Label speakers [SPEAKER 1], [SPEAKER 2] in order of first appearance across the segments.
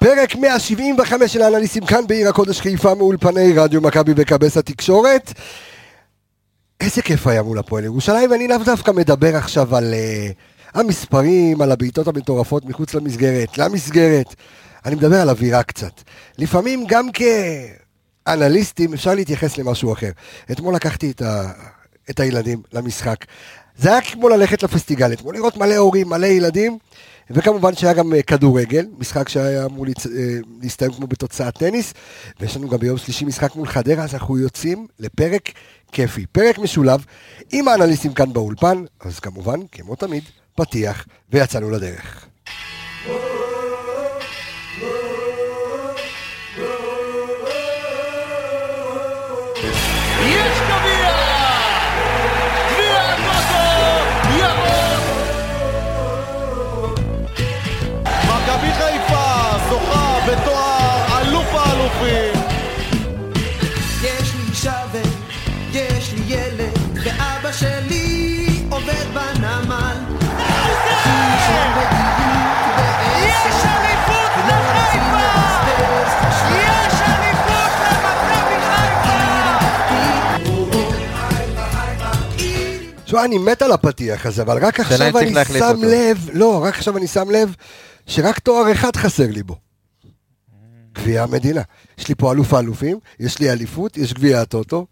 [SPEAKER 1] פרק 175 של האנליסטים כאן בעיר הקודש חיפה מאולפני רדיו מכבי וכבס התקשורת. איזה כיף היה מול הפועל ירושלים, ואני לאו דווקא מדבר עכשיו על uh, המספרים, על הבעיטות המטורפות מחוץ למסגרת, למסגרת. אני מדבר על אווירה קצת. לפעמים גם כאנליסטים אפשר להתייחס למשהו אחר. אתמול לקחתי את, ה... את הילדים למשחק. זה היה כמו ללכת לפסטיגל, אתמול לראות מלא הורים, מלא ילדים, וכמובן שהיה גם אה, כדורגל, משחק שהיה אמור להצ... אה, להסתיים כמו בתוצאת טניס, ויש לנו גם ביום שלישי משחק מול חדרה, אז אנחנו יוצאים לפרק כיפי, פרק משולב עם האנליסטים כאן באולפן, אז כמובן, כמו תמיד, פתיח, ויצאנו לדרך.
[SPEAKER 2] יש גביע! גביע הטוטו ירוק! מכבי חיפה זוכה בתואר אלוף האלופים
[SPEAKER 3] יש לי שווה, יש לי ילד, ואבא שלי עובד בנמל.
[SPEAKER 2] יש אליפות לחיפה! יש אליפות למכבי חיפה!
[SPEAKER 1] תשמע, אני מת על הפתיח הזה, אבל רק
[SPEAKER 4] השאלה אם
[SPEAKER 1] עכשיו
[SPEAKER 4] צריך
[SPEAKER 1] אני
[SPEAKER 4] להחליף
[SPEAKER 1] שם
[SPEAKER 4] אותו.
[SPEAKER 1] לב, לא, רק עכשיו אני שם לב שרק תואר אחד חסר לי בו. גביע המדינה. יש לי פה אלוף האלופים, יש לי אליפות, יש גביע הטוטו.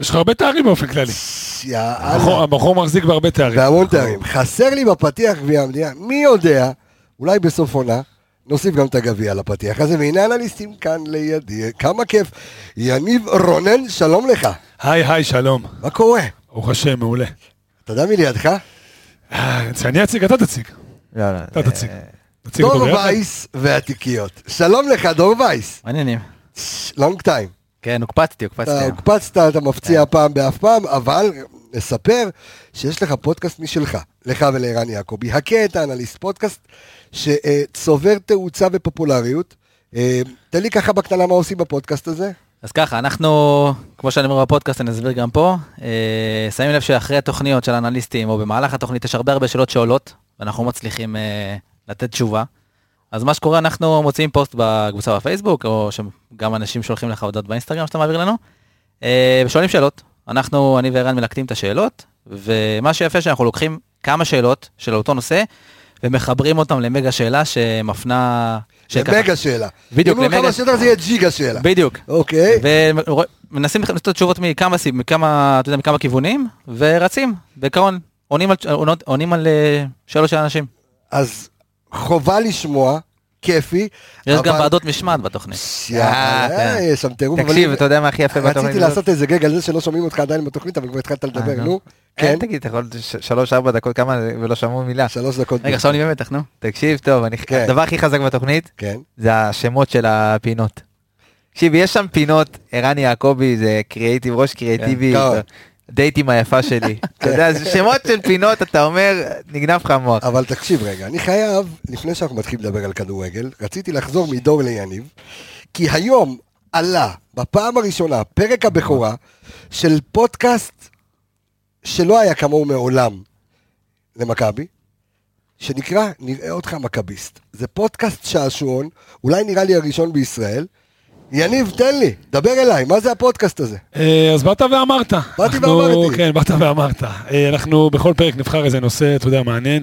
[SPEAKER 5] יש לך הרבה תארים באופן כללי. הבחור-
[SPEAKER 2] נכון. כן.
[SPEAKER 1] יאללה.
[SPEAKER 5] הבחור מחזיק בהרבה תארים.
[SPEAKER 1] והמון תארים. חסר לי בפתיח גביע המדינה. מי יודע, אולי בסוף עונה. נוסיף גם את הגביע לפתיח הזה, והנה אנליסטים כאן לידי, כמה כיף. יניב רונן, שלום לך,
[SPEAKER 5] היי היי שלום,
[SPEAKER 1] מה קורה?
[SPEAKER 5] ברוך השם מעולה.
[SPEAKER 1] אתה יודע מי לידך?
[SPEAKER 5] אה, שאני אציג אתה תציג.
[SPEAKER 4] יאללה.
[SPEAKER 5] אתה תציג.
[SPEAKER 2] אה,
[SPEAKER 5] נציג
[SPEAKER 2] לא,
[SPEAKER 5] אותו
[SPEAKER 1] דור
[SPEAKER 5] ביחד.
[SPEAKER 1] וייס והתיקיות. שלום לך, דור וייס.
[SPEAKER 4] מעניינים.
[SPEAKER 1] לונג טיים.
[SPEAKER 4] כן, הוקפצתי, הוקפצתי.
[SPEAKER 1] אתה
[SPEAKER 4] היום.
[SPEAKER 1] הוקפצת, אתה מפציע פעם באף פעם, אבל נספר שיש לך פודקאסט משלך, לך ולערן יעקבי. הכה את האנליסט, פודקאסט שצובר תאוצה ופופולריות. אה, תן לי ככה בקטנה מה עושים בפודקאסט הזה.
[SPEAKER 4] אז ככה, אנחנו, כמו שאני אומר בפודקאסט, אני אסביר גם פה, אה, שמים לב שאחרי התוכניות של האנליסטים, או במהלך התוכנית, יש הרבה הרבה שאלות שעולות, ואנחנו לא מצליחים אה, לתת תשובה. אז מה שקורה, אנחנו מוציאים פוסט בקבוצה בפייסבוק, או שגם אנשים שולחים לך הודעות באינסטגרם שאתה מעביר לנו, אה, ושואלים שאלות. אנחנו, אני וערן מלקטים את השאלות, ומה שיפה שאנחנו לוקחים כמה שאלות של אותו נושא, ומחברים אותם למגה שאלה שמפנה... שככה-
[SPEAKER 1] למגה שאלה.
[SPEAKER 4] בדיוק,
[SPEAKER 1] אם לא
[SPEAKER 4] למגה-
[SPEAKER 1] כמה שאלה זה יהיה ג'יגה שאלה.
[SPEAKER 4] בדיוק.
[SPEAKER 1] אוקיי.
[SPEAKER 4] ומנסים לתת תשובות מכמה, סיב- מכמה, אתה יודע, מכמה כיוונים, ורצים, בעיקרון, עונים על, עונות- עונים על אה, שאלות של אנשים.
[SPEAKER 1] אז חובה לשמוע, כיפי.
[SPEAKER 4] יש גם
[SPEAKER 1] אבל-
[SPEAKER 4] ועדות משמעת בתוכנית.
[SPEAKER 1] יאללה,
[SPEAKER 4] כן.
[SPEAKER 1] יש שם טירוף. אבל
[SPEAKER 6] תקשיב,
[SPEAKER 1] אם-
[SPEAKER 6] אתה יודע מה הכי יפה בתוכנית
[SPEAKER 1] רציתי
[SPEAKER 6] הזאת?
[SPEAKER 1] לעשות איזה גג על זה שלא שומעים אותך עדיין בתוכנית, אבל כבר התחלת לדבר,
[SPEAKER 4] אה,
[SPEAKER 6] נו.
[SPEAKER 1] נו.
[SPEAKER 6] כן,
[SPEAKER 1] כן,
[SPEAKER 6] תגיד, אתה יכול ש- שלוש, ארבע דקות כמה זה, ולא שמעו מילה.
[SPEAKER 1] שלוש דקות.
[SPEAKER 4] רגע, עכשיו אני במתח, נו.
[SPEAKER 6] תקשיב, טוב, אני-
[SPEAKER 1] כן.
[SPEAKER 6] הדבר הכי חזק בתוכנית
[SPEAKER 1] כן.
[SPEAKER 6] זה השמות של הפינות. תקשיב, יש שם פינות, ערן יעקבי זה קריאיטיב, ראש קריאיטיבי,
[SPEAKER 1] כן.
[SPEAKER 6] אתה- דייטים היפה שלי. אתה יודע, זה שמות של פינות, אתה אומר, נגנב לך המוח.
[SPEAKER 1] אבל תקשיב רגע, אני חייב, לפני שאנחנו מתחילים לדבר על כדורגל, רציתי לחזור מדור ליניב, כי היום עלה בפעם הראשונה פרק הבכורה של פודקאסט שלא היה כמוהו מעולם למכבי, שנקרא נראה אותך מכביסט. זה פודקאסט שעשועון, אולי נראה לי הראשון בישראל. יניב, תן לי, דבר אליי, מה זה הפודקאסט הזה?
[SPEAKER 5] אה, אז באת ואמרת.
[SPEAKER 1] באתי
[SPEAKER 5] אנחנו-
[SPEAKER 1] ואמרתי.
[SPEAKER 5] כן, באת ואמרת. אה, אנחנו בכל פרק נבחר איזה נושא, אתה יודע, מעניין,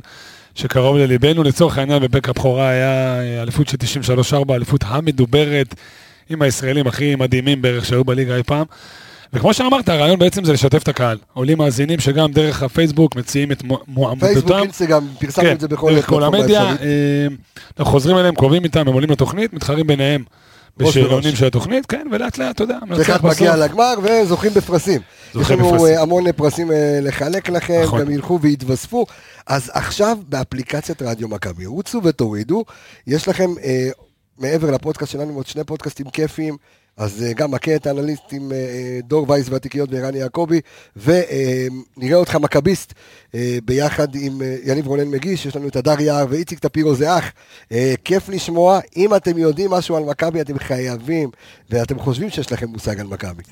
[SPEAKER 5] שקרוב לליבנו. לצורך העניין, בפרק הבכורה היה אה, אליפות של 93-4, האליפות המדוברת, עם הישראלים הכי מדהימים בערך שהיו בליגה אי פעם. וכמו שאמרת, הרעיון בעצם זה לשתף את הקהל. עולים מאזינים שגם דרך הפייסבוק מציעים את מוע-
[SPEAKER 1] פייסבוק,
[SPEAKER 5] מועמדותם. כן,
[SPEAKER 1] אינסטגרם, פרסמנו את זה בכל
[SPEAKER 5] דרך כל
[SPEAKER 1] פלטפורמה
[SPEAKER 5] המדיה.
[SPEAKER 1] אפשרית.
[SPEAKER 5] אה, אנחנו חוזרים אליהם, קובעים איתם, הם עולים לתוכנית, מתחרים ביניהם
[SPEAKER 1] ראש
[SPEAKER 5] בשאלונים
[SPEAKER 1] בראש.
[SPEAKER 5] של התוכנית, כן, ולאט לאט, אתה יודע,
[SPEAKER 1] אחד מגיע לגמר וזוכים בפרסים. יש
[SPEAKER 5] זוכים
[SPEAKER 1] לנו
[SPEAKER 5] בפרסים.
[SPEAKER 1] אה, המון אה, פרסים אה, לחלק לכם,
[SPEAKER 5] נכון.
[SPEAKER 1] גם ילכו ויתווספו. אז עכשיו באפליקציית רדיו מכבי, רוצו ותורידו. יש לכם, אה, מעבר לפודקאסט שלנו, עוד שני פודקאסטים כיפיים. אז אה, גם מכה את האנליסטים אה, אה, דור וייס והתיקיות וערן יעקבי, ונראה אותך מכביסט אה, ביחד עם אה, יניב רונן מגיש, יש לנו את הדר יער ואיציק טפירו זה אח. אה, כיף לשמוע, אם אתם יודעים משהו על מכבי אתם חייבים, ואתם חושבים שיש לכם מושג על מכבי.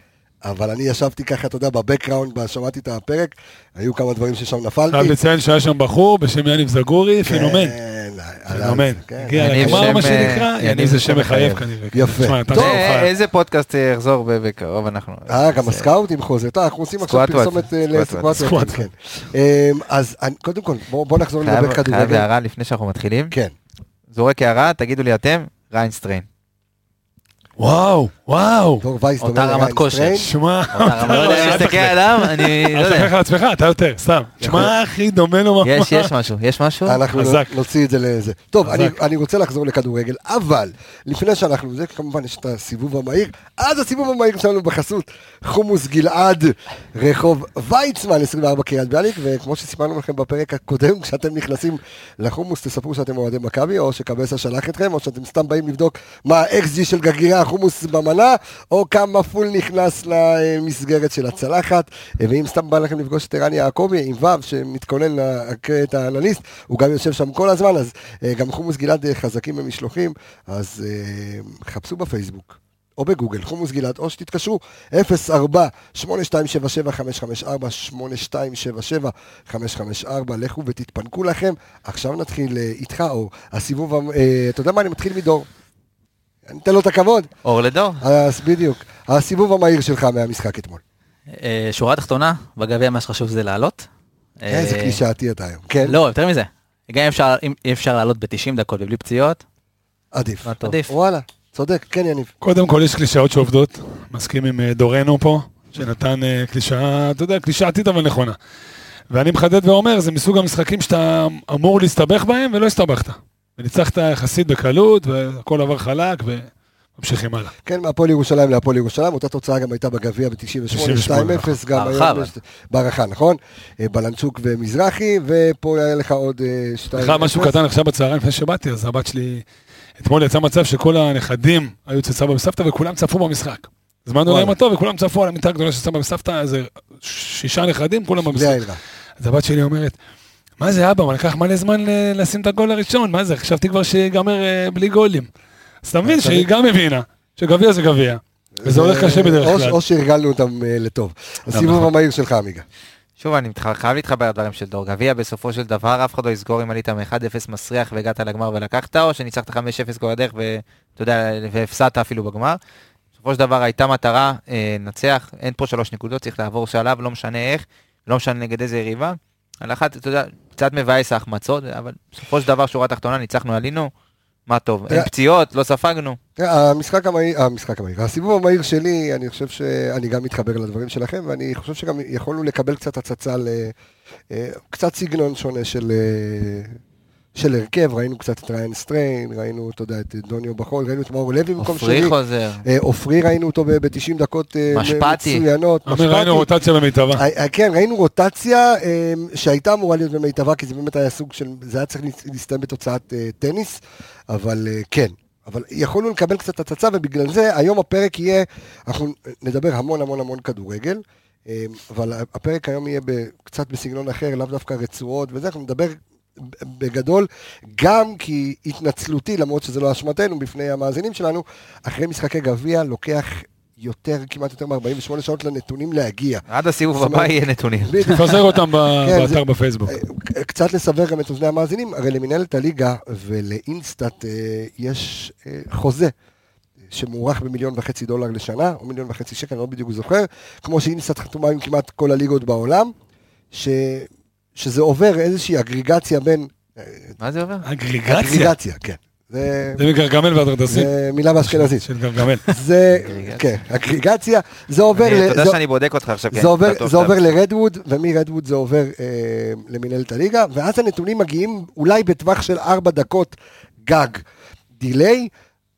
[SPEAKER 1] אבל אני ישבתי ככה, אתה יודע, בבקראונד, שמעתי את הפרק, היו כמה דברים ששם
[SPEAKER 5] חייב
[SPEAKER 1] נפלתי.
[SPEAKER 5] לציין שהיה שם בחור בשם יניב זגורי, פנומן.
[SPEAKER 1] כן, עלה על זה,
[SPEAKER 5] פנומן.
[SPEAKER 1] כן.
[SPEAKER 5] הגיע
[SPEAKER 6] יניב
[SPEAKER 5] לגמר,
[SPEAKER 6] שם,
[SPEAKER 5] מה
[SPEAKER 6] אה,
[SPEAKER 5] שנקרא, יניב זה שם מחייב כנראה.
[SPEAKER 1] יפה.
[SPEAKER 5] תשמע, אתה לא
[SPEAKER 1] טוב.
[SPEAKER 5] שם
[SPEAKER 6] אה,
[SPEAKER 5] מחייב.
[SPEAKER 6] איזה פודקאסט יחזור ב- בקרוב אנחנו...
[SPEAKER 1] אה, גם
[SPEAKER 6] זה-
[SPEAKER 1] הסקאוטים חוזר. טוב, אנחנו עושים עכשיו
[SPEAKER 6] סקואט-וואט.
[SPEAKER 1] פרסומת אה,
[SPEAKER 6] סקואט-וואט.
[SPEAKER 1] לסקואט-וואט, כן.
[SPEAKER 5] סקואט-וואט.
[SPEAKER 1] אמ, אז אני- קודם כל, בואו בואו נחזור
[SPEAKER 6] חייב-
[SPEAKER 1] לדבר
[SPEAKER 6] חייב
[SPEAKER 1] כדורגל.
[SPEAKER 6] הערה לפני שאנחנו מתחילים.
[SPEAKER 1] כן.
[SPEAKER 6] זורק הערה, תגידו לי אתם, ריינסטריין.
[SPEAKER 5] וואו, וואו.
[SPEAKER 1] דור וייס
[SPEAKER 4] אותה
[SPEAKER 1] דומה
[SPEAKER 4] רמת
[SPEAKER 1] לריין
[SPEAKER 4] כושר.
[SPEAKER 1] סטריין.
[SPEAKER 5] שמע,
[SPEAKER 4] אתה לא יודע, אני מסתכל עליו, אני לא
[SPEAKER 5] אתה
[SPEAKER 4] יודע.
[SPEAKER 5] שוכח על עצמך, אתה יותר, סתם. שמע, אחי, דומה לו ממש.
[SPEAKER 6] יש, יש משהו, יש משהו?
[SPEAKER 1] אנחנו לא-
[SPEAKER 5] חזק.
[SPEAKER 1] נוציא את זה לזה. טוב,
[SPEAKER 5] חזק.
[SPEAKER 1] אני, אני רוצה לחזור לכדורגל, אבל לפני שאנחנו, זה כמובן יש את הסיבוב המהיר, אז הסיבוב המהיר שלנו בחסות חומוס גלעד, רחוב ויצמן 24 קריית ביאליק, וכמו שסיפרנו לכם בפרק הקודם, כשאתם נכנסים לחומוס, תספרו שאתם אוהדי מכבי, או שקבסה שלח אתכם, או שאתם סתם באים לבדוק מה ה-XG של גגירי החומוס במנה, או כמה פול נכנס למסגרת של הצלחת, ואם סתם בא לכם לפגוש את ערן יעקבי עם ו' שמתכונן להקראת האנליסט, הוא גם יושב שם כל הזמן, אז אה, גם חומוס גלעד אה, חזקים במשלוחים, אז אה, חפשו בפייסבוק. או בגוגל, חומוס גלעד, או שתתקשרו, 04-8277-554, 8277-554, לכו ותתפנקו לכם. עכשיו נתחיל אה, איתך, אור. הסיבוב, המ- אה, אתה יודע מה, אני מתחיל מדור. אני אתן לו את הכבוד.
[SPEAKER 6] אור לדור.
[SPEAKER 1] אז בדיוק. הסיבוב המהיר שלך מהמשחק אתמול.
[SPEAKER 4] אה, שורה תחתונה, בגביע מה שחשוב זה לעלות.
[SPEAKER 1] כן, זה
[SPEAKER 4] אה,
[SPEAKER 1] קלישאתי אתה היום. כן,
[SPEAKER 4] לא, יותר מזה. גם אם אפשר- אם אי אפשר לעלות ב-90 דקות ובלי פציעות,
[SPEAKER 1] עדיף.
[SPEAKER 4] מה טוב. עדיף.
[SPEAKER 1] וואלה, צודק, כן יניב.
[SPEAKER 5] קודם כל יש קלישאות שעובדות, מסכים עם אה, דורנו פה, שנתן אה, קלישאה, אתה יודע, קלישאתית אבל נכונה. ואני מחדד ואומר, זה מסוג המשחקים שאתה אמור להסתבך בהם ולא הסתבכת. וניצחת יחסית בקלות, והכל עבר חלק, וממשיכים הלאה.
[SPEAKER 1] כן, מהפועל ירושלים להפועל ירושלים, אותה תוצאה גם הייתה בגביע ב-98, 2-0, גם
[SPEAKER 4] בהערכה,
[SPEAKER 1] היום
[SPEAKER 4] אבל.
[SPEAKER 1] יש... בהערכה, נכון? אה, בלנצ'וק ומזרחי, ופה היה לך עוד אה, 2-0.
[SPEAKER 5] לך משהו קטן עכשיו בצהריים לפני שבאתי, אז הבת שלי, אתמול יצא מצב שכל הנכדים היו אצל סבא וסבתא וכולם צפו במשחק. הזמנו להם אותו וכולם צפו על המיטה הגדולה של סבא וסבתא, איזה שישה נכדים, כולם
[SPEAKER 1] בלי
[SPEAKER 5] במשחק.
[SPEAKER 1] העין רע.
[SPEAKER 5] אז הבת שלי אומרת, מה זה אבא, מה לקח מלא זמן ל- לשים את הגול הראשון, מה זה, חשבתי כבר שיגמר אה, בלי גולים. אז אתה
[SPEAKER 1] אה,
[SPEAKER 5] מבין שהיא גם הבינה שגביע זה גביע, וזה הולך קשה בדרך
[SPEAKER 1] אה, או-
[SPEAKER 5] כלל.
[SPEAKER 1] או שהרגלנו אותם אה, לטוב. הסיבוב
[SPEAKER 5] נכון.
[SPEAKER 1] המהיר שלך, עמיגה.
[SPEAKER 6] שוב, אני מתח- חייב להתחבר לדברים של דור גביע, בסופו של דבר אף אחד לא יסגור אם עלית מ-1-0 מסריח והגעת לגמר ולקחת, או שניצחת 5-0 כל הדרך ואתה יודע, והפסדת אפילו בגמר. בסופו של דבר הייתה מטרה, אה, נצח, אין פה שלוש נקודות, צריך לעבור שלב, לא משנה איך, לא משנה נגד איזה יריבה. על אחת, אתה יודע, קצת מבאס ההחמצות, אבל בסופו של דבר, שורה תחתונה, ניצחנו, עלינו, מה טוב. אין
[SPEAKER 1] תראה-
[SPEAKER 6] פציעות, לא ספגנו.
[SPEAKER 1] תראה, אה, המשחק המהיר, המשחק המהיר, הסיבוב המהיר שלי, אני חושב שאני גם מתחבר לדברים שלכם, ואני חושב שגם יכולנו לקבל קצת הצצה ל... אה, קצת סגנון שונה של, אה, של הרכב, ראינו קצת את ריין סטריין, ראינו, אתה יודע, את דוניו בחול, ראינו את מאור לוי במקום שני.
[SPEAKER 6] עופרי חוזר.
[SPEAKER 1] אה, עופרי ראינו אותו ב-90 דקות אה,
[SPEAKER 6] משפטי.
[SPEAKER 1] מצוינות.
[SPEAKER 5] אומר, ראינו רוטציה במיטבה.
[SPEAKER 1] אה, אה, כן, ראינו רוטציה אה, שהייתה אמורה להיות במיטבה, כי זה באמת היה סוג של, זה היה צריך להס- להסתיים בתוצאת אה, טניס, אבל אה, כן. אבל יכולנו לקבל קצת הצצה, ובגלל זה היום הפרק יהיה, אנחנו נדבר המון המון המון כדורגל, אה, אבל הפרק היום יהיה ב- קצת בסגנון אחר, לאו דווקא רצועות וזה, אנחנו נדבר בגדול, גם כי התנצלותי, למרות שזה לא אשמתנו, בפני המאזינים שלנו, אחרי משחקי גביע לוקח יותר, כמעט יותר מ-48 שעות לנתונים להגיע.
[SPEAKER 6] עד הסיבוב
[SPEAKER 1] זאת אומרת-
[SPEAKER 6] הבא יהיה נתונים.
[SPEAKER 1] בדיוק.
[SPEAKER 5] תפזר אותם ב-
[SPEAKER 1] כן, זה-
[SPEAKER 5] באתר בפייסבוק.
[SPEAKER 1] אה, קצת לסבר גם את אוזני המאזינים, הרי למנהלת הליגה ולאינסטאט אה, יש אה, חוזה. שמוערך במיליון וחצי דולר לשנה, או מיליון וחצי שקל, אני לא בדיוק זוכר, כמו שאינסטאט חתומה עם כמעט כל הליגות בעולם, ש... שזה עובר איזושהי אגריגציה בין...
[SPEAKER 6] מה זה עובר?
[SPEAKER 5] אגריגציה.
[SPEAKER 1] אגריגציה, כן. זה,
[SPEAKER 5] זה מגרגמל ועד הרדסים.
[SPEAKER 1] זה מילה באשכנזית.
[SPEAKER 5] של גרגמל.
[SPEAKER 1] זה,
[SPEAKER 6] אגריגציה.
[SPEAKER 1] כן, אגריגציה, זה עובר... ל-
[SPEAKER 6] אני- תודה
[SPEAKER 1] זה-
[SPEAKER 6] שאני בודק אותך עכשיו. כן,
[SPEAKER 1] זה עובר,
[SPEAKER 6] אתה טוב,
[SPEAKER 1] זה
[SPEAKER 6] אתה-
[SPEAKER 1] עובר לרדווד, ומרדווד זה עובר אה, למנהלת הליגה, ואז הנתונים מגיעים אולי בטווח של ארבע דקות גג דיליי,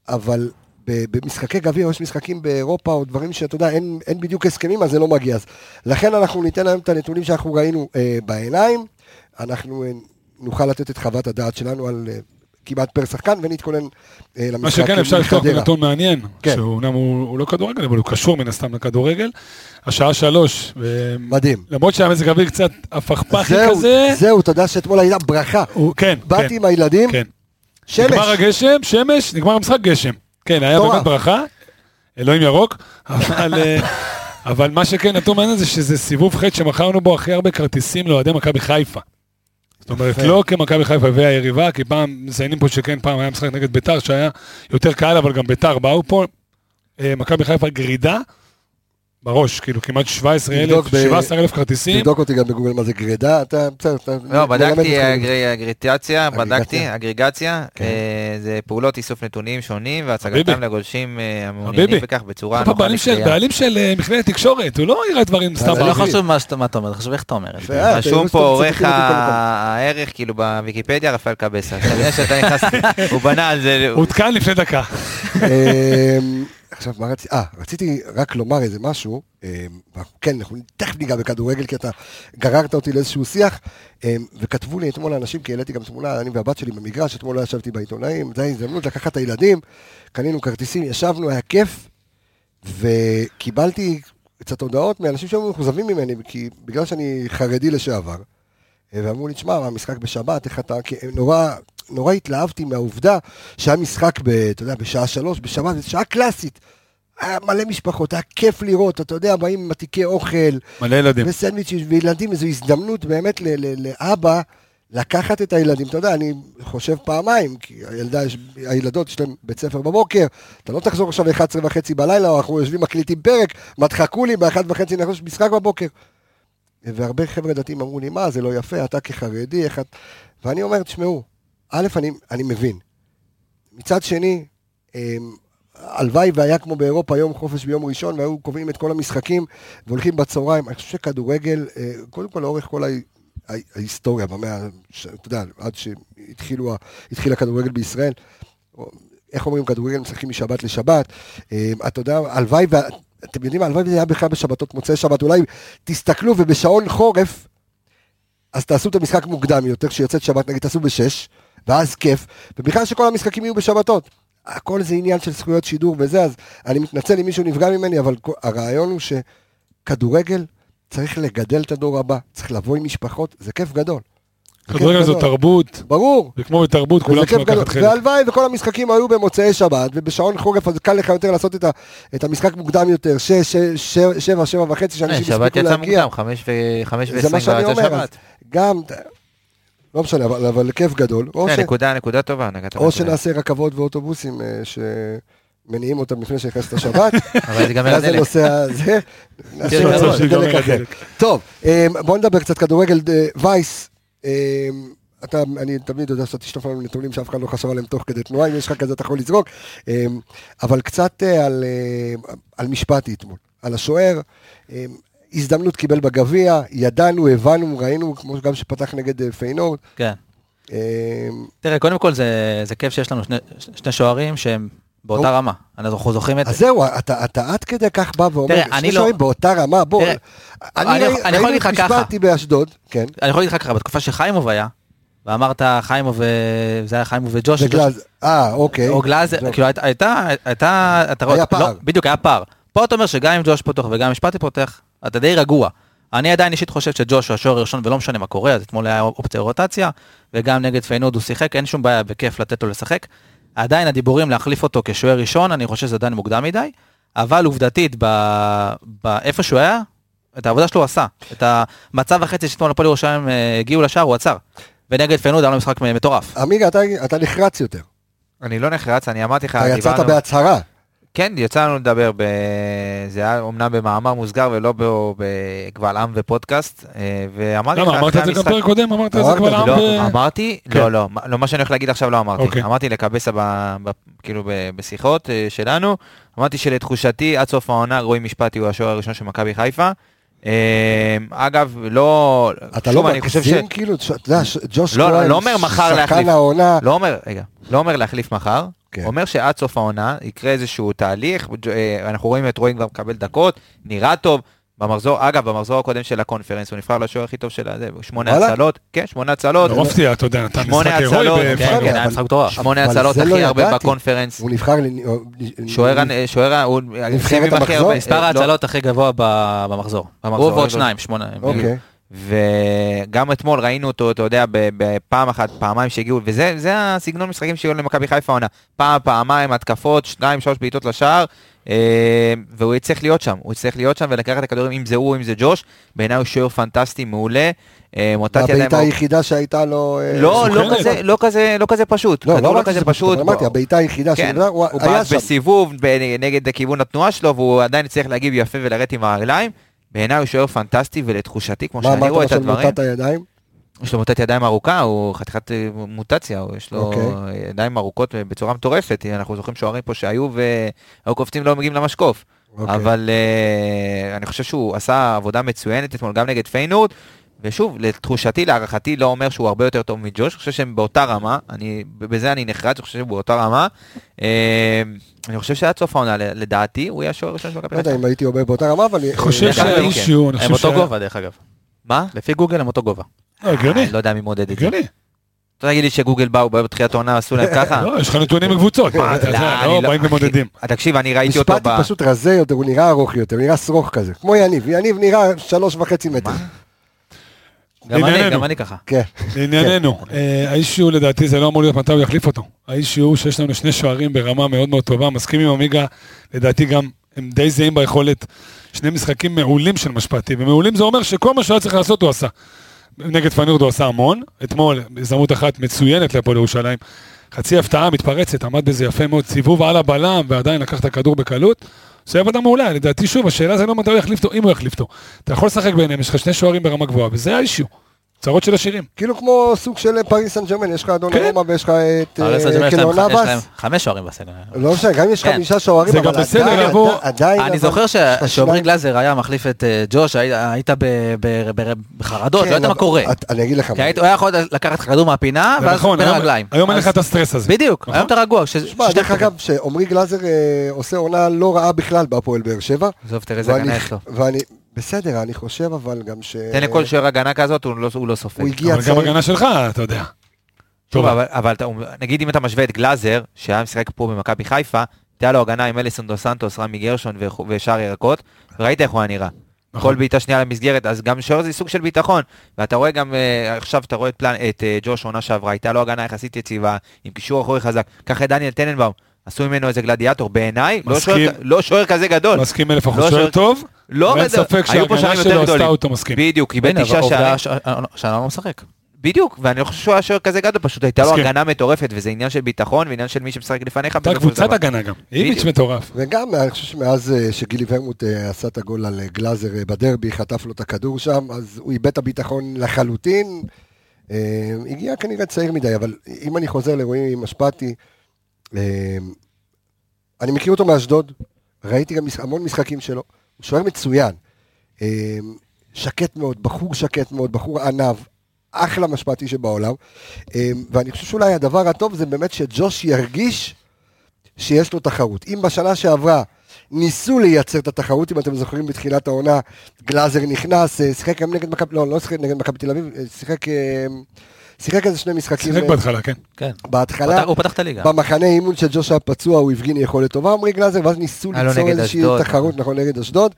[SPEAKER 1] אבל ב- במשחקי גביע, או יש משחקים באירופה, או דברים שאתה יודע, אין, אין בדיוק הסכמים, אז זה לא מגיע. אז לכן אנחנו ניתן להם את הנתונים שאנחנו ראינו אה, בעיניים, אנחנו אה, נוכל לתת את חוות הדעת שלנו על אה, כמעט פר שחקן, ונתכונן אה, למשחק
[SPEAKER 5] מה שכן, אפשר
[SPEAKER 1] עם
[SPEAKER 5] לפתוח
[SPEAKER 1] חדרה.
[SPEAKER 5] בנתון מעניין,
[SPEAKER 1] כן.
[SPEAKER 5] שאומנם הוא הוא לא כדורגל, אבל הוא קשור מן הסתם לכדורגל. השעה שלוש, ו-
[SPEAKER 1] מדהים.
[SPEAKER 5] למרות שהיה מזג אוויר קצת הפכפכי
[SPEAKER 1] זהו,
[SPEAKER 5] כזה,
[SPEAKER 1] זהו, אתה יודע שאתמול הייתה ברכה.
[SPEAKER 5] הוא- כן, כן,
[SPEAKER 1] באתי עם הילדים,
[SPEAKER 5] כן.
[SPEAKER 1] שמש.
[SPEAKER 5] נגמר הגשם, שמש, נגמר המשחק גשם. כן, היה
[SPEAKER 1] מטורף.
[SPEAKER 5] באמת ברכה, אלוהים ירוק, אבל... אה, אבל מה שכן נתון מעניין זה שזה סיבוב ח' שמכרנו בו הכי הרבה כרטיסים לאוהדי מכבי חיפה. זאת אומרת, לא כמכבי חיפה והיריבה, כי פעם, מציינים פה שכן, פעם היה משחק נגד ביתר שהיה יותר קהל, אבל גם ביתר באו פה. אה, מכבי חיפה גרידה בראש, כאילו כמעט 17,000,
[SPEAKER 1] תבדוק ב-
[SPEAKER 5] 17,000 כרטיסים.
[SPEAKER 1] תבדוק אותי גם בגוגל מה זה גרידה, אתה בסדר, אתה...
[SPEAKER 6] לא,
[SPEAKER 1] מלמד אותי.
[SPEAKER 6] בדקתי אגרי- אגריטציה,
[SPEAKER 1] אגריגציה.
[SPEAKER 6] בדקתי אגריגציה,
[SPEAKER 1] כן.
[SPEAKER 6] אה, זה פעולות איסוף נתונים שונים והצגתם
[SPEAKER 5] חביבי.
[SPEAKER 6] לגולשים אה, המעוניינים
[SPEAKER 5] חביבי.
[SPEAKER 6] בכך בצורה
[SPEAKER 5] הוא
[SPEAKER 6] נוחה
[SPEAKER 5] בעלים של-
[SPEAKER 6] לקריאה.
[SPEAKER 5] בעלים של אה, מכללת תקשורת, הוא לא יראה דברים סתם.
[SPEAKER 1] אבל
[SPEAKER 4] זה לא
[SPEAKER 5] באוויר.
[SPEAKER 1] תגיד.
[SPEAKER 4] חשוב מה שאתה מה אתה אומר, חשוב איך אתה אומר את זה.
[SPEAKER 1] אה, אתה
[SPEAKER 6] רשום
[SPEAKER 1] מסתובב
[SPEAKER 6] פה עורך
[SPEAKER 1] סביב אותי כל הזמן.
[SPEAKER 6] ה- הערך, כאילו בוויקיפדיה, רפאל קבסה. אתה יודע שאתה נכנס, הוא בנה על זה,
[SPEAKER 5] הוא הותקן לפני דקה.
[SPEAKER 1] אמ, עכשיו, מה רציתי? אה, רציתי רק לומר איזה משהו. אמ, ואנחנו- כן, אנחנו תכף ניגע בכדורגל, כי אתה גררת אותי לאיזשהו שיח. אמ, וכתבו לי אתמול אנשים, כי העליתי גם תמונה, אני והבת שלי במגרש, אתמול לא ישבתי בעיתונאים, זו ההזדמנות לקחת את הילדים, קנינו כרטיסים, ישבנו, היה כיף, וקיבלתי קצת הודעות מאנשים שהיו מאוכזבים ממני, כי בגלל שאני חרדי לשעבר. אה, ואמרו לי, תשמע, מה, המשחק בשבת, איך אתה... כי נורא, נורא התלהבתי מהעובדה שהיה משחק, ב, אתה יודע, בשעה שלוש, בשבת, זו שעה קלאסית. היה מלא משפחות, היה כיף לראות, אתה יודע, באים עם עתיקי אוכל,
[SPEAKER 5] מלא ילדים.
[SPEAKER 1] וסנדוויצ'ים וילדים, איזו הזדמנות באמת ל- ל- לאבא לקחת את הילדים. אתה יודע, אני חושב פעמיים, כי הילדה, יש- הילדות יש להן בית ספר בבוקר, אתה לא תחזור עכשיו ב-11 וחצי בלילה, אנחנו יושבים מקליטים פרק, מה תחכו לי, ב-1 וחצי נחזור משחק בבוקר. והרבה חבר'ה דתיים אמרו לי, מה, זה לא יפה, אתה כחרדי, איך את... ואני אומר, תשמעו, א', אני, אני מבין. מצד שני, אמ, הלוואי והיה כמו באירופה יום חופש ביום ראשון, והיו קובעים את כל המשחקים והולכים בצהריים. אני חושב שכדורגל, אה, קודם כל לאורך כל ה... ה- ההיסטוריה, במאה, ש- אתה יודע, עד שהתחיל הכדורגל בישראל, איך אומרים, כדורגל משחקים משבת לשבת. אה, אתה יודע, הלוואי, וה- אתם יודעים, מה, הלוואי וזה היה בכלל בשבתות, מוצאי שבת, אולי תסתכלו ובשעון חורף, אז תעשו את המשחק מוקדם יותר, שיוצאת שבת, נגיד תעשו בשש, ואז כיף, ובכלל שכל המשחקים יהיו בשבתות. הכל זה עניין של זכויות שידור וזה, אז אני מתנצל אם מישהו נפגע ממני, אבל כל- הרעיון הוא שכדורגל, צריך לגדל את הדור הבא, צריך לבוא עם משפחות, זה כיף גדול. זה כיף
[SPEAKER 5] כדורגל זו
[SPEAKER 1] גדול.
[SPEAKER 5] תרבות,
[SPEAKER 1] ברור.
[SPEAKER 5] וכמו בתרבות כולם
[SPEAKER 1] וזה
[SPEAKER 5] צריכים
[SPEAKER 1] כיף גדול.
[SPEAKER 5] לקחת חלק.
[SPEAKER 1] והלוואי וכל המשחקים היו במוצאי שבת, ובשעון חורף אז קל לך יותר לעשות את, ה, את המשחק מוקדם יותר, שש, שש, שבע, שבע, שבע וחצי,
[SPEAKER 6] אה,
[SPEAKER 1] שאנשים
[SPEAKER 6] שבת
[SPEAKER 1] הספיקו
[SPEAKER 6] יצא
[SPEAKER 1] להגיע.
[SPEAKER 6] מוקדם, חמש ו- חמש
[SPEAKER 1] זה מה
[SPEAKER 6] ועשרים כבר
[SPEAKER 1] שאני
[SPEAKER 6] יצא
[SPEAKER 1] אומר, אז
[SPEAKER 6] שבת.
[SPEAKER 1] גם, לא משנה, אבל, אבל כיף גדול. או,
[SPEAKER 6] כן,
[SPEAKER 1] ש,
[SPEAKER 6] נקודה, נקודה טובה, נגעת.
[SPEAKER 1] או
[SPEAKER 6] בנקודה.
[SPEAKER 1] שנעשה רכבות ואוטובוסים אה, שמניעים אותם לפני שנכנסת השבת,
[SPEAKER 6] אבל זה גם
[SPEAKER 1] ואז זה
[SPEAKER 6] הדלק.
[SPEAKER 1] נוסע, זה, נעשה
[SPEAKER 6] כן,
[SPEAKER 1] רכבות,
[SPEAKER 5] כן,
[SPEAKER 1] דלק
[SPEAKER 5] כן.
[SPEAKER 1] אחר. טוב, אה, בוא נדבר קצת כדורגל אה, וייס. אה, אתה, אני תמיד יודע שאתה תשטוף לנו נתונים שאף אחד לא חשב עליהם תוך כדי תנועה, אם יש לך כזה אתה יכול לזרוק. אה, אבל קצת אה, על, אה, על משפטי אתמול, על השוער. אה, הזדמנות קיבל בגביע, ידענו, הבנו, ראינו, כמו גם שפתח נגד אה, פיינורד.
[SPEAKER 4] כן.
[SPEAKER 1] אה,
[SPEAKER 4] תראה, קודם כל זה זה כיף שיש לנו שני- שני שוערים שהם באותה רמה. אנחנו זוכרים את...
[SPEAKER 1] אז זהו, אתה, אתה עד כדי כך בא ואומר,
[SPEAKER 4] תראה,
[SPEAKER 1] שני
[SPEAKER 4] אני לא-
[SPEAKER 1] שוערים באותה רמה, בוא.
[SPEAKER 4] תראה, אני יכול-
[SPEAKER 1] ראי-
[SPEAKER 4] אני יכול להגיד לך
[SPEAKER 1] ראינו את
[SPEAKER 4] ככה.
[SPEAKER 1] משפטי באשדוד, כן,
[SPEAKER 4] אני יכול להגיד לך ככה, בתקופה שחיימוב היה, ואמרת חיימוב, ו- זה היה חיימוב וג'וש,
[SPEAKER 1] וגלאז, אה, אוקיי.
[SPEAKER 4] או גלאז,
[SPEAKER 1] זהו.
[SPEAKER 4] כאילו הייתה- הייתה, הייתה, אתה רואה,
[SPEAKER 1] היה
[SPEAKER 4] לא,
[SPEAKER 1] פער.
[SPEAKER 4] בדיוק היה פער. פה אתה אומר שגם אם ג'וש פותח וגם אם משפטי פותח, אתה די רגוע. אני עדיין אישית חושב שג'וש הוא השוער הראשון ולא משנה מה קורה, אז אתמול היה אופציה רוטציה, וגם נגד פיינוד הוא שיחק, אין שום בעיה וכיף לתת לו לשחק. עדיין הדיבורים להחליף אותו כשוער ראשון, אני חושב שזה עדיין מוקדם מדי, אבל עובדתית, ב- באיפה שהוא היה, את העבודה שלו הוא עשה. את המצב החצי שאתמול הפועל ירושלים אה, הגיעו לשער, הוא עצר. ונגד פיינוד היה לו משחק מטורף.
[SPEAKER 1] עמיגה, אתה, אתה נחרץ יותר.
[SPEAKER 6] אני לא נחרץ, אני אמרתי לך,
[SPEAKER 1] אתה יצאת
[SPEAKER 6] דיברנו-
[SPEAKER 1] בהצהרה.
[SPEAKER 6] כן, יצא לנו לדבר, ב... זה היה אומנם במאמר מוסגר ולא ב- בקבל עם ופודקאסט, אה, ואמרתי לך
[SPEAKER 5] למה, לא, אמרת
[SPEAKER 6] אחרי
[SPEAKER 5] את זה גם
[SPEAKER 6] המשחק...
[SPEAKER 5] בפרק קודם? אמרת את זה
[SPEAKER 1] אמרת,
[SPEAKER 5] כבר עם...
[SPEAKER 6] לא,
[SPEAKER 5] ב-
[SPEAKER 6] אמרתי,
[SPEAKER 5] כן.
[SPEAKER 6] לא, לא, מה- לא, מה שאני הולך להגיד עכשיו לא אמרתי.
[SPEAKER 5] אוקיי.
[SPEAKER 6] אמרתי לקבסה, ב- ב- כאילו, ב- בשיחות אה, שלנו, אמרתי שלתחושתי, עד סוף העונה, רועי משפטי הוא השוער הראשון של מכבי חיפה. אה, אגב, לא...
[SPEAKER 1] אתה
[SPEAKER 6] שוב,
[SPEAKER 1] לא
[SPEAKER 6] אני חושב ש-
[SPEAKER 1] מגזים כאילו, ש- אתה יודע, ש- ג'וש
[SPEAKER 6] לא,
[SPEAKER 1] כהן,
[SPEAKER 6] לא אומר מחר להחליף.
[SPEAKER 1] שחקן העונה.
[SPEAKER 6] לא אומר, רגע, לא אומר להחליף מחר,
[SPEAKER 1] כן.
[SPEAKER 6] כן. אומר שעד סוף העונה יקרה איזשהו תהליך, אה, אנחנו רואים את רועי כבר מקבל דקות, נראה טוב. במחזור, אגב, במחזור הקודם של הקונפרנס, הוא נבחר לשוער הכי טוב של הזה, שמונה
[SPEAKER 1] וואלה?
[SPEAKER 6] הצלות, כן, שמונה הצלות,
[SPEAKER 5] לא מפתיע, אתה יודע, אתה משחק
[SPEAKER 6] שמונה הצלות,
[SPEAKER 5] הירואי
[SPEAKER 6] כן,
[SPEAKER 1] בפרנקפורט.
[SPEAKER 6] כן,
[SPEAKER 1] אבל-
[SPEAKER 4] היה משחק מטורף.
[SPEAKER 6] שמונה
[SPEAKER 1] אבל
[SPEAKER 6] הצלות
[SPEAKER 1] זה לא
[SPEAKER 6] הכי הרבה
[SPEAKER 1] ידעתי.
[SPEAKER 6] בקונפרנס,
[SPEAKER 1] הוא נבחר... לנ- או-
[SPEAKER 6] שוער,
[SPEAKER 1] לנ-
[SPEAKER 6] ה- שוער, ה- הוא
[SPEAKER 1] נבחרת
[SPEAKER 6] עם הכי
[SPEAKER 1] המחזור?
[SPEAKER 6] הרבה-
[SPEAKER 4] מספר
[SPEAKER 6] אה, לא,
[SPEAKER 4] ההצלות הכי גבוה ב- במחזור.
[SPEAKER 6] במחזור,
[SPEAKER 4] הוא ועוד
[SPEAKER 6] לא-
[SPEAKER 4] שניים, שמונה.
[SPEAKER 1] אוקיי.
[SPEAKER 6] ו- וגם אתמול ראינו אותו, אתה יודע, ב- בפעם אחת, פעמיים שהגיעו, וזה זה הסגנון משחקים שהיו למכבי חיפה עונה. פעם, פעמיים, התקפות, שניים, שלוש בעיטות לשער, אה, והוא יצטרך להיות שם, הוא יצטרך להיות שם ולקחת את הכדורים, אם זה הוא, אם זה ג'וש, בעיניי הוא שוער פנטסטי, מעולה. אה, מוטת ידיים
[SPEAKER 1] הבעיטה
[SPEAKER 6] ארוכות.
[SPEAKER 1] היחידה שהייתה לו... אה,
[SPEAKER 6] לא, לא
[SPEAKER 5] מסוכנת.
[SPEAKER 6] כזה, לא כזה, לא כזה פשוט.
[SPEAKER 1] לא,
[SPEAKER 6] כדור
[SPEAKER 1] לא רק
[SPEAKER 6] כזה
[SPEAKER 1] שזה
[SPEAKER 6] פשוט.
[SPEAKER 1] פשוט, אמרתי,
[SPEAKER 6] הוא-
[SPEAKER 1] הבעיטה היחידה
[SPEAKER 6] כן,
[SPEAKER 1] שבנה, הוא
[SPEAKER 6] הוא
[SPEAKER 1] היה
[SPEAKER 6] בעט
[SPEAKER 1] שם.
[SPEAKER 6] בסיבוב ב- נגד כיוון התנועה שלו, והוא עדיין צריך להגיב יפה ולרדת עם הרגליים. בעיניי הוא שוער פנטסטי, ולתחושתי, כמו
[SPEAKER 1] מה
[SPEAKER 6] שאני
[SPEAKER 1] אמרת
[SPEAKER 6] רואה
[SPEAKER 1] לו
[SPEAKER 6] את
[SPEAKER 1] של
[SPEAKER 6] הדברים,
[SPEAKER 1] מוטת הידיים?
[SPEAKER 6] יש לו מוטת ידיים ארוכה, הוא חתיכת אה, מוטציה, הוא- יש לו
[SPEAKER 1] אוקיי.
[SPEAKER 6] ידיים ארוכות אה, בצורה מטורפת. אנחנו זוכרים שוערים פה שהיו והיו קופצים לא מגיעים למשקוף.
[SPEAKER 1] אוקיי.
[SPEAKER 6] אבל אה, אני חושב שהוא עשה עבודה מצוינת אתמול גם נגד פיינורד. ושוב, לתחושתי, להערכתי, לא אומר שהוא הרבה יותר טוב מג'וש, אני חושב שהם באותה רמה, אני, בזה אני נחרץ, אני חושב שהם באותה רמה. אה, אני חושב שעד סוף העונה, לדעתי, הוא יהיה השוער הראשון של מכבי
[SPEAKER 1] לא יודע
[SPEAKER 6] חיפה. כן.
[SPEAKER 1] אם הייתי אומר באותה רמה, אבל...
[SPEAKER 5] אני חושב
[SPEAKER 1] אה,
[SPEAKER 6] שהיה-
[SPEAKER 5] שהאישיו, אני
[SPEAKER 4] הם
[SPEAKER 5] חושב
[SPEAKER 4] אותו
[SPEAKER 5] שהיה...
[SPEAKER 4] גובה, דרך אגב.
[SPEAKER 6] מה?
[SPEAKER 4] לפי גוגל הם אותו גובה.
[SPEAKER 5] לא, הגיוני,
[SPEAKER 6] אני לא יודע מי מודד את זה.
[SPEAKER 5] הגיוני.
[SPEAKER 6] אתה תגיד לי שגוגל באו באו בתחילת העונה, עשו להם ככה?
[SPEAKER 5] לא, יש לך נתונים מקבוצות, מה, אתה
[SPEAKER 6] אה. לא,
[SPEAKER 5] יודע,
[SPEAKER 6] אני
[SPEAKER 5] לא
[SPEAKER 6] לא-
[SPEAKER 5] באים
[SPEAKER 6] אחי,
[SPEAKER 5] ומודדים.
[SPEAKER 4] אה,
[SPEAKER 6] תקשיב, אני ראיתי אותו
[SPEAKER 1] משפטי
[SPEAKER 6] ב...
[SPEAKER 1] פשוט רזה יותר, הוא נראה ארוך יותר, נראה שרוך כזה. כמו יניב, יניב נראה שלוש וחצי מטר.
[SPEAKER 4] גם אני,
[SPEAKER 5] לענייננו.
[SPEAKER 4] גם אני ככה.
[SPEAKER 1] כן.
[SPEAKER 5] לענייננו, אה, האישיו לדעתי זה לא אמור להיות מתי הוא יחליף אותו. האישיו הוא שיש לנו שני שוערים ברמה מאוד מאוד טובה, מסכים עם עמיגה, לדעתי גם הם די זהים ביכולת. שני משחקים מעולים של משפטי, ומעולים זה אומר שכל מה שהיה צריך לעשות הוא עשה. נגד פנורד הוא עשה המון, אתמול הזדמנות אחת מצוינת להפועל ירושלים. חצי הפתעה מתפרצת, עמד בזה יפה מאוד, סיבוב על הבלם ועדיין לקח את הכדור בקלות. זה עבודה מעולה, לדעתי שוב, השאלה זה לא מתי הוא יחליף אותו, אם הוא יחליף אותו. אתה יכול לשחק ביניהם, יש לך שני שוערים ברמה גבוהה, וזה האישיו. צרות של עשירים.
[SPEAKER 1] כאילו כמו סוג של פריס סן ג'רמן, יש לך אדון
[SPEAKER 5] כן.
[SPEAKER 1] רומא ויש לך את
[SPEAKER 4] הרי סג'מי יש להם-
[SPEAKER 1] קלונה
[SPEAKER 4] יש להם
[SPEAKER 1] בס.
[SPEAKER 4] חמש שוערים בסגל.
[SPEAKER 1] לא משנה, גם אם יש
[SPEAKER 4] כן.
[SPEAKER 1] חמישה שוערים,
[SPEAKER 5] זה
[SPEAKER 1] אבל
[SPEAKER 5] גם בסדר
[SPEAKER 1] עדיין-
[SPEAKER 5] לבוא-
[SPEAKER 1] עדיין- עדיין... אבל-
[SPEAKER 4] אני זוכר ש-
[SPEAKER 1] יש לך
[SPEAKER 4] שעמרי
[SPEAKER 1] שניים-
[SPEAKER 4] גלאזר היה מחליף את אה, ג'וש, היית- היית ב- ב- ב- בחרדות,
[SPEAKER 1] כן,
[SPEAKER 4] לא יודעת מה
[SPEAKER 1] אבל-
[SPEAKER 4] קורה.
[SPEAKER 1] את- אני אגיד לך
[SPEAKER 4] כי
[SPEAKER 1] מה.
[SPEAKER 4] היית- הוא היה יכול לקחת לך כדור מהפינה,
[SPEAKER 5] זה
[SPEAKER 4] ואז
[SPEAKER 5] נכון,
[SPEAKER 4] בין
[SPEAKER 5] היום-
[SPEAKER 4] הרגליים.
[SPEAKER 5] היום אין
[SPEAKER 4] אז-
[SPEAKER 5] לך את הסטרס הזה.
[SPEAKER 4] בדיוק,
[SPEAKER 5] נכון?
[SPEAKER 4] היום אתה רגוע. ש-
[SPEAKER 1] תשמע,
[SPEAKER 4] שתי
[SPEAKER 1] דרך
[SPEAKER 4] קבוצות.
[SPEAKER 1] אגב, שעמרי גלאזר אה, עושה עונה לא רעה בכלל בהפועל באר שבע.
[SPEAKER 6] עזוב, תראה איזה
[SPEAKER 1] ואני-
[SPEAKER 6] הגנה יש לו.
[SPEAKER 1] ואני... בסדר, אני חושב אבל גם ש...
[SPEAKER 6] תן לכל שוער הגנה כזאת, הוא לא- הוא לא סופג.
[SPEAKER 1] הוא הגיע
[SPEAKER 5] אבל גם
[SPEAKER 1] צעיר.
[SPEAKER 5] הגנה שלך, אתה יודע.
[SPEAKER 6] שוב,
[SPEAKER 5] טוב. אה.
[SPEAKER 6] אבל, אבל אתה, נגיד אם אתה משווה את גלאזר, שהיה משחק פה במכבי חיפה, הייתה לו הגנה עם אליסון דו סנטוס, רמי גרשון וח- ושאר ירקות, וראית איך הוא היה נראה.
[SPEAKER 5] נכון.
[SPEAKER 6] כל בעיטה שנייה למסגרת, אז גם שוער זה סוג של ביטחון. ואתה רואה גם, אה, עכשיו אתה רואה את, פלן, את אה, ג'וש עונה שעברה, הייתה לו הגנה יחסית יציבה, עם קישור אחורי חזק. ככה את דניאל טננבאום, עשו ממנו איזה גלדיאטור, בעיניי, לא
[SPEAKER 5] מסכים.
[SPEAKER 6] שוער- לא שוער כזה גדול.
[SPEAKER 5] מסכים אלף
[SPEAKER 6] לא
[SPEAKER 5] אחוז, שוער
[SPEAKER 6] שוער-
[SPEAKER 5] טוב,
[SPEAKER 6] לא
[SPEAKER 5] ואין
[SPEAKER 6] גדול.
[SPEAKER 5] ספק
[SPEAKER 6] היו פה שוערים
[SPEAKER 5] שההגנה שלו
[SPEAKER 6] יותר
[SPEAKER 5] עשתה
[SPEAKER 6] גדולים.
[SPEAKER 5] אותו, מסכים.
[SPEAKER 6] בדיוק, איבד
[SPEAKER 4] הנה, אבל
[SPEAKER 6] תשעה שערים.
[SPEAKER 4] עובדה ש- שאלון לא משחק.
[SPEAKER 6] בדיוק, ואני לא חושב שהוא היה שוער כזה גדול, פשוט הייתה לו
[SPEAKER 5] מסכים.
[SPEAKER 6] הגנה מטורפת, וזה עניין של ביטחון ועניין של מי שמשחק לפניך.
[SPEAKER 5] כן. אתה
[SPEAKER 6] בסופו של
[SPEAKER 5] קבוצת
[SPEAKER 6] דבר.
[SPEAKER 5] הגנה גם. איביץ'
[SPEAKER 6] בדיוק.
[SPEAKER 5] מטורף.
[SPEAKER 1] וגם, אני חושב שמאז אה, שגילי ורמוט אה, עשה את הגול על אה, גלאזר אה, בדרבי, חטף לו את הכדור שם, אז הוא איבד את הביטחון לחלוטין. אה, הגיע כנראה צעיר מדי, אבל אם אני חוזר לרועי משפטי, אה, אני מכיר אותו מאשדוד, ראיתי גם מש- המון משחקים שלו, הוא שוער מצוין. אה, שקט מאוד, בחור שקט מאוד, בחור עניו, אחלה משפטי שבעולם. אה, ואני חושב שאולי הדבר הטוב זה באמת שג'וש ירגיש שיש לו תחרות. אם בשנה שעברה ניסו לייצר את התחרות, אם אתם זוכרים בתחילת העונה, גלאזר נכנס, אה, שיחק גם נגד מכבי, לא, לא שיחק נגד מכבי תל אביב, אה, שיחק... אה, שיחק איזה שני משחקים
[SPEAKER 5] שיחק
[SPEAKER 1] אה,
[SPEAKER 5] בהתחלה, כן.
[SPEAKER 4] כן.
[SPEAKER 1] בהתחלה,
[SPEAKER 4] הוא פתח את הליגה.
[SPEAKER 1] במחנה אימון של ג'וש היה פצוע, הוא הפגין יכולת טובה, עמרי גלאזר, ואז ניסו
[SPEAKER 4] אה, לא
[SPEAKER 6] היה לו
[SPEAKER 1] ליצור
[SPEAKER 6] נגד
[SPEAKER 1] איזושהי
[SPEAKER 6] אשדוד,
[SPEAKER 1] תחרות, נכון, נגד אשדוד.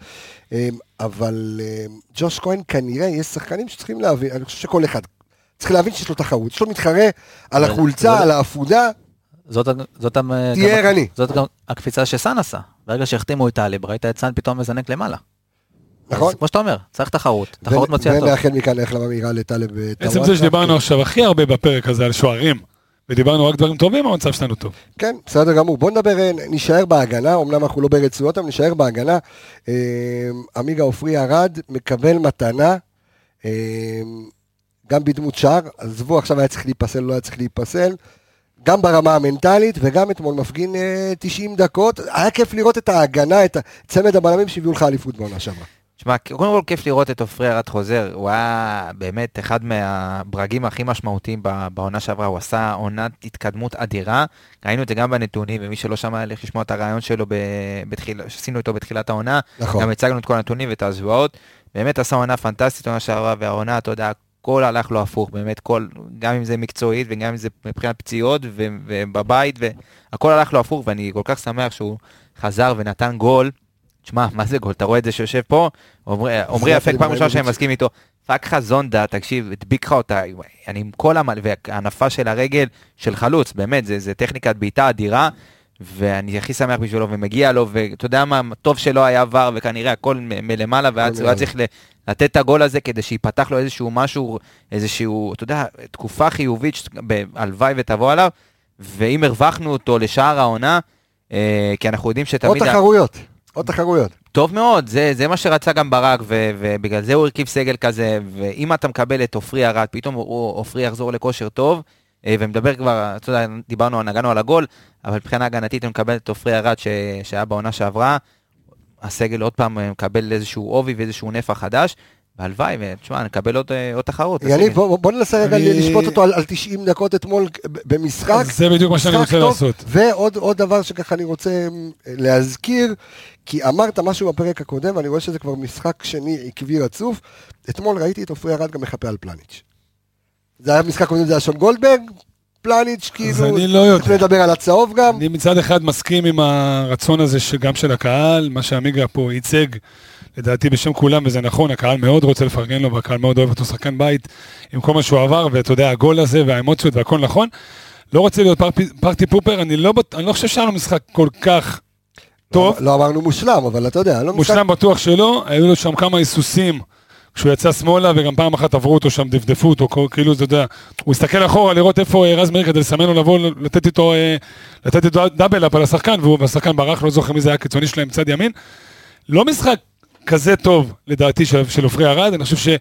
[SPEAKER 1] אמ, אבל אמ, ג'וש כהן כנראה, יש שחקנים שצריכים להבין, אני חושב שכל אחד צריך להבין שיש לו תחרות, יש לו מתחרה על
[SPEAKER 4] אבל- לא-
[SPEAKER 1] החולצה,
[SPEAKER 4] אבל-
[SPEAKER 1] על העפודה,
[SPEAKER 4] זאת, זאת, גם-
[SPEAKER 1] תהיה
[SPEAKER 4] גם-
[SPEAKER 1] ערני.
[SPEAKER 4] זאת גם הקפיצה שסאן עשה. ברגע שהחתימו את טליב, ראית את סאן פתאום מזנק למעלה.
[SPEAKER 1] נכון?
[SPEAKER 4] אז כמו שאתה אומר, צריך תחרות. תחרות
[SPEAKER 1] ו-
[SPEAKER 4] מציעה טוב.
[SPEAKER 1] ונאחל מכאן החלמה מהירה לטלב אה, טוואטחה.
[SPEAKER 5] עצם זה
[SPEAKER 6] כן.
[SPEAKER 5] שדיברנו עכשיו הכי הרבה בפרק הזה על שוערים, ודיברנו רק דברים טובים, המצב שלנו טוב.
[SPEAKER 1] כן, בסדר גמור. בוא נדבר, אה, נישאר בהגנה, אמנם אנחנו לא ברצועות, אבל נישאר בהגנה. אמ, עמיגה עופרי ארד מקבל מתנה, אמ, גם בדמות שער, עזבו, עכשיו היה צריך להיפסל, לא היה צריך להיפסל. גם ברמה המנטלית, וגם אתמול מפגין אה, 90 דקות. היה כיף לראות את ההגנה, את ה- צמד הבלמים שהביאו לך אליפות בעונה שעברה.
[SPEAKER 6] שמע, קודם כל כיף לראות את עופרי ארד חוזר, הוא היה באמת אחד מהברגים הכי משמעותיים ב- בעונה שעברה, הוא עשה עונת התקדמות אדירה, ראינו את זה גם בנתונים, ומי שלא שמע, ילך לשמוע את הרעיון שלו, ב- בתחיל- שעשינו איתו בתחילת העונה,
[SPEAKER 1] נכון.
[SPEAKER 6] גם הצגנו את כל הנתונים ואת ההשוואות. באמת עשה עונה פנטסטית, עונה שעברה, והעונה, אתה יודע, הכל הלך לו הפוך, באמת, כל, גם אם זה מקצועית וגם אם זה מבחינת פציעות ו- ובבית, והכל הלך לו הפוך, ואני כל כך שמח שהוא חזר ונתן גול. תשמע, מה זה גול? אתה רואה את זה שיושב פה? עומרי- עומרי
[SPEAKER 1] זה
[SPEAKER 6] אפק,
[SPEAKER 1] אפילו
[SPEAKER 6] פעם ראשונה
[SPEAKER 1] עומרי
[SPEAKER 6] שאני
[SPEAKER 1] בוצ'י.
[SPEAKER 6] מסכים איתו. פקחה זונדה, תקשיב, הדביק לך אותה, אני עם כל המ... והנפה של הרגל של חלוץ, באמת, זה, זה טכניקת בעיטה אדירה, ואני הכי שמח בשבילו, ומגיע לו, ואתה יודע מה, טוב שלא היה ור, וכנראה הכל מ- מלמעלה, ואז
[SPEAKER 1] הכל
[SPEAKER 6] הוא היה
[SPEAKER 1] מלמעלה.
[SPEAKER 6] צריך ל- לתת את הגול הזה כדי שיפתח לו איזשהו משהו, איזשהו, אתה יודע, תקופה חיובית, ש- ב- הלוואי ותבוא עליו, ואם הרווחנו אותו לשער העונה, אה, כי אנחנו יודעים
[SPEAKER 1] עוד
[SPEAKER 6] שתמיד... ה-
[SPEAKER 1] תחרויות, עוד תחרויות.
[SPEAKER 6] טוב מאוד, זה, זה מה שרצה גם ברק, ו, ובגלל זה הוא הרכיב סגל כזה, ואם אתה מקבל את עופרי ארד, פתאום הוא- עופרי יחזור לכושר טוב, אה, ומדבר כבר, אתה יודע, דיברנו, נגענו על הגול, אבל מבחינה הגנתית הוא מקבל את עופרי ארד ש- שהיה בעונה שעברה, הסגל עוד פעם אה, מקבל איזשהו עובי ואיזשהו נפח חדש, והלוואי, ותשמע, נקבל עוד, אה, עוד תחרות.
[SPEAKER 1] יניב,
[SPEAKER 6] לסגל.
[SPEAKER 1] בוא בוא- בוא ננסה רגע
[SPEAKER 5] אני-
[SPEAKER 1] לשפוט אותו על על 90 דקות אתמול אה, ב- במשחק.
[SPEAKER 5] זה בדיוק מה שאני
[SPEAKER 1] משחק
[SPEAKER 5] רוצה
[SPEAKER 1] טוב.
[SPEAKER 5] לעשות.
[SPEAKER 1] ועוד עוד דבר שככה אני רוצה אמ, להזכיר, כי אמרת משהו בפרק הקודם, ואני רואה שזה כבר משחק שני עקבי רצוף. אתמול ראיתי את עופרי ארד גם מחפה על פלניץ'. זה היה משחק קודם, זה היה שון גולדברג, פלניץ',
[SPEAKER 5] אז
[SPEAKER 1] כאילו,
[SPEAKER 5] אני לא יודע.
[SPEAKER 1] צריך לדבר על הצהוב גם.
[SPEAKER 5] אני מצד אחד מסכים עם הרצון הזה שגם של הקהל, מה שעמיגה פה ייצג, לדעתי בשם כולם, וזה נכון, הקהל מאוד רוצה לפרגן לו, והקהל מאוד אוהב אותו שחקן בית, עם כל מה שהוא עבר, ואתה יודע, הגול הזה, והאמוציות והכל נכון. לא רוצה להיות פרטי- פרטי פופר, אני לא, בט- אני לא חושב שהיה לו משחק כל כך טוב.
[SPEAKER 1] לא- לא אמרנו מושלם, אבל אתה יודע, לא משחק...
[SPEAKER 5] מושלם בטוח שלא, היו לו שם כמה היסוסים כשהוא יצא שמאלה, וגם פעם אחת עברו אותו שם, דפדפו אותו, כל- כאילו, אתה יודע, הוא הסתכל אחורה לראות איפה אה, רז מאיר כדי לסמן לו לבוא, ל- לתת איתו, אה, לתת איתו דאבל אפ על השחקן, והוא- והשחקן ברח, לא זוכר מי זה היה הקיצוני שלהם צד ימין. לא משחק כזה טוב, לדעתי, של של עופרי ארד, אני חושב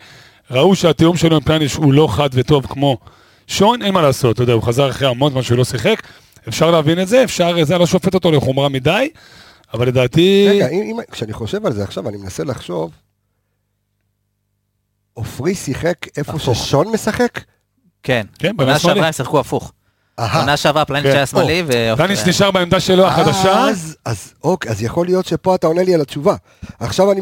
[SPEAKER 5] שראו שהתיאום שלו עם פלניש הוא לא חד וטוב כמו שון, אין מה לעשות, אתה יודע, הוא חזר אחרי המון זמן שהוא לא שיחק, אפשר להבין את זה, אפשר, זה, אני לא שופט אותו לחומרה מדי, אבל לדעתי...
[SPEAKER 1] רגע, אם- אם- כשאני חושב על זה עכשיו, אני מנסה לחשוב, עופרי שיחק איפה
[SPEAKER 4] הפוך.
[SPEAKER 1] ששון משחק?
[SPEAKER 4] כן.
[SPEAKER 5] כן,
[SPEAKER 4] בעונה
[SPEAKER 5] בבית שמאלי.
[SPEAKER 4] שעברה הם שיחקו הפוך.
[SPEAKER 1] אהה.
[SPEAKER 4] בעונה שעברה פלניץ'
[SPEAKER 5] כן.
[SPEAKER 4] היה שמאלי, ועופר-
[SPEAKER 5] דניש נשאר בעמדה
[SPEAKER 1] אה,
[SPEAKER 5] שלו החדשה,
[SPEAKER 1] אז, אז, אוקיי, אז יכול להיות שפה אתה עונה לי על התשובה. עכשיו אני,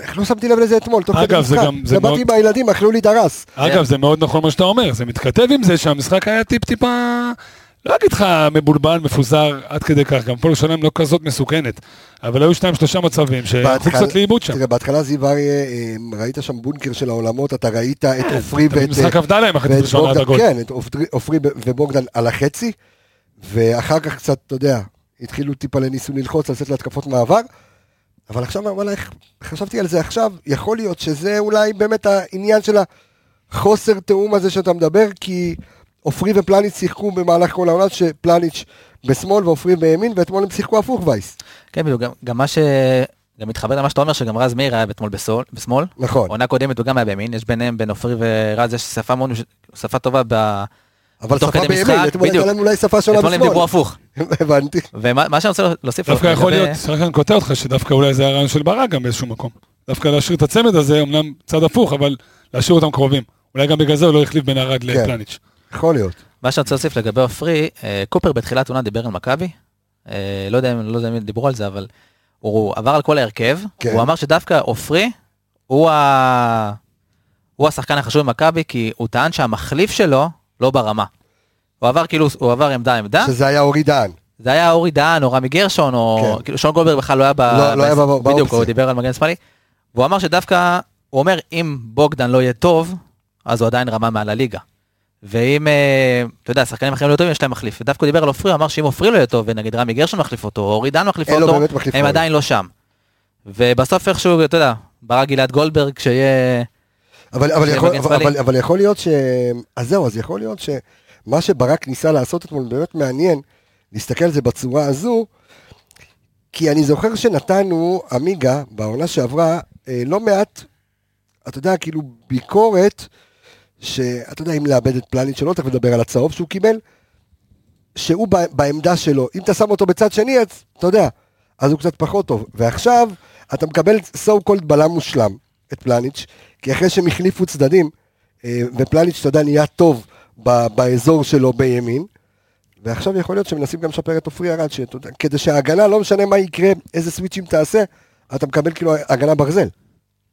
[SPEAKER 1] איך לא שמתי לב לזה אתמול, תוך
[SPEAKER 5] אגב,
[SPEAKER 1] כדי
[SPEAKER 5] זה
[SPEAKER 1] משחק.
[SPEAKER 5] גם- זה
[SPEAKER 1] ובאתי
[SPEAKER 5] מאוד-
[SPEAKER 1] עם הילדים, אכלו לי דרס.
[SPEAKER 5] אגב זה מאוד נכון מה שאתה אומר, זה מתכתב עם זה שהמשחק היה טיפ טיפה, לא אגיד לך מבולבל, מפוזר, עד כדי כך, גם פועל שלם לא כזאת מסוכנת, אבל היו שניים שלושה מצבים שהלכו
[SPEAKER 1] בהתחלה-
[SPEAKER 5] קצת לאיבוד אה, שם,
[SPEAKER 1] תראה, בהתחלה זיו אריה, אה, ראית שם בונקר של העולמות, אתה ראית את
[SPEAKER 5] אה,
[SPEAKER 1] עופרי ואת... אה,
[SPEAKER 5] המשחק עבדה להם
[SPEAKER 1] ואת
[SPEAKER 5] אחרי ראשון עד
[SPEAKER 1] בוגדן-
[SPEAKER 5] הגול.
[SPEAKER 1] כן, את עופרי- עופרי ב- ובוגדן על החצי, ואחר כך קצת, אתה יודע, התחילו טיפה לניסו ללחוץ, לצאת להתקפות מעבר, אבל עכשיו, וואלה, איך- חשבתי על זה עכשיו, יכול להיות שזה אולי באמת העניין של החוסר תיאום הזה שאתה מדבר, כי עופרי ופלניץ' שיחקו במהלך כל העונה, שפלניץ' בשמאל ועופרי בימין, ואתמול הם שיחקו הפוך וייס.
[SPEAKER 4] כן, בדיוק. גם- גם מה ש... גם מתחבר למה שאתה אומר, שגם רז מאיר היה אתמול בשמאל- בשמאל.
[SPEAKER 1] נכון,
[SPEAKER 4] עונה קודמת הוא גם היה בימין, יש ביניהם, בין עופרי ורז, יש שפה מאוד, שפה טובה ב...
[SPEAKER 1] אבל
[SPEAKER 4] תוך
[SPEAKER 1] שפה
[SPEAKER 4] כדי
[SPEAKER 1] בימין,
[SPEAKER 4] משחק,
[SPEAKER 1] אתמול הייתה
[SPEAKER 4] בדיוק.
[SPEAKER 1] להם אולי שפה שונה
[SPEAKER 4] אתמול הם דיברו
[SPEAKER 1] בשמאל.
[SPEAKER 4] הפוך.
[SPEAKER 1] הבנתי.
[SPEAKER 4] ומה מה שאני רוצה להוסיף...
[SPEAKER 5] דווקא יכול
[SPEAKER 4] לגבי-
[SPEAKER 5] להיות, סליחה שאני קוטע אותך, שדווקא אולי זה הרעיון של ברק גם באיזשהו מקום, דווקא להשאיר את הצמד הזה, אמנם צד הפוך, אבל להשאיר אותם קרובים, אולי גם בגלל זה הוא לא החליף בין
[SPEAKER 1] כן.
[SPEAKER 5] ארד לפלניץ'.
[SPEAKER 1] יכול להיות.
[SPEAKER 4] מה שאני רוצה להוסיף לגבי עופרי, אה, קופר בתחילת עונה דיבר על מכבי, אה, לא יודע אם לא יודע אם דיברו על זה, אבל הוא עבר על כל ההרכב,
[SPEAKER 1] כן.
[SPEAKER 4] הוא אמר שדווקא עופרי הוא, ה... הוא השחקן החשוב במכבי, כי הוא טען שהמחליף שלו לא ברמה. הוא עבר כאילו, הוא עבר עמדה עמדה,
[SPEAKER 1] שזה היה אורי דהן.
[SPEAKER 4] זה היה אורי דהן או רמי גרשון, או
[SPEAKER 1] כן.
[SPEAKER 4] כאילו שון גולדברג בכלל לא היה ב...
[SPEAKER 1] לא- לא היה בא-
[SPEAKER 4] בדיוק,
[SPEAKER 1] באופציה.
[SPEAKER 4] הוא דיבר על מגן שמאלי. והוא אמר שדווקא, הוא אומר, אם בוגדן לא יהיה טוב, אז הוא עדיין רמה מעל הליגה. ואם, אה, אתה יודע, שחקנים אחרים לא טובים, יש להם מחליף. ודווקא הוא דיבר על עופרי, הוא אמר שאם עופרי לא יהיה טוב, ונגיד רמי גרשון מחליף אותו, או אורי דהן מחליף
[SPEAKER 1] אין לו
[SPEAKER 4] אותו,
[SPEAKER 1] באמת מחליף
[SPEAKER 4] הם
[SPEAKER 1] ראוי.
[SPEAKER 4] עדיין לא שם. ובסוף איכשהו, אתה יודע, ברק גלעד גולדברג, כשיהיה...
[SPEAKER 1] אבל, אבל,
[SPEAKER 4] זה
[SPEAKER 1] יכול,
[SPEAKER 4] מגן
[SPEAKER 1] אבל,
[SPEAKER 4] שמאלי.
[SPEAKER 1] אבל, אבל יכול להיות ש... אז זהו, אז יכול להיות שמה שברק ניסה לעשות אתמול באמת מעניין, להסתכל על זה בצורה הזו, כי אני זוכר שנתנו, עמיגה, בעונה שעברה, אה, לא מעט, אתה יודע, כאילו ביקורת, שאתה יודע, אם לאבד את פלניץ' שלו, תכף נדבר על הצהוב שהוא קיבל, שהוא ב- בעמדה שלו, אם אתה שם אותו בצד שני, אז אתה יודע, אז הוא קצת פחות טוב. ועכשיו, אתה מקבל so called בלם מושלם, את פלניץ', כי אחרי שהם החליפו צדדים, אה, ופלניץ', אתה יודע, נהיה טוב ב- באזור שלו בימין, ועכשיו יכול להיות שמנסים גם לשפר את עופרי ארד, שאתה יודע, כדי שההגנה, לא משנה מה יקרה, איזה סוויצ'ים תעשה, אתה מקבל כאילו הגנה ברזל.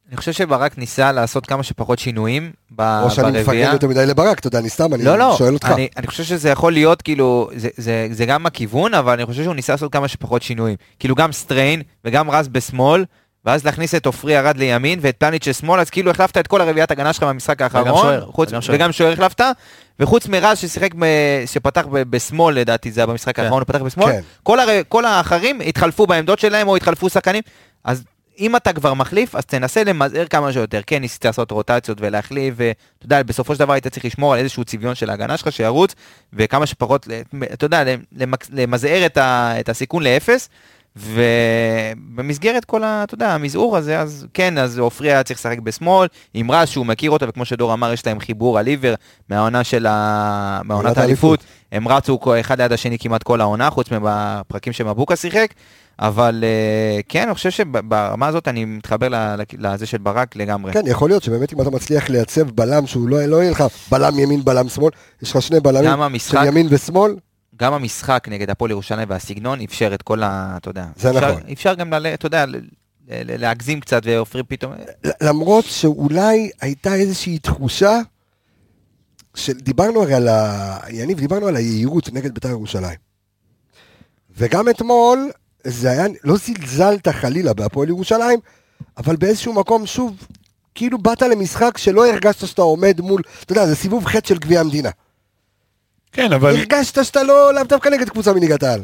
[SPEAKER 6] אני חושב שברק ניסה לעשות כמה שפחות שינויים ב- אה, ברביעייה.
[SPEAKER 1] או שאני מפרגן יותר מדי לברק, אתה יודע, אני סתם, אני
[SPEAKER 6] לא, לא,
[SPEAKER 1] שואל אותך.
[SPEAKER 6] אני, אני חושב שזה יכול להיות, כאילו, זה, זה, זה גם הכיוון, אבל אני חושב שהוא ניסה לעשות כמה שפחות שינויים. כאילו, גם סטריין וגם רז בשמאל, ואז להכניס את עופרי ארד לימין ואת פלניץ' לשמאל, אז כאילו החלפת את כל הרביעיית הגנה שלך במשחק האחרון.
[SPEAKER 4] שוער,
[SPEAKER 6] חוץ-
[SPEAKER 4] וגם שוער.
[SPEAKER 6] וגם שוער החלפת, וחוץ מרז ששיחק, ב... שפתח ב... בשמאל לדעתי, זה היה במשחק
[SPEAKER 4] כן.
[SPEAKER 6] האחרון, הוא פתח בשמאל,
[SPEAKER 1] כן.
[SPEAKER 6] כל, הר... כל האחרים התחלפו בעמדות שלהם או התחלפו שחקנים, אז אם אתה כבר מחליף, אז תנסה למזער כמה שיותר. כן, ניסית לעשות רוטציות ולהחליף, ואתה יודע, בסופו של דבר היית צריך לשמור על איזשהו צביון של ההגנה שלך שירוץ, וכמה שפחות, ל- אתה יודע, למק- למזער את, ה... את הסיכון לאפס. ובמסגרת כל ה... אתה יודע, המזעור הזה, אז כן, אז עופרי היה צריך לשחק בשמאל, עם רז שהוא מכיר אותה, וכמו שדור אמר, יש להם חיבור על עיוור מהעונה של ה...
[SPEAKER 1] עונת
[SPEAKER 6] מהעונת
[SPEAKER 1] האליפות.
[SPEAKER 6] האליפות. הם רצו כל- אחד ליד השני כמעט כל העונה, חוץ מבפרקים שמבוקה שיחק, אבל אה, כן, אני חושב שברמה הזאת אני מתחבר ל- ל- לזה של ברק לגמרי.
[SPEAKER 1] כן, יכול להיות שבאמת אם אתה מצליח לייצב בלם שהוא לא, לא יהיה לך בלם ימין, בלם שמאל, יש לך שני בלמים
[SPEAKER 6] גם
[SPEAKER 1] של
[SPEAKER 6] המשחק,
[SPEAKER 1] ימין ושמאל,
[SPEAKER 6] גם המשחק נגד הפועל ירושלים והסגנון אפשר את כל ה... אתה יודע.
[SPEAKER 1] זה
[SPEAKER 6] אפשר-
[SPEAKER 1] נכון.
[SPEAKER 6] אפשר גם, ללא- אתה יודע, ל- ל- להגזים קצת, ועופרי פתאום...
[SPEAKER 1] ל- למרות שאולי הייתה איזושהי תחושה של, דיברנו הרי על ה... יניב, דיברנו על היהירות נגד בית"ר ירושלים. וגם אתמול, זה היה, לא זלזלת חלילה בהפועל ירושלים, אבל באיזשהו מקום, שוב, כאילו באת למשחק שלא הרגשת שאתה עומד מול, אתה יודע, זה סיבוב חטא של גביע המדינה.
[SPEAKER 5] כן, אבל...
[SPEAKER 1] הרגשת שאתה לא, לאו דווקא נגד קבוצה מליגת העל.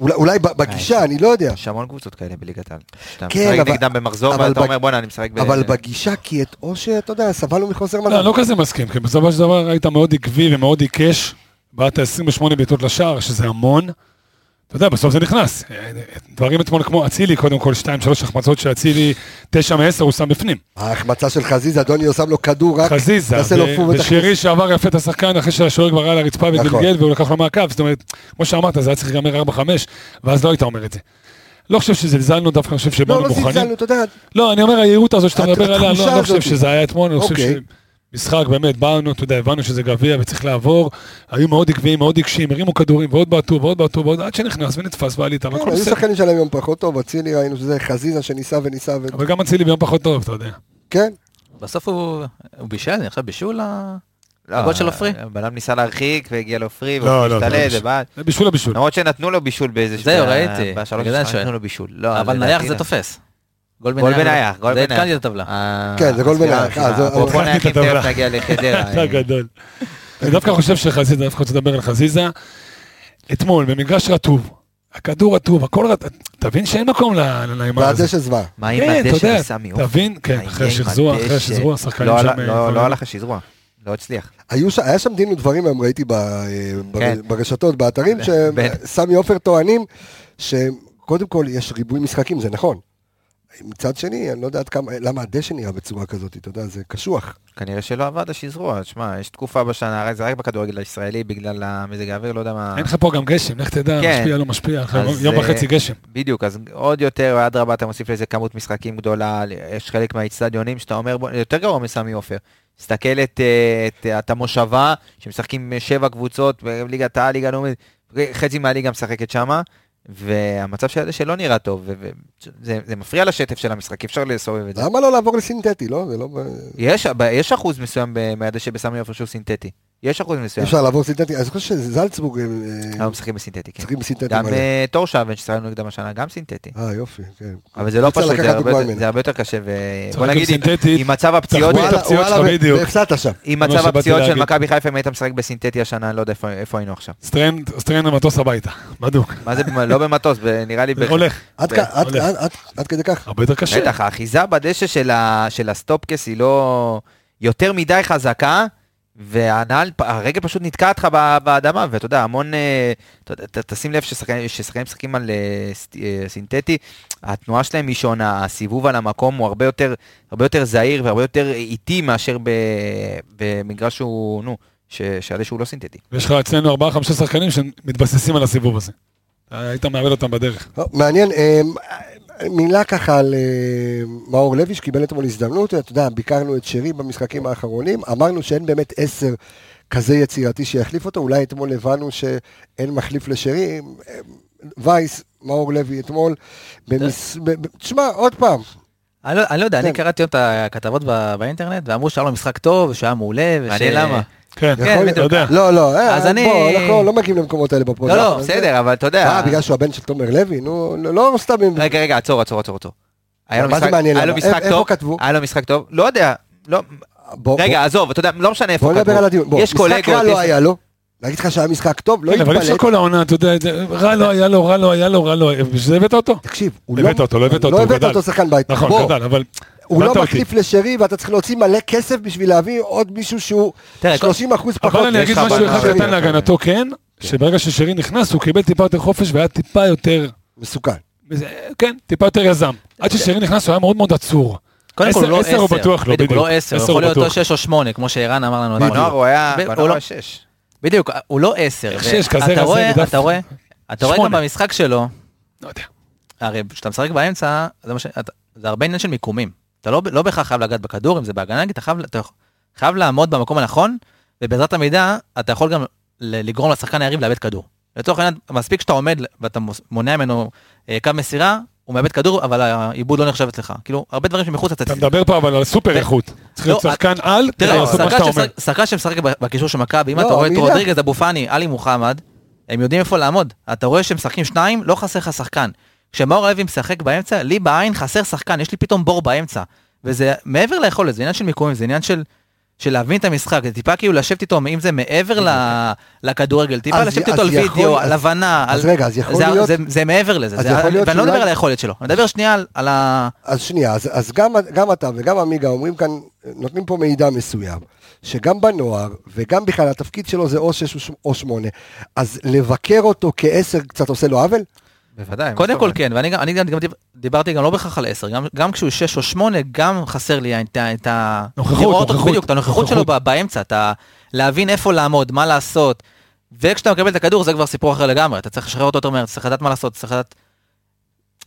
[SPEAKER 1] אולי, אולי ב- בגישה, אני לא יודע.
[SPEAKER 6] יש המון קבוצות כאלה בליגת העל. שאתה
[SPEAKER 1] כן,
[SPEAKER 6] אה, משחק
[SPEAKER 1] אבל-
[SPEAKER 6] נגדם במחזור,
[SPEAKER 1] אבל
[SPEAKER 6] ואתה
[SPEAKER 1] בג-
[SPEAKER 6] אומר, בואנה, אני משחק ב...
[SPEAKER 1] אבל בגישה, כי את אושר, אתה יודע, סבלנו מחוסר מנה.
[SPEAKER 5] לא, לא כזה מסכים, כי בסופו של דבר היית מאוד עקבי ומאוד עיקש, בעטת 28 בעיטות לשער, שזה המון. אתה יודע, בסוף זה נכנס. דברים אתמול כמו אצילי, קודם כל 2-3 החמצות של אצילי, 9 מ-10 הוא שם בפנים.
[SPEAKER 1] ההחמצה של חזיזה, דוניו שם לו כדור רק,
[SPEAKER 5] חזיזה,
[SPEAKER 1] תעשה לו
[SPEAKER 5] ו-
[SPEAKER 1] פו ותכניס.
[SPEAKER 5] ושירי שעבר יפה את השחקן אחרי שהשוער כבר היה על הרצפה
[SPEAKER 1] נכון.
[SPEAKER 5] והתגלגל והוא לקח לו מהקו, זאת אומרת, כמו שאמרת, זה היה צריך להיגמר 4-5, ואז לא היית אומר את זה. לא חושב שזלזלנו, דווקא אני חושב
[SPEAKER 1] לא,
[SPEAKER 5] שבאנו
[SPEAKER 1] לא
[SPEAKER 5] מוכנים.
[SPEAKER 1] זלזלנו, אתה יודע,
[SPEAKER 5] לא, אני אומר, היהירות הזו שאתה
[SPEAKER 1] הת-
[SPEAKER 5] מדבר עליה,
[SPEAKER 1] התחושה
[SPEAKER 5] לא, אני לא חושב
[SPEAKER 1] הזאת.
[SPEAKER 5] שזה היה אתמול, אני חושב
[SPEAKER 1] אוקיי.
[SPEAKER 5] שמשחק, באמת, באנו, אתה יודע, הבנו שזה גביע וצריך לעבור, היו מאוד עקביים, מאוד עיקשים, הרימו כדורים, ועוד בעטו, ועוד בעטו, ועוד, עד שנכנס ונתפס ועלית,
[SPEAKER 1] כן,
[SPEAKER 5] והכל
[SPEAKER 1] היו
[SPEAKER 5] בסדר.
[SPEAKER 1] שחקנים שלהם יום פחות טוב, אצילי ראינו שזה חזיזה שניסה וניסה, ו-
[SPEAKER 5] אבל גם אצילי ביום פחות טוב, אתה יודע.
[SPEAKER 1] כן,
[SPEAKER 4] בסוף הוא הוא בישל, אני חושב בישול ה... הגול של עופרי?
[SPEAKER 6] הבלם לא, אה, ניסה להרחיק והגיע לעופרי,
[SPEAKER 5] לא, לא,
[SPEAKER 6] והוא
[SPEAKER 5] זה לא
[SPEAKER 6] השתלט,
[SPEAKER 5] בשביל.
[SPEAKER 6] ובעט.
[SPEAKER 5] זה בישול הבישול.
[SPEAKER 6] למרות שנתנו לו בישול באיזה...
[SPEAKER 4] זהו, ראיתי.
[SPEAKER 6] בשלוש
[SPEAKER 4] בגלל זה אני
[SPEAKER 6] משחק
[SPEAKER 4] שואל.
[SPEAKER 6] נתנו לו בישול. לא,
[SPEAKER 4] אבל
[SPEAKER 6] לדעתי
[SPEAKER 4] נייח זה
[SPEAKER 6] לא.
[SPEAKER 4] תופס. גול
[SPEAKER 6] גול
[SPEAKER 4] בנייח.
[SPEAKER 6] בנייח, גול
[SPEAKER 4] זה
[SPEAKER 6] בנייח.
[SPEAKER 4] התקלתי את הטבלה.
[SPEAKER 6] אה,
[SPEAKER 1] כן, זה גול
[SPEAKER 6] הספירה
[SPEAKER 1] בנייח.
[SPEAKER 6] הראשונה.
[SPEAKER 1] אה, זו-
[SPEAKER 6] אפרופו
[SPEAKER 5] לקחתי את
[SPEAKER 6] נייחים,
[SPEAKER 5] הטבלה. לא,
[SPEAKER 6] תכף נגיע לחדרה. אה,
[SPEAKER 5] אתה גדול. אני דווקא חושב שחזיזה, דווקא רוצה לדבר על חזיזה. אתמול, במגרש רטוב, הכדור רטוב, הכל רטוב, תבין שאין מקום ל- לימר
[SPEAKER 1] ואז
[SPEAKER 5] הזה.
[SPEAKER 1] יש עזבה.
[SPEAKER 6] מה עם
[SPEAKER 5] כן, אתה
[SPEAKER 6] הדשא
[SPEAKER 5] יודע,
[SPEAKER 6] וסמי עופר?
[SPEAKER 5] תבין, כן,
[SPEAKER 6] מה
[SPEAKER 5] אחרי
[SPEAKER 6] יהיה עם
[SPEAKER 5] השחזור,
[SPEAKER 6] הדשא?
[SPEAKER 5] אחרי השחזור, השחקנים
[SPEAKER 6] לא,
[SPEAKER 5] שם...
[SPEAKER 6] לא, לא,
[SPEAKER 5] אה,
[SPEAKER 6] לא הלך השזרוע, לא הצליח.
[SPEAKER 1] היו ש- היה שם דין ודברים, היום ראיתי ב- בר-
[SPEAKER 6] כן.
[SPEAKER 1] ברשתות, באתרים,
[SPEAKER 6] ב-
[SPEAKER 1] שסמי עופר טוענים שקודם כל יש ריבוי משחקים, זה נכון. מצד שני, אני לא יודע עד כמה, למה הדשא נראה בצורה כזאת, אתה יודע, זה קשוח.
[SPEAKER 6] כנראה שלא עבד השזרוע, שמע, יש תקופה בשנה, הרי זה רק בכדורגל הישראלי בגלל המזג האוויר, לא יודע מה...
[SPEAKER 5] אין לך פה גם גשם, לך תדע,
[SPEAKER 6] כן.
[SPEAKER 5] משפיע לא משפיע, אחרי
[SPEAKER 6] אז,
[SPEAKER 5] יום
[SPEAKER 6] אה,
[SPEAKER 5] וחצי גשם.
[SPEAKER 6] בדיוק, אז עוד יותר, אדרבה, אתה מוסיף לזה כמות משחקים גדולה, יש חלק מהאיצטדיונים שאתה אומר, בוא, יותר גרוע מסמי עופר. תסתכל את, אה, את, אה, את המושבה, שמשחקים שבע קבוצות, ליגת העל, ליגה לאומית, חצי מהליגה משחקת שמה, והמצב של הדשא לא נראה טוב, ו- ו- זה, זה מפריע לשטף של המשחק, אי אפשר לסובב את זה.
[SPEAKER 1] למה לא לעבור לסינתטי, לא? זה לא... ב-
[SPEAKER 6] יש, יש אחוז מסוים ב- מהדשא בסמי עופר שהוא סינתטי. יש אחוז מסוים.
[SPEAKER 1] אפשר לעבור סינתטי, אני חושב שזלצבורג הם, אה,
[SPEAKER 6] אנחנו משחקים בסינתטי, כן.
[SPEAKER 1] צריכים סינתטי
[SPEAKER 6] גם
[SPEAKER 1] מלא.
[SPEAKER 6] אה, תורשאבן ששחקנו נגדם השנה, גם סינתטי.
[SPEAKER 1] אה, יופי, כן.
[SPEAKER 6] אבל זה לא
[SPEAKER 1] צריך
[SPEAKER 6] פשוט,
[SPEAKER 1] לקחת
[SPEAKER 6] זה הרבה,
[SPEAKER 1] דוגמה
[SPEAKER 6] יותר-
[SPEAKER 1] ממנו.
[SPEAKER 6] זה הרבה יותר קשה,
[SPEAKER 5] צריך
[SPEAKER 6] ובוא
[SPEAKER 5] גם
[SPEAKER 6] נגיד, עם-
[SPEAKER 5] סינתטית.
[SPEAKER 6] עם מצב הפציעות,
[SPEAKER 5] תחבורה.
[SPEAKER 1] וואלה,
[SPEAKER 5] הפציעות
[SPEAKER 1] וואלה,
[SPEAKER 5] שלך,
[SPEAKER 1] ו-
[SPEAKER 5] בדיוק.
[SPEAKER 1] והפסדת שם.
[SPEAKER 6] עם
[SPEAKER 5] זה מה
[SPEAKER 6] מצב
[SPEAKER 5] שבאתי
[SPEAKER 6] הפציעות של
[SPEAKER 5] להגיד.
[SPEAKER 6] מכבי חיפה, אם היית משחק בסינתטי השנה, אני לא יודע איפה- איפה היינו עכשיו.
[SPEAKER 5] סטרן, סטרן למטוס הביתה, בדוק.
[SPEAKER 6] מה זה, לא במטוס, ב- נראה לי,
[SPEAKER 5] זה
[SPEAKER 6] ב-
[SPEAKER 5] הולך,
[SPEAKER 1] עד
[SPEAKER 6] זה
[SPEAKER 1] כ- עד-
[SPEAKER 5] הולך.
[SPEAKER 1] עד- עד- עד כדי כך.
[SPEAKER 5] הרבה יותר קשה.
[SPEAKER 6] בטח, האחיזה בדשא של ה- של הסטופקס היא לא... יותר מדי חזקה, והנעל, פ- הרגל פשוט נתקעת לך ב- באדמה, ואתה יודע, המון... אה, אתה יודע, ת- תשים לב ששחקנים ששחקנים משחקים על אה, סט- אה, סינתטי, התנועה שלהם היא שונה, הסיבוב על המקום הוא הרבה יותר, הרבה יותר זהיר והרבה יותר איטי מאשר ב- במגרש שהוא, נו, ש- שעלה שהוא לא סינתטי.
[SPEAKER 5] ויש לך אצלנו 4-5 שחקנים שמתבססים על הסיבוב הזה. היית מאבד אותם בדרך.
[SPEAKER 1] טוב, מעניין, אה, מילה ככה על אה, מאור לוי שקיבל אתמול הזדמנות, אתה יודע, ביקרנו את שרי במשחקים האחרונים, אמרנו שאין באמת עשר כזה יצירתי שיחליף אותו, אולי אתמול הבנו שאין מחליף לשרי, אה, וייס, מאור לוי אתמול, במס...
[SPEAKER 4] אה.
[SPEAKER 1] ב- ב- תשמע, עוד פעם,
[SPEAKER 4] אני לא- אני לא יודע,
[SPEAKER 1] כן.
[SPEAKER 4] אני קראתי את הכתבות ב- באינטרנט, ואמרו שהיה לו משחק טוב, שהיה מעולה. וש-
[SPEAKER 6] מעניין למה.
[SPEAKER 5] כן,
[SPEAKER 1] יכול להיות.
[SPEAKER 5] אתה יודע.
[SPEAKER 1] לא, לא, אה,
[SPEAKER 4] אז
[SPEAKER 1] בוא,
[SPEAKER 4] אני-
[SPEAKER 1] אנחנו לא מגיעים למקומות האלה בפודקאסט. אה,
[SPEAKER 4] לא, לא,
[SPEAKER 1] אבל זה-
[SPEAKER 6] בסדר, אבל אתה יודע...
[SPEAKER 1] אה, בגלל שהוא הבן של תומר לוי? נו, לא לא סתם...
[SPEAKER 6] רגע, רגע, עצור, עצור, עצור, עצור. היה לו
[SPEAKER 1] מה זה
[SPEAKER 6] משחק-
[SPEAKER 1] מעניין
[SPEAKER 6] היה לו
[SPEAKER 1] למה?
[SPEAKER 6] משחק
[SPEAKER 1] איפה
[SPEAKER 6] טוב,
[SPEAKER 1] כתבו?
[SPEAKER 6] היה לו משחק טוב, לא יודע, לא,
[SPEAKER 1] בוא-
[SPEAKER 6] רגע, עזוב, אתה יודע, לא משנה איפה
[SPEAKER 1] בוא
[SPEAKER 6] כתבו.
[SPEAKER 1] נדבר על הדיון. בוא,
[SPEAKER 6] יש
[SPEAKER 1] משחק
[SPEAKER 6] קולגות,
[SPEAKER 1] רע לא
[SPEAKER 6] יש-
[SPEAKER 1] היה לו. להגיד לך שהיה משחק טוב, לא
[SPEAKER 5] כן, אבל אי אפשר
[SPEAKER 1] התפלט.
[SPEAKER 5] כל העונה, אתה יודע, זה- רע לא היה לו, רע לא היה לו, רע לא היה, בשביל זה הבאת אותו.
[SPEAKER 1] תקשיב, הוא
[SPEAKER 5] הבאת אותו, לא הבאת אותו,
[SPEAKER 1] לא
[SPEAKER 5] הוא
[SPEAKER 1] הבאת
[SPEAKER 5] גדל.
[SPEAKER 1] אותו שחקן בית.
[SPEAKER 5] נכון,
[SPEAKER 1] בוא,
[SPEAKER 5] גדל, אבל...
[SPEAKER 1] הוא
[SPEAKER 5] הבנת
[SPEAKER 1] לא
[SPEAKER 5] אותי.
[SPEAKER 1] מחליף לשרי, ואתה צריך להוציא מלא כסף בשביל להביא עוד מישהו שהוא
[SPEAKER 4] תראה,
[SPEAKER 1] 30 אחוז פחות.
[SPEAKER 4] נכון,
[SPEAKER 5] אבל אני
[SPEAKER 6] יש
[SPEAKER 5] אגיד
[SPEAKER 6] לך
[SPEAKER 5] משהו
[SPEAKER 6] בעיה.
[SPEAKER 5] אחד
[SPEAKER 1] שרי.
[SPEAKER 5] קטן להגנתו, כן, שברגע ששרי נכנס, הוא קיבל טיפה יותר חופש והיה טיפה יותר...
[SPEAKER 1] מסוכן.
[SPEAKER 5] וזה- כן, טיפה יותר יזם. עד ששרי נכנס הוא היה מאוד מאוד עצור.
[SPEAKER 4] קודם כל הוא
[SPEAKER 5] עשר-
[SPEAKER 4] לא
[SPEAKER 5] עשר הוא בטוח לא,
[SPEAKER 4] בדיוק. הוא לא
[SPEAKER 5] בדיוק.
[SPEAKER 4] עשר,
[SPEAKER 5] עשר
[SPEAKER 4] יכול
[SPEAKER 5] הוא
[SPEAKER 4] להיות או
[SPEAKER 5] בטוח.
[SPEAKER 4] שש או שמונה, כמו שערן אמר לנו. אתמול.
[SPEAKER 6] בנוער הוא היה,
[SPEAKER 4] ב-
[SPEAKER 6] בנוער
[SPEAKER 4] הוא
[SPEAKER 6] הוא
[SPEAKER 4] לא-
[SPEAKER 6] היה שש.
[SPEAKER 4] בדיוק, הוא לא עשר.
[SPEAKER 5] איך
[SPEAKER 4] ו-
[SPEAKER 5] שיש כזה
[SPEAKER 4] אתה
[SPEAKER 5] רזה
[SPEAKER 4] רואה-
[SPEAKER 5] בדף-
[SPEAKER 4] אתה רואה, אתה רואה גם
[SPEAKER 5] שמונה.
[SPEAKER 4] במשחק שלו,
[SPEAKER 5] לא יודע.
[SPEAKER 4] הרי כשאתה משחק באמצע, זה, מה ש... אתה... זה הרבה עניין של מיקומים. אתה לא, לא בהכרח חייב לגעת בכדור, אם זה בהגנה, נגיד, אתה חייב, אתה חייב לעמוד במקום הנכון, ובעזרת המידע, אתה יכול גם ל- לגרום לשחקן היריב לאבד כדור. לצורך העניין, מספיק שאתה עומד ואתה מוס- מונע ממנו אה, קו מסירה, הוא מאבד כדור, אבל העיבוד לא נחשב אצלך. כאילו, הרבה דברים שמחוץ
[SPEAKER 5] אתה
[SPEAKER 4] לצד.
[SPEAKER 5] מדבר פה אבל על סופר
[SPEAKER 4] ו-
[SPEAKER 5] איכות. צריך
[SPEAKER 4] לא,
[SPEAKER 5] להיות שחקן על, כדי
[SPEAKER 4] תראה,
[SPEAKER 5] לעשות מה
[SPEAKER 4] שחקן
[SPEAKER 5] שאתה אומר.
[SPEAKER 4] שמשחק- שחקן שמשחק ב- בקישור של מכבי, אם
[SPEAKER 1] לא,
[SPEAKER 4] אתה רואה את
[SPEAKER 1] מילה.
[SPEAKER 4] רודריגז, אבו פאני, עלי מוחמד, הם יודעים איפה לעמוד. אתה רואה שהם משחקים שניים, לא חסר לך שחקן. כשמאור לוי משחק באמצע, לי בעין חסר שחקן, יש לי פתאום בור באמצע. וזה מעבר ליכולת, זה עניין של מיקומים, זה עניין של... של להבין את המשחק, זה טיפה כאילו לשבת איתו, אם זה מעבר ל- לכדורגל, טיפה
[SPEAKER 1] אז-
[SPEAKER 4] לשבת
[SPEAKER 1] אז
[SPEAKER 4] איתו על
[SPEAKER 1] יכול-
[SPEAKER 4] וידאו,
[SPEAKER 1] אז-
[SPEAKER 4] על הבנה,
[SPEAKER 1] אז
[SPEAKER 4] על-
[SPEAKER 1] רגע, אז יכול
[SPEAKER 4] זה-
[SPEAKER 1] להיות-
[SPEAKER 4] זה- זה מעבר לזה,
[SPEAKER 1] אז
[SPEAKER 4] זה-
[SPEAKER 1] יכול להיות
[SPEAKER 4] ואני לא
[SPEAKER 1] שאולי-
[SPEAKER 4] מדבר על היכולת שלו, אני מדבר שנייה על- על ה...
[SPEAKER 1] אז שנייה, אז, אז גם, גם אתה וגם עמיגה אומרים כאן, נותנים פה מידע מסוים, שגם בנוער וגם בכלל התפקיד שלו זה או שש או ש- או שמונה, אז לבקר אותו כעשר קצת עושה לו עוול?
[SPEAKER 6] בוודאי. מה
[SPEAKER 4] קודם
[SPEAKER 6] זאת
[SPEAKER 4] כל
[SPEAKER 6] אומרת?
[SPEAKER 4] כן, ואני גם, אני גם, גם דיב- דיברתי גם לא בהכרח על 10, גם, גם כשהוא 6 או 8, גם חסר לי את ה... את ה-
[SPEAKER 5] נוכחות,
[SPEAKER 4] לראות אותו-
[SPEAKER 5] נוכחות.
[SPEAKER 4] בדיוק, את הנוכחות שלו
[SPEAKER 5] נוכחות.
[SPEAKER 4] ב- באמצע, אתה להבין איפה לעמוד, מה לעשות, וכשאתה מקבל את הכדור זה כבר סיפור אחר לגמרי, אתה צריך לשחרר אותו יותר מהר, אתה צריך לדעת מה לעשות, אתה צריך לדעת...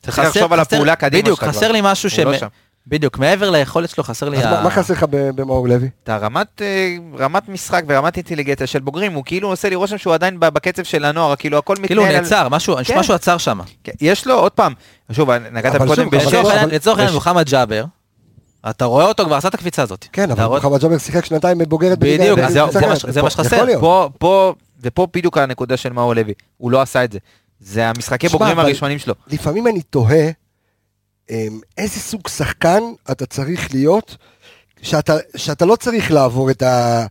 [SPEAKER 6] צריך לחשוב על הפעולה קדימה
[SPEAKER 4] בדיוק,
[SPEAKER 6] שלך כבר.
[SPEAKER 4] חסר לי משהו ש...
[SPEAKER 6] הוא לא שם.
[SPEAKER 4] בדיוק, מעבר ליכולת שלו חסר לי
[SPEAKER 1] אז מה,
[SPEAKER 4] ה...
[SPEAKER 1] מה חסר לך ב- במאור לוי?
[SPEAKER 6] אתה רמת, אה, רמת משחק ורמת אינטליגנציה של בוגרים, הוא כאילו עושה לי רושם שהוא עדיין ב- בקצב של הנוער, כאילו הכל מתנהל...
[SPEAKER 4] כאילו הוא
[SPEAKER 6] על-
[SPEAKER 4] נעצר, משהו
[SPEAKER 6] כן.
[SPEAKER 4] משהו עצר שם.
[SPEAKER 6] כן, יש לו, עוד פעם, שוב, נגעת
[SPEAKER 1] אבל
[SPEAKER 6] קודם
[SPEAKER 1] שוב, אבל
[SPEAKER 6] בשש,
[SPEAKER 1] לא,
[SPEAKER 4] לצורך העניין-
[SPEAKER 1] אבל-
[SPEAKER 4] לצורך העניין
[SPEAKER 1] בש-
[SPEAKER 4] מוחמד ג'אבר, אתה רואה אותו כבר עשה את הקפיצה הזאת.
[SPEAKER 1] כן,
[SPEAKER 4] אתה
[SPEAKER 1] אבל
[SPEAKER 4] רואה-
[SPEAKER 1] מוחמד ג'אבר שיחק שנתיים בבוגרת בליגה
[SPEAKER 4] בדיוק,
[SPEAKER 1] הירדנית,
[SPEAKER 4] אז זה-
[SPEAKER 1] קבוצה
[SPEAKER 4] זה מה
[SPEAKER 1] אחרת,
[SPEAKER 4] ש- זה מה
[SPEAKER 1] ופה-
[SPEAKER 4] שחסר.
[SPEAKER 1] יכול להיות.
[SPEAKER 6] פה, פה, ופה בדיוק הנקודה של מאור לוי, הוא לא עשה את זה. זה המשחקי
[SPEAKER 1] תשמע,
[SPEAKER 6] בוגרים
[SPEAKER 1] אבל-
[SPEAKER 6] הראשונים שלו.
[SPEAKER 1] לפעמים אני תוהה אמ, איזה סוג שחקן אתה צריך להיות, שאתה, שאתה לא צריך לעבור את, ה,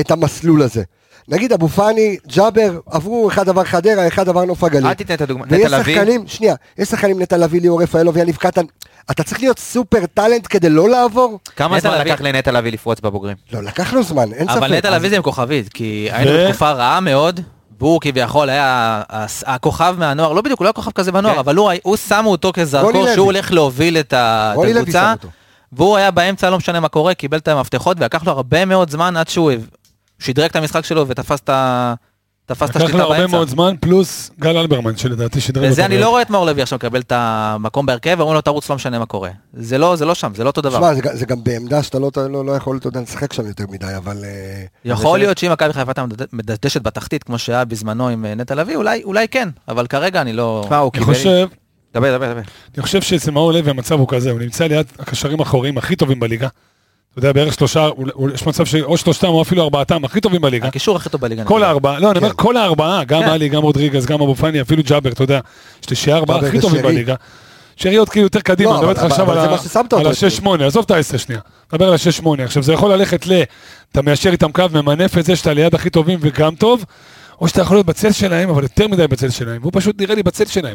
[SPEAKER 1] את המסלול הזה. נגיד אבו פאני, ג'אבר, עברו אחד עבר חדרה, אחד עבר נוף הגליל.
[SPEAKER 6] אל תיתן את הדוגמה,
[SPEAKER 1] ויש
[SPEAKER 6] נטע לביא,
[SPEAKER 1] שחקנים, שנייה, יש שחקנים נטע לביא, ליאור רפאלו ויניב קטן, אתה צריך להיות סופר טאלנט כדי לא לעבור?
[SPEAKER 6] כמה
[SPEAKER 4] נטע
[SPEAKER 6] זמן
[SPEAKER 4] לביא-
[SPEAKER 6] לקח לנטע לביא לפרוץ בבוגרים?
[SPEAKER 1] לא, לקח לו זמן, אין ספק.
[SPEAKER 4] אבל נטע לביא
[SPEAKER 1] אז-
[SPEAKER 4] זה עם כוכבית, כי היינו
[SPEAKER 5] ו-
[SPEAKER 4] בתקופה רעה מאוד, והוא כביכול היה הס- הכוכב מהנוער, לא בדיוק, הוא לא היה כוכב כזה בנוער,
[SPEAKER 6] כן.
[SPEAKER 4] אבל הוא היה- הוא שמו אותו
[SPEAKER 1] רוני
[SPEAKER 4] כזרקור
[SPEAKER 1] לוי.
[SPEAKER 4] שהוא הולך להוביל את ה- את
[SPEAKER 1] רוני לוי שם
[SPEAKER 4] הקבוצה,
[SPEAKER 1] אותו.
[SPEAKER 4] והוא היה באמצע, לא משנה מה קורה, קיבל את המפתחות, ולקח לו הרבה מאוד זמן עד שהוא שדרג את המשחק שלו ותפס את ה- תפס את
[SPEAKER 5] לקח לו
[SPEAKER 4] השליטה
[SPEAKER 5] הרבה
[SPEAKER 4] באמצע.
[SPEAKER 5] מאוד זמן, פלוס גל אלברמן, שלדעתי שדרג
[SPEAKER 1] כן,
[SPEAKER 4] וזה אני
[SPEAKER 5] מאוד.
[SPEAKER 4] לא רואה את מאור לוי עכשיו מקבל את המקום בהרכב, ואומרים לו תרוץ, לא משנה מה קורה. זה לא, זה לא שם, זה לא אותו דבר.
[SPEAKER 1] שמע, זה ג- זה גם בעמדה שאתה לא- לא לא יכול, אתה יודע, לשחק שם יותר מדי, אבל... אה,
[SPEAKER 4] יכול להיות שאם מכבי חיפה הייתה מדשדשת בתחתית, כמו שהיה בזמנו עם אה, נטע לביא, אולי, אולי כן, אבל כרגע אני לא...
[SPEAKER 6] תשמע, הוא
[SPEAKER 5] אני
[SPEAKER 6] קיבל...
[SPEAKER 5] חושב,
[SPEAKER 6] דבר, דבר, דבר.
[SPEAKER 5] אני חושב שאצל מאור לוי המצב הוא כזה, הוא נמצא ליד הקשרים האחוריים הכי טובים בליגה. אתה יודע, בערך שלושה, אול- אול- יש מצב שאו שלושתם או אפילו ארבעתם הכי טובים בליגה.
[SPEAKER 4] הקישור הכי טוב בליגה.
[SPEAKER 5] כל
[SPEAKER 4] נקודה.
[SPEAKER 5] הארבעה, לא, אני אומר
[SPEAKER 1] כן.
[SPEAKER 5] כל הארבעה, גם
[SPEAKER 4] כן.
[SPEAKER 5] עלי, גם רודריגז, גם אבו פאני, אפילו ג'אבר, אתה יודע, שלישייה ארבעה
[SPEAKER 1] ג'אבר
[SPEAKER 5] הכי טובים
[SPEAKER 1] ושרי.
[SPEAKER 5] בליגה. שרי עוד כאילו יותר קדימה,
[SPEAKER 1] לא,
[SPEAKER 5] אני מדבר איתך
[SPEAKER 1] אבל-
[SPEAKER 5] עכשיו
[SPEAKER 1] אבל
[SPEAKER 5] על
[SPEAKER 1] זה
[SPEAKER 5] ה-
[SPEAKER 1] מה ששמת
[SPEAKER 5] על
[SPEAKER 1] אותו כאילו.
[SPEAKER 5] ה-6-8, עזוב את ה-10 שנייה, דבר על ה-6-8. עכשיו זה יכול ללכת ל... אתה מיישר איתם קו, ממנף את זה שאתה ליד הכי טובים וגם טוב, או שאתה יכול להיות בצל שלהם, אבל יותר מדי בצל שלהם, והוא פשוט נראה לי בצל שלהם.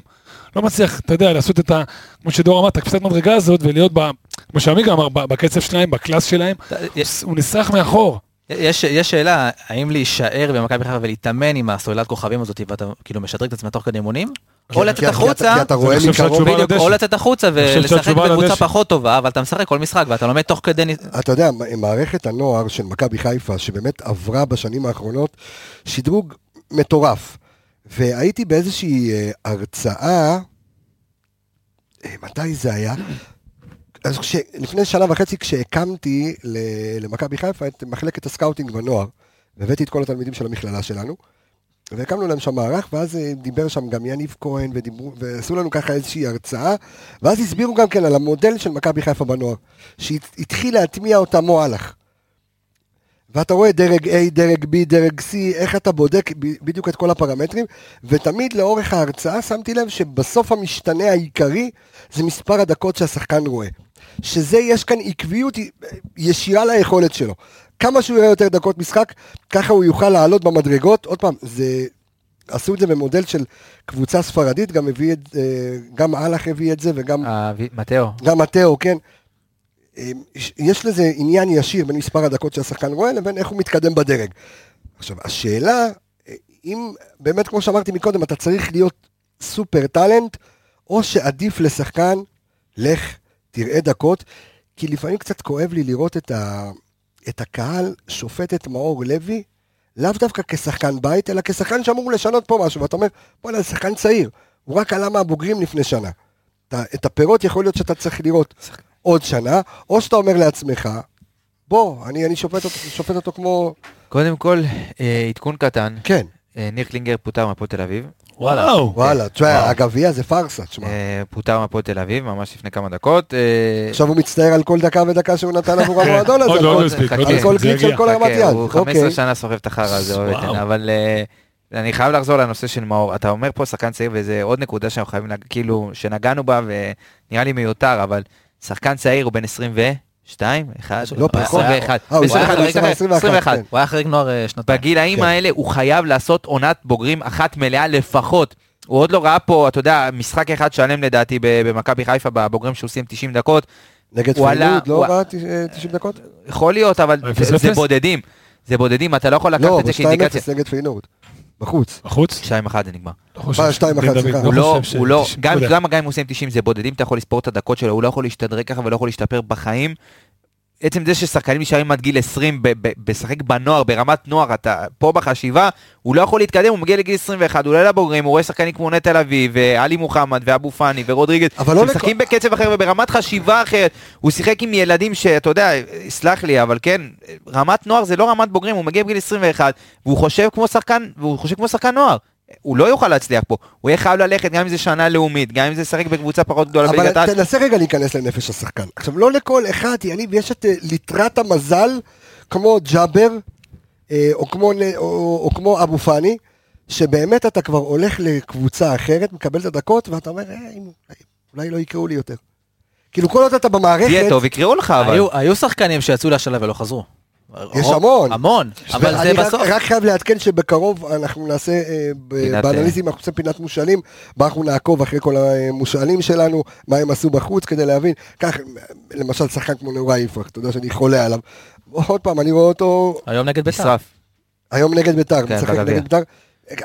[SPEAKER 5] לא מצליח, אתה יודע, לעשות את ה... כמו שדור אמר, את הקפיצת מדרגה הזאת, ולהיות ב... כמו שעמיגה אמר, ב- בקצב שלהם, בקלאס שלהם, הוא ס- הוא נסרח מאחור.
[SPEAKER 4] יש, יש שאלה, האם להישאר במכבי חיפה ולהתאמן עם הסוללת כוכבים הזאת, ואתה כאילו משדרג את עצמך תוך כדי אימונים? או
[SPEAKER 1] כי-
[SPEAKER 4] לצאת
[SPEAKER 1] כי אתה-
[SPEAKER 4] החוצה,
[SPEAKER 1] כי אתה רואה
[SPEAKER 5] אני חושב
[SPEAKER 1] מקרוב,
[SPEAKER 5] שהתשובה-
[SPEAKER 4] בדיוק,
[SPEAKER 5] על הדשא.
[SPEAKER 4] או לצאת החוצה
[SPEAKER 5] חושב
[SPEAKER 4] ולשחק
[SPEAKER 5] שהתשובה על
[SPEAKER 4] בקבוצה
[SPEAKER 5] הדשא.
[SPEAKER 4] פחות טובה, אבל אתה משחק כל משחק ואתה לומד תוך כדי... ניס-
[SPEAKER 1] אתה יודע, מערכת הנוער של מכבי חיפה, שבאמת עברה בשנים האחרונות שדרוג מטורף. והייתי באיזושהי אה, הרצאה, אה, מתי זה היה? אז כש, לפני שנה וחצי כשהקמתי ל- למכבי חיפה את מחלקת הסקאוטינג בנוער, והבאתי את כל התלמידים של המכללה שלנו, והקמנו להם שם מערך, ואז אה, דיבר שם גם יניב כהן, ודיברו, ועשו לנו ככה איזושהי הרצאה, ואז הסבירו גם כן על המודל של מכבי חיפה בנוער, שהתחיל להטמיע אותה מועלך. ואתה רואה דרג A, דרג B, דרג C, איך אתה בודק ב- בדיוק את כל הפרמטרים, ותמיד לאורך ההרצאה שמתי לב שבסוף המשתנה העיקרי זה מספר הדקות שהשחקן רואה. שזה, יש כאן עקביות י- ישירה ליכולת שלו. כמה שהוא יראה יותר דקות משחק, ככה הוא יוכל לעלות במדרגות. עוד פעם, זה... עשו את זה במודל של קבוצה ספרדית, גם הביא את, אה, גם אהלך הביא את זה וגם
[SPEAKER 6] אה, ו- מתאו,
[SPEAKER 1] גם מתאו, כן. אה, יש- יש לזה עניין ישיר בין מספר הדקות שהשחקן רואה לבין איך הוא מתקדם בדרג. עכשיו, השאלה, אה, אם באמת, כמו שאמרתי מקודם, אתה צריך להיות סופר טאלנט, או שעדיף לשחקן, לך, תראה דקות, כי לפעמים קצת כואב לי לראות את, ה, את הקהל שופט את מאור לוי, לאו דווקא כשחקן בית, אלא כשחקן שאמור לשנות פה משהו, ואתה אומר, בוא'נה, זה שחקן צעיר, הוא רק עלה מהבוגרים לפני שנה. אתה, את הפירות יכול להיות שאתה צריך לראות עוד שנה, או שאתה אומר לעצמך, בוא, אני, אני שופט, אותו, שופט אותו כמו...
[SPEAKER 6] קודם כל, אה, עדכון קטן,
[SPEAKER 1] כן,
[SPEAKER 6] אה, ניר קלינגר פוטר מהפועל תל אביב.
[SPEAKER 5] וואלה.
[SPEAKER 1] וואלה, תשמע, הגביע זה פארסה, תשמע.
[SPEAKER 6] אה, פוטר מהפועל תל אביב, ממש לפני כמה דקות. אה,
[SPEAKER 1] עכשיו הוא מצטער על כל דקה ודקה שהוא נתן עבור
[SPEAKER 5] כן,
[SPEAKER 1] המועדון הזה, נכון?
[SPEAKER 5] עוד
[SPEAKER 1] על
[SPEAKER 5] לא
[SPEAKER 1] כל-
[SPEAKER 5] מספיק, עוד
[SPEAKER 6] חכה,
[SPEAKER 5] לא
[SPEAKER 1] על כל
[SPEAKER 5] מספיק, זה
[SPEAKER 1] גליק של
[SPEAKER 5] יגיע.
[SPEAKER 1] כל הרמת
[SPEAKER 6] חכה,
[SPEAKER 1] יד.
[SPEAKER 6] הוא 15
[SPEAKER 1] אוקיי,
[SPEAKER 6] שנה סוחב את החרא הזה,
[SPEAKER 5] וואו.
[SPEAKER 6] אורטן, אבל אה, אני חייב לחזור לנושא של מאור. אתה אומר פה שחקן צעיר, וזה עוד נקודה שאנחנו חייבים, לג- כאילו, שנגענו בה, ונראה לי מיותר, אבל שחקן צעיר הוא בן 22, 1,
[SPEAKER 1] לא, פחות.
[SPEAKER 6] 21,
[SPEAKER 1] אה, הוא
[SPEAKER 6] 21,
[SPEAKER 1] היה
[SPEAKER 6] 21,
[SPEAKER 1] 21,
[SPEAKER 6] 21.
[SPEAKER 1] כן.
[SPEAKER 4] הוא היה חריג נוער אה, שנתיים.
[SPEAKER 6] בגילאים
[SPEAKER 1] כן.
[SPEAKER 6] האלה הוא חייב לעשות עונת בוגרים אחת מלאה לפחות. הוא עוד לא ראה פה, אתה יודע, משחק אחד שלם לדעתי ב- במכבי חיפה, בבוגרים שעושים 90 דקות.
[SPEAKER 1] נגד
[SPEAKER 6] הוא עלה-
[SPEAKER 1] פרידוד, לא
[SPEAKER 6] הוא-
[SPEAKER 1] ראה 90 דקות?
[SPEAKER 6] יכול להיות, אבל
[SPEAKER 5] אפס
[SPEAKER 6] זה- זה
[SPEAKER 5] אפס?
[SPEAKER 6] בודדים. זה בודדים, אתה לא יכול לקחת
[SPEAKER 1] לא,
[SPEAKER 6] את זה כאינדיקציה.
[SPEAKER 1] ב-2-0 נגד פיינורד. בחוץ.
[SPEAKER 5] בחוץ?
[SPEAKER 6] 2-1 זה נגמר.
[SPEAKER 5] לא חושב
[SPEAKER 1] אה, שתיים
[SPEAKER 5] שדין
[SPEAKER 1] אחת,
[SPEAKER 5] דוד,
[SPEAKER 1] סליחה.
[SPEAKER 5] לא
[SPEAKER 6] הוא לא,
[SPEAKER 5] חושב
[SPEAKER 6] הוא לא,
[SPEAKER 5] ש-
[SPEAKER 6] גם
[SPEAKER 5] לא יודע.
[SPEAKER 6] גם אם הוא עושים 90 זה בודדים, אתה יכול לספור את הדקות שלו, הוא לא יכול להשתדרג ככה ולא יכול להשתפר בחיים. עצם זה ששחקנים נשארים עד גיל 20 ב- ב- בשחק בנוער, ברמת נוער, אתה פה בחשיבה, הוא לא יכול להתקדם, הוא מגיע לגיל 21, הוא עולה לבוגרים, הוא רואה שחקנים כמו נטע לביא, ועלי מוחמד, ואבו פאני, ורודריגז,
[SPEAKER 1] אבל לא
[SPEAKER 6] שמשחקים בקצב אחר וברמת חשיבה אחרת. הוא שיחק עם ילדים שאתה יודע, סלח לי, אבל כן, רמת נוער זה לא רמת בוגרים, הוא מגיע בגיל 21, והוא חושב כמו שחקן, והוא חושב כמו שחקן נוער. הוא לא יוכל להצליח פה, הוא יהיה חייב ללכת גם אם זה שנה לאומית, גם אם זה לשחק בקבוצה פחות גדולה
[SPEAKER 1] אבל כן,
[SPEAKER 6] בליגת העל.
[SPEAKER 1] תנסה רגע להיכנס לנפש השחקן. עכשיו, לא לכל אחד, יניב, יש את אה, ליטרת המזל, כמו ג'אבר, אה, או כמו נ- או- או כמו אבו פאני, שבאמת אתה כבר הולך לקבוצה אחרת, מקבל את הדקות, ואתה אומר, "אה, אם- אולי לא יקראו לי יותר. כאילו, כל עוד אתה
[SPEAKER 6] תהיה
[SPEAKER 1] במערכת,
[SPEAKER 6] טוב, יקראו לך אבל.
[SPEAKER 4] היו- היו שחקנים שיצאו להשאלה ולא חזרו.
[SPEAKER 1] יש
[SPEAKER 4] הרוב-
[SPEAKER 1] המון.
[SPEAKER 4] המון, אבל
[SPEAKER 1] ואני
[SPEAKER 4] זה
[SPEAKER 1] רק-
[SPEAKER 4] בסוף.
[SPEAKER 1] רק חייב לעדכן שבקרוב אנחנו נעשה, אה, ב-
[SPEAKER 6] פינת,
[SPEAKER 1] באנליזם אנחנו עושים פינת מושאלים, בה אנחנו נעקוב אחרי כל המושאלים שלנו, מה הם עשו בחוץ כדי להבין. כך, למשל שחקן כמו נאורה יפרח, אתה יודע שאני חולה עליו. עוד פעם, אני רואה אותו
[SPEAKER 4] היום נגד בית"ר.
[SPEAKER 6] נשרף.
[SPEAKER 1] היום נגד ביתר,
[SPEAKER 6] כן,
[SPEAKER 1] משחק
[SPEAKER 6] בגביע.
[SPEAKER 1] נגד ביתר.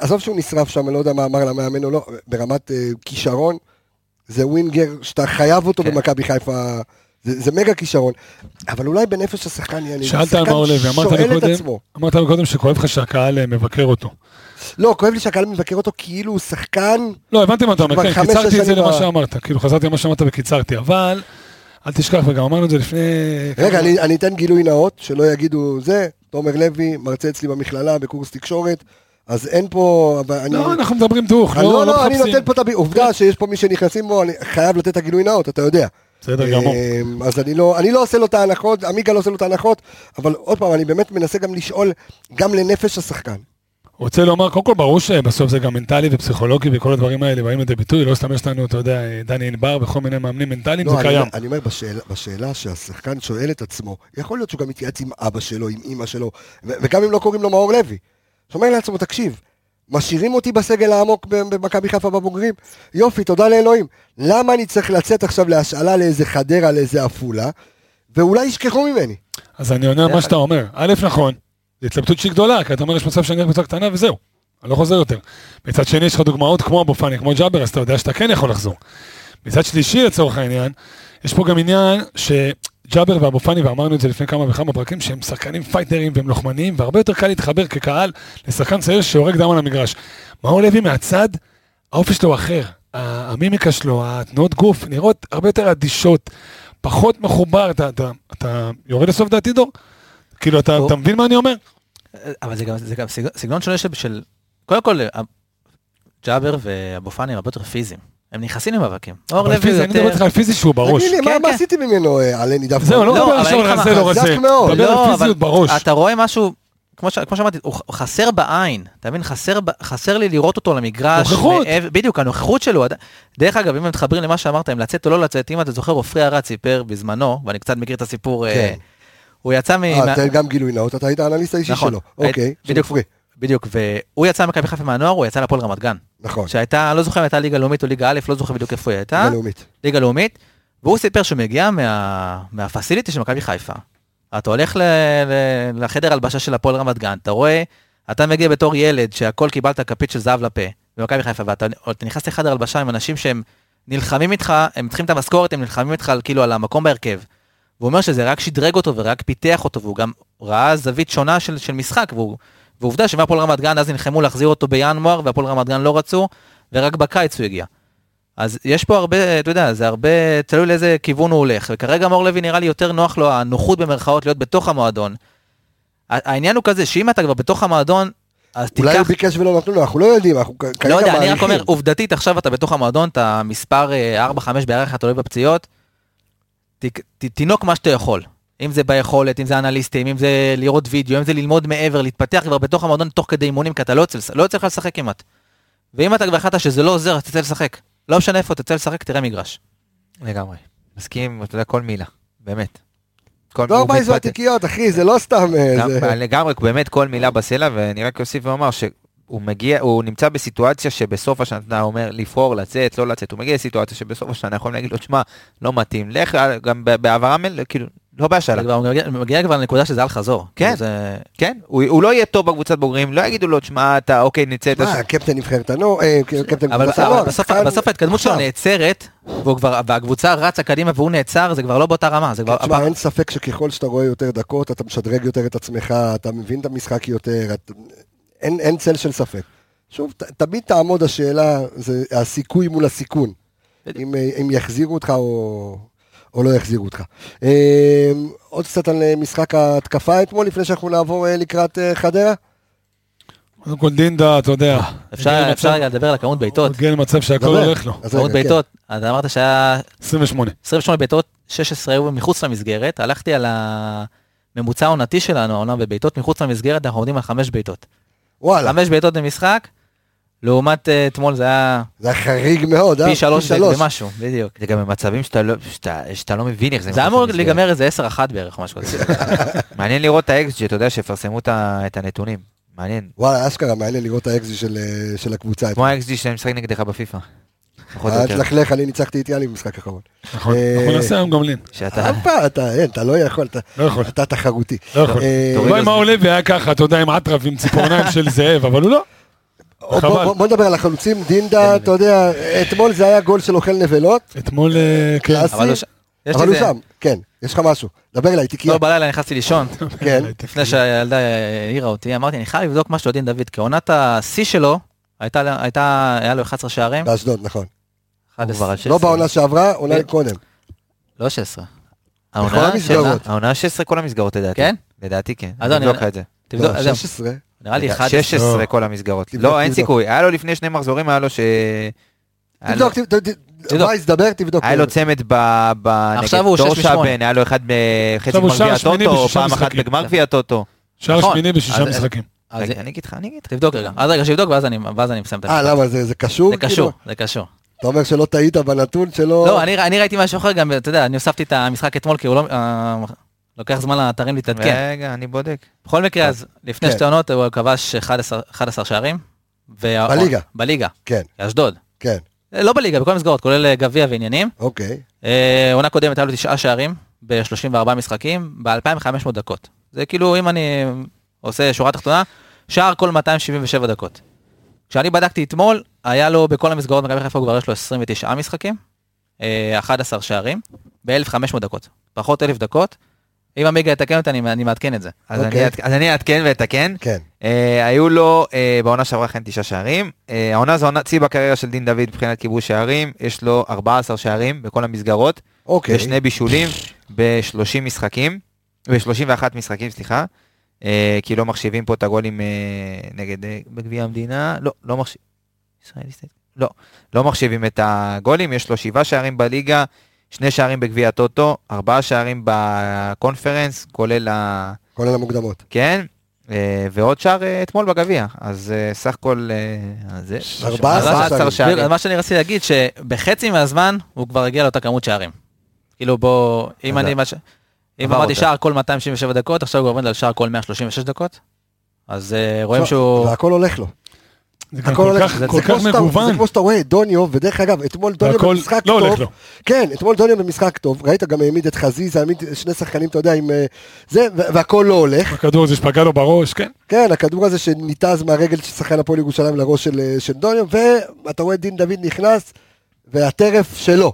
[SPEAKER 1] עזוב שהוא נשרף שם, אני לא יודע מה אמר למאמן או לא, ברמת אה, כישרון, זה ווינגר שאתה חייב אותו
[SPEAKER 6] כן.
[SPEAKER 1] במכבי חיפה, זה זה מגה כישרון. אבל אולי בנפש השחקן יהיה,
[SPEAKER 5] שאלת על מאור לוי, אמרת
[SPEAKER 1] שואל את
[SPEAKER 5] מקודם-
[SPEAKER 1] עצמו.
[SPEAKER 5] אמרת קודם שכואב לך שהקהל אה, מבקר אותו.
[SPEAKER 1] לא, כואב לי שהקהל מבקר אותו כאילו הוא שחקן,
[SPEAKER 5] לא, הבנתי מה אתה אומר,
[SPEAKER 1] כבר
[SPEAKER 5] כן,
[SPEAKER 1] חמש,
[SPEAKER 5] קיצרתי
[SPEAKER 1] שש
[SPEAKER 5] את זה
[SPEAKER 1] שנים
[SPEAKER 5] למה
[SPEAKER 1] ב-
[SPEAKER 5] שאמרת, כאילו חזרתי למה שאמרת וקיצרתי, אבל אל תשכח, וגם אמרנו את זה לפני...
[SPEAKER 1] רגע,
[SPEAKER 5] כמה-
[SPEAKER 1] אני, אני אתן גילוי נאות, שלא יגידו זה, תומר לוי, מרצה אצלי במכללה בקורס תקשורת, אז אין פה, אבל אני...
[SPEAKER 5] לא, אנחנו מדברים דוך,
[SPEAKER 1] אני לא, לא, אני
[SPEAKER 5] מחפשים. כן.
[SPEAKER 1] נותן פה את הב... עובדה שיש פה מי שנכנסים בו, אני חייב לתת את הגילוי נאות, אתה יודע.
[SPEAKER 5] בסדר גמור.
[SPEAKER 1] אמ, אז אני לא, אני לא עושה לו את ההנחות, עמיגה לא עושה לו את ההנחות, אבל עוד פעם, אני באמת מנסה גם לשאול, גם לנפש השחקן.
[SPEAKER 5] רוצה לומר, קודם כל ברור שבסוף זה גם מנטלי ופסיכולוגי וכל הדברים האלה באים לידי ביטוי, לא סתם יש לנו, אתה יודע, דני ענבר וכל מיני מאמנים מנטליים,
[SPEAKER 1] לא,
[SPEAKER 5] זה
[SPEAKER 1] אני,
[SPEAKER 5] קיים.
[SPEAKER 1] אומר- אני אומר, בשאלה, בשאלה שהשחקן שואל את עצמו, יכול להיות שהוא גם מתייעץ עם אבא שלו, עם אימא שלו, ו- וגם אם לא קוראים לו מאור לוי. שאומר לעצמו, תקשיב, משאירים אותי בסגל העמוק ב- במכבי חיפה בבוגרים? יופי, תודה לאלוהים. למה אני צריך לצאת עכשיו להשאלה לאיזה חדרה, לאיזה עפולה, ואולי ישכחו ממני?
[SPEAKER 5] אז אני עונה על מה
[SPEAKER 6] דרך
[SPEAKER 5] שאתה אומר. א', נכון, זו התלבטות שהיא גדולה, כי אתה אומר, יש מצב שאני הולך בקבוצה קטנה וזהו, אני לא חוזר יותר. מצד שני, יש לך דוגמאות כמו אבו פאני, כמו ג'אבר, אז אתה יודע שאתה כן יכול לחזור. מצד שלישי, לצורך העניין, יש פה גם עניין שג'אבר ואבו פאני, ואמרנו את זה לפני כמה וכמה פרקים, שהם שחקנים פייטרים והם לוחמניים, והרבה יותר קל להתחבר כקהל לשחקן צעיר שהורג דם על המגרש. מאור לוי מהצד, האופי שלו אחר. ה- המימיקה שלו, התנועות גוף, נראות הרבה יותר אדישות, פחות מחובר. אתה, אתה, אתה יורד לסוף דעתי, דור? כאילו, אתה,
[SPEAKER 4] לא.
[SPEAKER 5] אתה מבין מה אני אומר?
[SPEAKER 4] אבל זה גם- זה גם סגנון שונה של- של... קודם כל, אה, ג'אבר ואבו פאני הם הרבה יותר פיזיים. הם נכנסים למאבקים. אור
[SPEAKER 5] אבל
[SPEAKER 4] לוי
[SPEAKER 5] פיזי, אני מדבר איתך
[SPEAKER 4] יותר...
[SPEAKER 5] על פיזי שהוא בראש.
[SPEAKER 1] תגיד לי, מה-
[SPEAKER 4] כן,
[SPEAKER 1] מה
[SPEAKER 4] כן.
[SPEAKER 1] עשיתי ממנו, אה, עלני דווקא?
[SPEAKER 5] זהו, לא
[SPEAKER 4] לא,
[SPEAKER 5] מדבר
[SPEAKER 4] אבל
[SPEAKER 5] עכשיו
[SPEAKER 4] אני
[SPEAKER 5] על
[SPEAKER 4] אגיד לך
[SPEAKER 5] רזה,
[SPEAKER 4] מה,
[SPEAKER 5] לא
[SPEAKER 1] חזק
[SPEAKER 5] רזה.
[SPEAKER 1] מאוד.
[SPEAKER 5] מדבר
[SPEAKER 4] לא,
[SPEAKER 5] על
[SPEAKER 4] אבל
[SPEAKER 5] פיזיות בראש.
[SPEAKER 4] אתה רואה משהו, כמו, ש... כמו שאמרתי, הוא ח- הוא חסר בעין, אתה מבין? חסר, ב- חסר לי לראות אותו על המגרש.
[SPEAKER 5] נוכחות.
[SPEAKER 4] מעבר- בדיוק, הנוכחות שלו. עד- דרך אגב, אם מתחברים למה שאמרת, אם לצאת או לא לצאת, אם אתה זוכר, עופרי ארד סיפר בזמנו, ואני קצת מכיר את הסיפור, אה, הוא יצא מ...
[SPEAKER 1] אה, תן גם גילוי נאות, אתה היית האנליסט האישי
[SPEAKER 4] נכון.
[SPEAKER 1] שלו. אוקיי,
[SPEAKER 4] היית-
[SPEAKER 1] של
[SPEAKER 4] בדיוק.
[SPEAKER 1] עופרי.
[SPEAKER 4] בדיוק, והוא יצא ממכבי חיפה מהנוער, הוא יצא לפועל רמת גן.
[SPEAKER 1] נכון,
[SPEAKER 4] שהייתה, אני לא זוכר אם הייתה ליגה לאומית או ליגה א', לא זוכר בדיוק איפה היא הייתה.
[SPEAKER 1] בלאומית.
[SPEAKER 4] ליגה לאומית, והוא סיפר שהוא מגיע מה, מהפסיליטי של מכבי חיפה. אתה הולך ל, ל, לחדר הלבשה של הפועל רמת גן, אתה רואה, אתה מגיע בתור ילד שהכל קיבלת כפית של זהב לפה, במכבי חיפה, ואתה אתה נכנס לחדר הלבשה עם אנשים שהם נלחמים איתך, הם צריכים את המשכורת, הם נלחמים איתך על- כאילו על המקום בהרכב. והוא אומר שזה רק שדרג אותו ורק פיתח אותו, והוא גם ראה זווית שונה של, של משחק, והוא, ועובדה שמהפועל רמת גן אז נלחמו להחזיר אותו בינואר, והפועל רמת גן לא רצו, ורק בקיץ הוא הגיע. אז יש פה הרבה, אתה יודע, זה הרבה, תלוי לאיזה כיוון הוא הולך. וכרגע מור לוי נראה לי יותר נוח לו הנוחות במרכאות להיות בתוך המועדון. ה- העניין הוא כזה, שאם אתה כבר בתוך המועדון, אז תיקח...
[SPEAKER 1] אולי הוא ביקש ולא נתנו לו, אנחנו לא יודעים, אנחנו כ- כרגע
[SPEAKER 4] לא
[SPEAKER 1] מעריכים.
[SPEAKER 4] יודע, אני רק אומר, עובדתית עכשיו אתה בתוך המועדון, אתה מספר אה, 4-5 בערך, אתה עולה בפציעות, ת- ת- תינוק מה שאתה יכול. אם זה ביכולת, אם זה אנליסטים, אם זה לראות וידאו, אם זה ללמוד מעבר, להתפתח כבר בתוך המועדון תוך כדי אימונים, כי אתה לא יוצא לש- לא יוצא לך לשחק כמעט. ואם אתה כבר החלטת שזה לא עוזר, אז תצא לשחק. לא משנה איפה, תצא לשחק, תראה מגרש.
[SPEAKER 6] לגמרי. מסכים, אתה יודע, כל מילה, באמת. כל-
[SPEAKER 1] לא
[SPEAKER 6] הוא
[SPEAKER 1] ארבע
[SPEAKER 6] מתפתח.
[SPEAKER 1] עזרתיקיות, אחי, זה לא סתם
[SPEAKER 6] גם-
[SPEAKER 1] איזה...
[SPEAKER 6] לגמרי, באמת כל מילה בסלע, ואני רק אוסיף ואומר שהוא מגיע, הוא נמצא בסיטואציה שבסוף השנה אתה אומר לבחור, לצאת, לא לצאת, הוא מגיע לסיטואציה שבסוף השנה יכולים להגיד לו, שמע, לא מתאים, לך אה, גם ב- בהעברה, מל- כאילו, לא
[SPEAKER 4] זה
[SPEAKER 6] בהשאלה.
[SPEAKER 4] כבר מגיע- מגיע כבר לנקודה שזה אל חזור.
[SPEAKER 6] כן.
[SPEAKER 4] זה-
[SPEAKER 6] כן, הוא הוא לא יהיה טוב בקבוצת בוגרים, לא יגידו לו, שמע, אתה, אוקיי, נצא לא, את
[SPEAKER 1] מה,
[SPEAKER 6] השנה.
[SPEAKER 1] קפטן נבחרת הנוער, אה, קפטן
[SPEAKER 4] אבל
[SPEAKER 1] קבוצת
[SPEAKER 4] אבל
[SPEAKER 1] הנוער.
[SPEAKER 4] בסוף-
[SPEAKER 1] שחקן-
[SPEAKER 4] בסוף ההתקדמות שלו
[SPEAKER 1] עכשיו.
[SPEAKER 4] נעצרת, והוא כבר- והקבוצה רצה קדימה והוא נעצר, זה כבר לא באותה רמה, זה כבר...
[SPEAKER 6] כן,
[SPEAKER 1] תשמע, אין ספק שככל שאתה רואה יותר דקות, אתה משדרג יותר את עצמך, אתה מבין את המשחק יותר, את- אין אין צל של ספק. שוב, ת- תמיד תעמוד השאלה, זה הסיכוי מול הסיכון. אם אה, אם יחזירו אותך או... או לא יחזירו אותך. אה, עוד קצת על אה, משחק ההתקפה אתמול, לפני שאנחנו נעבור אה, לקראת אה, חדרה.
[SPEAKER 5] קודם כל דינדה, אתה יודע.
[SPEAKER 4] אפשר
[SPEAKER 5] הגיע
[SPEAKER 4] אפשר
[SPEAKER 5] למצב-
[SPEAKER 4] רגע לדבר על הכמות בעיטות.
[SPEAKER 5] הגיע למצב שהכל
[SPEAKER 1] דבר.
[SPEAKER 5] הולך לו.
[SPEAKER 1] אז רגע,
[SPEAKER 4] כמות
[SPEAKER 1] כן.
[SPEAKER 4] בעיטות, אתה אמרת שהיה
[SPEAKER 5] 28.
[SPEAKER 4] 28 בעיטות, 16 היו מחוץ למסגרת, הלכתי על הממוצע העונתי שלנו, העונה בבעיטות מחוץ למסגרת, אנחנו עומדים על 5 בעיטות.
[SPEAKER 1] וואלה,
[SPEAKER 4] 5 בעיטות במשחק, לעומת אה, אתמול זה היה
[SPEAKER 1] זה היה חריג מאוד, אה?
[SPEAKER 4] פי 3 ומשהו, בדיוק.
[SPEAKER 6] זה גם במצבים שאתה לא- שאתה- שאתה לא מבין איך זה.
[SPEAKER 4] זה
[SPEAKER 6] נכנס
[SPEAKER 4] אמור
[SPEAKER 6] למסגרת.
[SPEAKER 4] להיגמר איזה 10-1 בערך, משהו כזה.
[SPEAKER 6] מעניין לראות את האקס אתה יודע, שיפרסמו את ה- את הנתונים. מעניין.
[SPEAKER 1] וואלה, אשכרה, מעניין לראות את האקזי של, אה, של הקבוצה.
[SPEAKER 6] כמו האקס שאתה משחק נגדך בפיפא. פחות או
[SPEAKER 1] אל
[SPEAKER 6] יותר.
[SPEAKER 1] תלכלך, אני ניצחתי את יאלי במשחק האחרון.
[SPEAKER 5] נכון.
[SPEAKER 1] אה,
[SPEAKER 5] אנחנו נעשה היום גם לין.
[SPEAKER 6] שאתה...
[SPEAKER 4] אה,
[SPEAKER 1] אתה, אתה, אין, אתה לא יכול, אתה-
[SPEAKER 5] לא יכול.
[SPEAKER 1] אתה תחרותי.
[SPEAKER 5] לא יכול.
[SPEAKER 1] אה,
[SPEAKER 6] תוריד
[SPEAKER 5] אולי
[SPEAKER 6] אז-
[SPEAKER 5] מאור לוי היה ככה, אתה יודע, עם אטרף ועם ציפורניים של זאב, אבל הוא לא.
[SPEAKER 1] בוא-
[SPEAKER 5] חבל.
[SPEAKER 1] בוא- בוא נדבר על החלוצים, דינדה, אתה יודע, אתמול זה היה גול של אוכל נבלות,
[SPEAKER 5] אתמול, אה, כן.
[SPEAKER 1] קלאסי,
[SPEAKER 4] אבל הוא ש- יש
[SPEAKER 1] אבל
[SPEAKER 4] לי
[SPEAKER 1] הוא
[SPEAKER 4] זה-
[SPEAKER 1] שם, כן, יש לך משהו, דבר אליי, תיקייה,
[SPEAKER 4] לא, בלילה נכנסתי לישון,
[SPEAKER 1] כן,
[SPEAKER 4] לפני שהילדה אה, העירה אותי, אמרתי, אני חייב לבדוק משהו על דין דוד, כי עונת השיא שלו, הייתה- הייתה- היה לו 11 שערים,
[SPEAKER 1] באשדוד, נכון,
[SPEAKER 4] 11,
[SPEAKER 1] לא בעונה שעברה, עונה
[SPEAKER 4] כן.
[SPEAKER 1] קודם,
[SPEAKER 4] לא 16.
[SPEAKER 1] בכל
[SPEAKER 4] העונה שלה,
[SPEAKER 1] המסגרות,
[SPEAKER 6] העונה 16 כל המסגרות לדעתי.
[SPEAKER 4] כן?
[SPEAKER 6] לדעתי כן.
[SPEAKER 4] אז אני-
[SPEAKER 6] נבדוק לך את זה.
[SPEAKER 4] תבדוק, אה,
[SPEAKER 1] לא,
[SPEAKER 4] אז זהו,
[SPEAKER 1] 16,
[SPEAKER 4] נראה לי 11.
[SPEAKER 6] 16 כל המסגרות.
[SPEAKER 1] תבדוק,
[SPEAKER 6] לא, אין
[SPEAKER 1] תבדוק.
[SPEAKER 6] סיכוי. היה לו לפני שני מחזורים, היה לו ש... היה לו-
[SPEAKER 1] תבדוק, תבדוק,
[SPEAKER 4] לא. תבדוק. אה, לא
[SPEAKER 1] וייס, דבר, תבדוק, אה,
[SPEAKER 6] היה לו צמד ב... ב-
[SPEAKER 4] עכשיו
[SPEAKER 6] נגד
[SPEAKER 4] הוא שש
[SPEAKER 6] דור
[SPEAKER 4] משמונה.
[SPEAKER 6] שבן, היה לו אחד בחצי
[SPEAKER 5] עכשיו הוא
[SPEAKER 6] גמר גביע
[SPEAKER 5] שער שמיני
[SPEAKER 6] הטוטו,
[SPEAKER 5] בשישה
[SPEAKER 6] פעם אחת
[SPEAKER 5] משחקים.
[SPEAKER 6] בגמר גביע הטוטו.
[SPEAKER 5] שער
[SPEAKER 4] נכון.
[SPEAKER 5] שמיני בשישה
[SPEAKER 4] אז-
[SPEAKER 5] משחקים.
[SPEAKER 4] אז אה,
[SPEAKER 6] רגע, אני אגיד לך, אני אגיד לך.
[SPEAKER 4] תבדוק רגע. אז רגע, שיבדוק ואז אני ואז אני מסיים את
[SPEAKER 1] אה,
[SPEAKER 4] המשחק.
[SPEAKER 1] למה, זה זה קשור?
[SPEAKER 4] זה
[SPEAKER 1] כאילו?
[SPEAKER 4] קשור, זה קשור.
[SPEAKER 1] אתה אומר שלא טעית בנתון שלא...
[SPEAKER 4] לא, אני אני ראיתי משהו אחר גם, אתה יודע, אני הוספתי את המשחק אתמול, כי הוא לא... אה, לוקח זמן לאתרים להתעדכן.
[SPEAKER 6] רגע, אני בודק.
[SPEAKER 4] בכל מקרה, אז לפני
[SPEAKER 1] כן.
[SPEAKER 4] שתי עונות הוא כבש 11 11 שערים. וה-
[SPEAKER 1] בליגה.
[SPEAKER 4] בליגה,
[SPEAKER 1] כן,
[SPEAKER 4] אשדוד.
[SPEAKER 1] כן,
[SPEAKER 4] לא בליגה, בכל המסגרות, כולל אה, גביע ועניינים.
[SPEAKER 1] אוקיי,
[SPEAKER 4] אה, עונה קודמת היה לו תשעה שערים ב-34 משחקים, ב-2500 דקות. זה כאילו, אם אני עושה שורה תחתונה, שער כל 277 דקות. כשאני בדקתי אתמול, היה לו בכל המסגרות מכבי חיפה כבר יש לו 29 משחקים, אה, 11 שערים, ב-1500 דקות. פחות 1,000 דקות. אם עמיגה יתקן אותי, אני, אני מעדכן את זה.
[SPEAKER 6] אז אני
[SPEAKER 1] אוקיי.
[SPEAKER 6] אעד- אז אני אעדכן ואתקן.
[SPEAKER 1] כן,
[SPEAKER 6] אה, היו לו אה, בעונה שעברה כן תשעה שערים. אה, העונה זו עונת שיא בקריירה של דין דוד מבחינת כיבוש שערים. יש לו 14 שערים בכל המסגרות,
[SPEAKER 1] אוקיי,
[SPEAKER 6] ושני בישולים ב-30 משחקים, ב-31 משחקים, סליחה. אה, כי לא מחשיבים פה את הגולים אה, נגד אה, בגביע המדינה. לא, לא מחשיבים. לא, לא מחשיבים את הגולים, יש לו שבעה שערים בליגה, שני שערים בגביע הטוטו, ארבעה שערים בקונפרנס, כולל ה...
[SPEAKER 1] כולל המוקדמות.
[SPEAKER 6] כן, אה, ועוד שער אה, אתמול בגביע, אז אה, סך הכל... אה, זה...
[SPEAKER 1] ארבעה עשר
[SPEAKER 6] 14
[SPEAKER 4] בדיוק, אז
[SPEAKER 6] שערים.
[SPEAKER 4] מה שאני רציתי להגיד, שבחצי מהזמן הוא כבר הגיע לאותה כמות שערים. כאילו בוא, אם
[SPEAKER 6] אז
[SPEAKER 4] אני...
[SPEAKER 6] זה-
[SPEAKER 4] מה ש- אם
[SPEAKER 6] עבר
[SPEAKER 4] אמרתי
[SPEAKER 6] אותה.
[SPEAKER 4] שער כל 277 דקות, עכשיו הוא עובד על שער כל 136 דקות, אז אה, רואים שהוא...
[SPEAKER 1] והכל הולך לו.
[SPEAKER 5] זה גם
[SPEAKER 1] הכל
[SPEAKER 5] כל
[SPEAKER 1] הולך-
[SPEAKER 5] כך-
[SPEAKER 1] זה כמו
[SPEAKER 5] כל כך
[SPEAKER 1] שאתה- זה
[SPEAKER 5] מגוון.
[SPEAKER 1] כמו שאתה רואה את דוניו, ודרך אגב, אתמול דוניו
[SPEAKER 5] והכל
[SPEAKER 1] במשחק
[SPEAKER 5] לא
[SPEAKER 1] טוב.
[SPEAKER 5] הולך לו.
[SPEAKER 1] כן, אתמול דוניו במשחק טוב, ראית גם העמיד את חזיזה, העמיד שני שחקנים, אתה יודע, עם אה, זה, וה- והכל לא הולך.
[SPEAKER 5] הכדור הזה שפגע לו בראש, כן.
[SPEAKER 1] כן, הכדור הזה שניתז מהרגל של שחקן הפועל ירושלים לראש של, אה, של דוניו, ואתה רואה את דין דוד נכנס, והטרף שלו.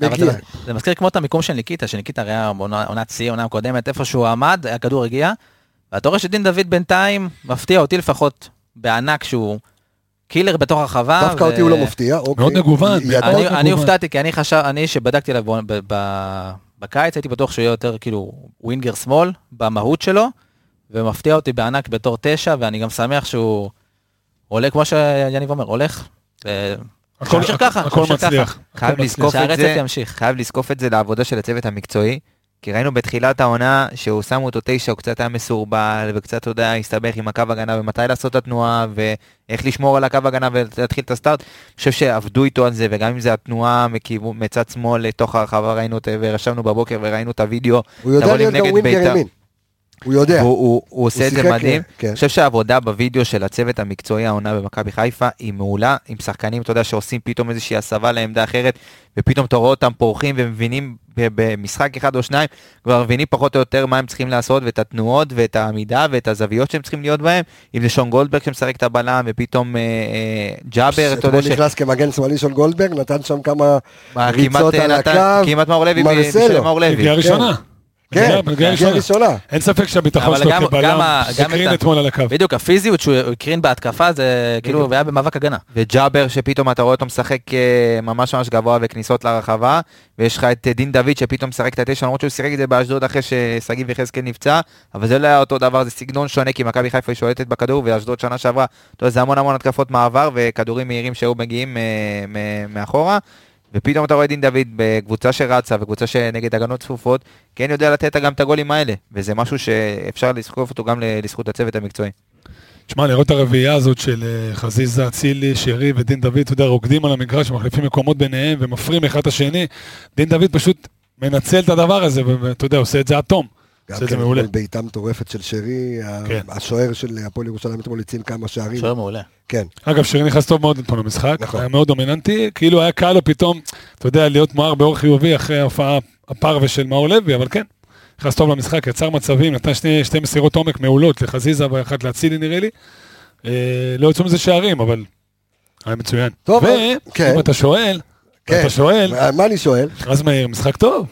[SPEAKER 4] אבל
[SPEAKER 1] מגיע.
[SPEAKER 4] זה- זה מזכיר כמו את המיקום של ניקיטה, שניקיטה הרי היה בעונה- עונת שיא, עונה קודמת, איפה שהוא עמד, הכדור הגיע, ואתה רואה שדין דוד בינתיים מפתיע אותי לפחות בענק שהוא קילר בתוך הרחבה.
[SPEAKER 1] דווקא
[SPEAKER 4] אה, ו-
[SPEAKER 1] אותי הוא לא מפתיע. לא אוקיי.
[SPEAKER 5] מגוון,
[SPEAKER 1] ידע-
[SPEAKER 5] מאוד
[SPEAKER 4] אני- אני
[SPEAKER 5] מגוון.
[SPEAKER 4] הופתעתי, כי אני חשב, אני שבדקתי עליו ב- ב- ב- בקיץ, הייתי בטוח שהוא יהיה יותר כאילו ווינגר שמאל במהות שלו, ומפתיע אותי בענק בתור תשע, ואני גם שמח שהוא עולה, כמו שיניב אומר, הולך. ו-
[SPEAKER 5] הכל-
[SPEAKER 4] שימשיך ככה,
[SPEAKER 5] הכל
[SPEAKER 4] שימשיך
[SPEAKER 5] מצליח.
[SPEAKER 6] חייב
[SPEAKER 5] הכל
[SPEAKER 6] לזקוף את
[SPEAKER 4] שהרצף
[SPEAKER 6] זה,
[SPEAKER 4] ימשיך.
[SPEAKER 6] חייב לזקוף את זה לעבודה של הצוות המקצועי, כי ראינו בתחילת העונה שהוא שמו אותו תשע, הוא קצת היה מסורבל, וקצת, אתה יודע, הסתבך עם הקו הגנה, ומתי לעשות את התנועה, ואיך לשמור על הקו הגנה ולהתחיל את הסטארט. אני חושב שעבדו איתו על זה, וגם אם זה התנועה מכיוון- מצד שמאל לתוך הרחבה, ראינו את, וישבנו בבוקר וראינו את הוידאו,
[SPEAKER 1] הוא יודע
[SPEAKER 6] אבל אם
[SPEAKER 1] להיות גם
[SPEAKER 6] נגד
[SPEAKER 1] ווינגר
[SPEAKER 6] בית"ר-
[SPEAKER 1] ימין. הוא יודע.
[SPEAKER 6] הוא, הוא, הוא עושה את זה
[SPEAKER 1] שיחק,
[SPEAKER 6] מדהים.
[SPEAKER 1] כן.
[SPEAKER 6] אני חושב שהעבודה בווידאו של הצוות המקצועי העונה במכבי חיפה היא מעולה, עם שחקנים, אתה יודע, שעושים פתאום איזושהי הסבה לעמדה אחרת, ופתאום אתה רואה אותם פורחים ומבינים ב- במשחק אחד או שניים, כבר מבינים פחות או יותר מה הם צריכים לעשות, ואת התנועות, ואת העמידה, ואת הזוויות שהם צריכים להיות בהם. אם זה שון גולדברג שמשחק את הבלם, ופתאום אה, אה, ג'אבר, אתה יודע,
[SPEAKER 1] אתמול נכנס כמגן שמאלי של גולדברג, נתן שם כמה
[SPEAKER 6] מה,
[SPEAKER 1] ריצות
[SPEAKER 6] אה,
[SPEAKER 1] על
[SPEAKER 6] נתן-
[SPEAKER 1] הקו.
[SPEAKER 6] כמעט אה, מאור לוי,
[SPEAKER 1] מרסלו.
[SPEAKER 6] בשביל מאור לוי.
[SPEAKER 5] הגיעה ראשונה.
[SPEAKER 1] כן,
[SPEAKER 5] הגיעה
[SPEAKER 1] הגיעה
[SPEAKER 5] ראשונה.
[SPEAKER 1] ראשונה.
[SPEAKER 5] אין ספק שהביטחון
[SPEAKER 4] אבל
[SPEAKER 5] שלו
[SPEAKER 4] גם- גם
[SPEAKER 5] כבלם
[SPEAKER 4] ה- גם
[SPEAKER 5] הקרין
[SPEAKER 4] את ה-
[SPEAKER 5] אתמול על הקו.
[SPEAKER 4] בדיוק, הפיזיות שהוא הקרין בהתקפה, זה כאילו, והיה במאבק הגנה.
[SPEAKER 6] וג'אבר שפתאום אתה רואה אותו משחק אה, ממש ממש גבוה וכניסות לרחבה, ויש לך את אה, דין דוד שפתאום משחק את התשע, למרות שהוא שיחק את זה באשדוד אחרי ששגיב יחזקאל נפצע, אבל זה לא היה אותו דבר, זה סגנון שונה, כי מכבי חיפה היא שולטת בכדור, ואשדוד שנה שעברה, אתה יודע, זה המון המון התקפות מעבר וכדורים מהירים שהיו מגיעים אה, מ- מאחורה. ופתאום אתה רואה את דין דוד בקבוצה שרצה וקבוצה שנגד הגנות צפופות, כן יודע לתת גם את הגולים האלה, וזה משהו שאפשר לזקוף אותו גם ל- לזכות הצוות המקצועי.
[SPEAKER 5] תשמע, לראות את הרביעייה הזאת של אה, חזיזה, אצילי, שרי ודין דוד, אתה יודע, רוקדים על המגרש, מחליפים מקומות ביניהם ומפרים אחד את השני. דין דוד פשוט מנצל את הדבר הזה, ו- ואתה יודע, עושה את זה עד תום.
[SPEAKER 1] גם
[SPEAKER 5] עושה את זה
[SPEAKER 1] כן,
[SPEAKER 5] מעולה.
[SPEAKER 1] אתמול בעיטה מטורפת של שרי, ה-
[SPEAKER 5] כן.
[SPEAKER 1] השוער של הפועל ירושלים אתמול הציל כמה שערים.
[SPEAKER 4] שוער מעולה.
[SPEAKER 1] כן,
[SPEAKER 5] אגב, שרי נכנס טוב מאוד אתמול למשחק,
[SPEAKER 1] נכון.
[SPEAKER 5] היה מאוד דומיננטי, כאילו היה קל לו פתאום, אתה יודע, להיות מואר באור חיובי אחרי ההופעה הפרווה של מאור לוי, אבל כן, נכנס טוב למשחק, יצר מצבים, נתן שני, שתי מסירות עומק מעולות לחזיזה ואחת לאצילי נראה לי. אה, לא יצאו מזה שערים, אבל היה מצוין.
[SPEAKER 1] טוב,
[SPEAKER 5] ואם
[SPEAKER 1] כן.
[SPEAKER 5] אתה שואל,
[SPEAKER 1] כן.
[SPEAKER 5] אתה שואל,
[SPEAKER 1] מה- מה אני שואל?
[SPEAKER 5] רז מאיר, משחק טוב.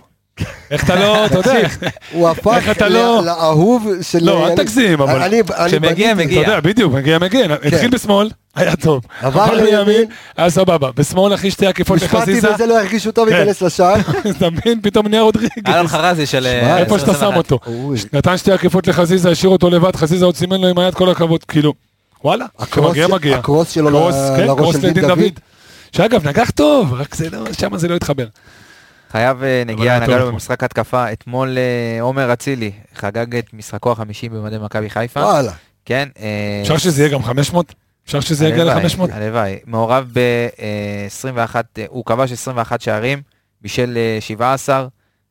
[SPEAKER 5] איך אתה לא, אתה יודע,
[SPEAKER 1] הוא הפך
[SPEAKER 5] איך אתה
[SPEAKER 1] ל-
[SPEAKER 5] לא-
[SPEAKER 1] לאהוב של...
[SPEAKER 5] לא, אל
[SPEAKER 1] אני-
[SPEAKER 5] תגזים, אבל-
[SPEAKER 1] אני- אני
[SPEAKER 4] כשמגיע,
[SPEAKER 1] בניתי-
[SPEAKER 5] אתה
[SPEAKER 4] מגיע.
[SPEAKER 5] יודע, בדיוק, מגיע מגן, התחיל בשמאל, היה טוב,
[SPEAKER 1] כן. עבר לימין.
[SPEAKER 5] היה סבבה, בשמאל אחי שתי עקיפות
[SPEAKER 1] משפטי
[SPEAKER 5] לחזיזה,
[SPEAKER 1] וזה לא ירגישו טוב,
[SPEAKER 5] כן.
[SPEAKER 1] ייכנס לשער.
[SPEAKER 5] אתה מבין? פתאום נהיה רודריגז.
[SPEAKER 1] לא,
[SPEAKER 4] אלון חרזי של... אה,
[SPEAKER 5] איפה שאתה שם
[SPEAKER 4] 2021.
[SPEAKER 5] אותו.
[SPEAKER 1] אוי,
[SPEAKER 5] נתן שתי עקיפות לחזיזה, השאיר אותו לבד, חזיזה עוד סימן לו עם היד כל הכבוד, כאילו, וואלה,
[SPEAKER 1] הקרוס-
[SPEAKER 5] כשמגיע מגיע.
[SPEAKER 1] הקרוס שלו
[SPEAKER 5] קרוס,
[SPEAKER 1] ל-
[SPEAKER 5] כן,
[SPEAKER 1] לראש
[SPEAKER 5] קרוס
[SPEAKER 1] של דין דוד.
[SPEAKER 5] שאגב, נגח טוב, רק זה לא, שם זה לא התחבר.
[SPEAKER 1] כן.
[SPEAKER 6] חייב אה,
[SPEAKER 5] היה
[SPEAKER 6] נגיעה,
[SPEAKER 5] טוב
[SPEAKER 6] נגענו
[SPEAKER 5] אתמול.
[SPEAKER 6] במשחק התקפה. אתמול אה, עומר אצילי חגג את משחקו החמישי במדי מכבי חיפה.
[SPEAKER 1] וואלה.
[SPEAKER 6] כן. אה,
[SPEAKER 5] אפשר שזה יהיה גם 500? אפשר שזה יגיע
[SPEAKER 6] הלוואי,
[SPEAKER 5] ל-500?
[SPEAKER 6] הלוואי. מעורב אה, ב-21, הוא כבש 21 שערים, בישל אה, 17,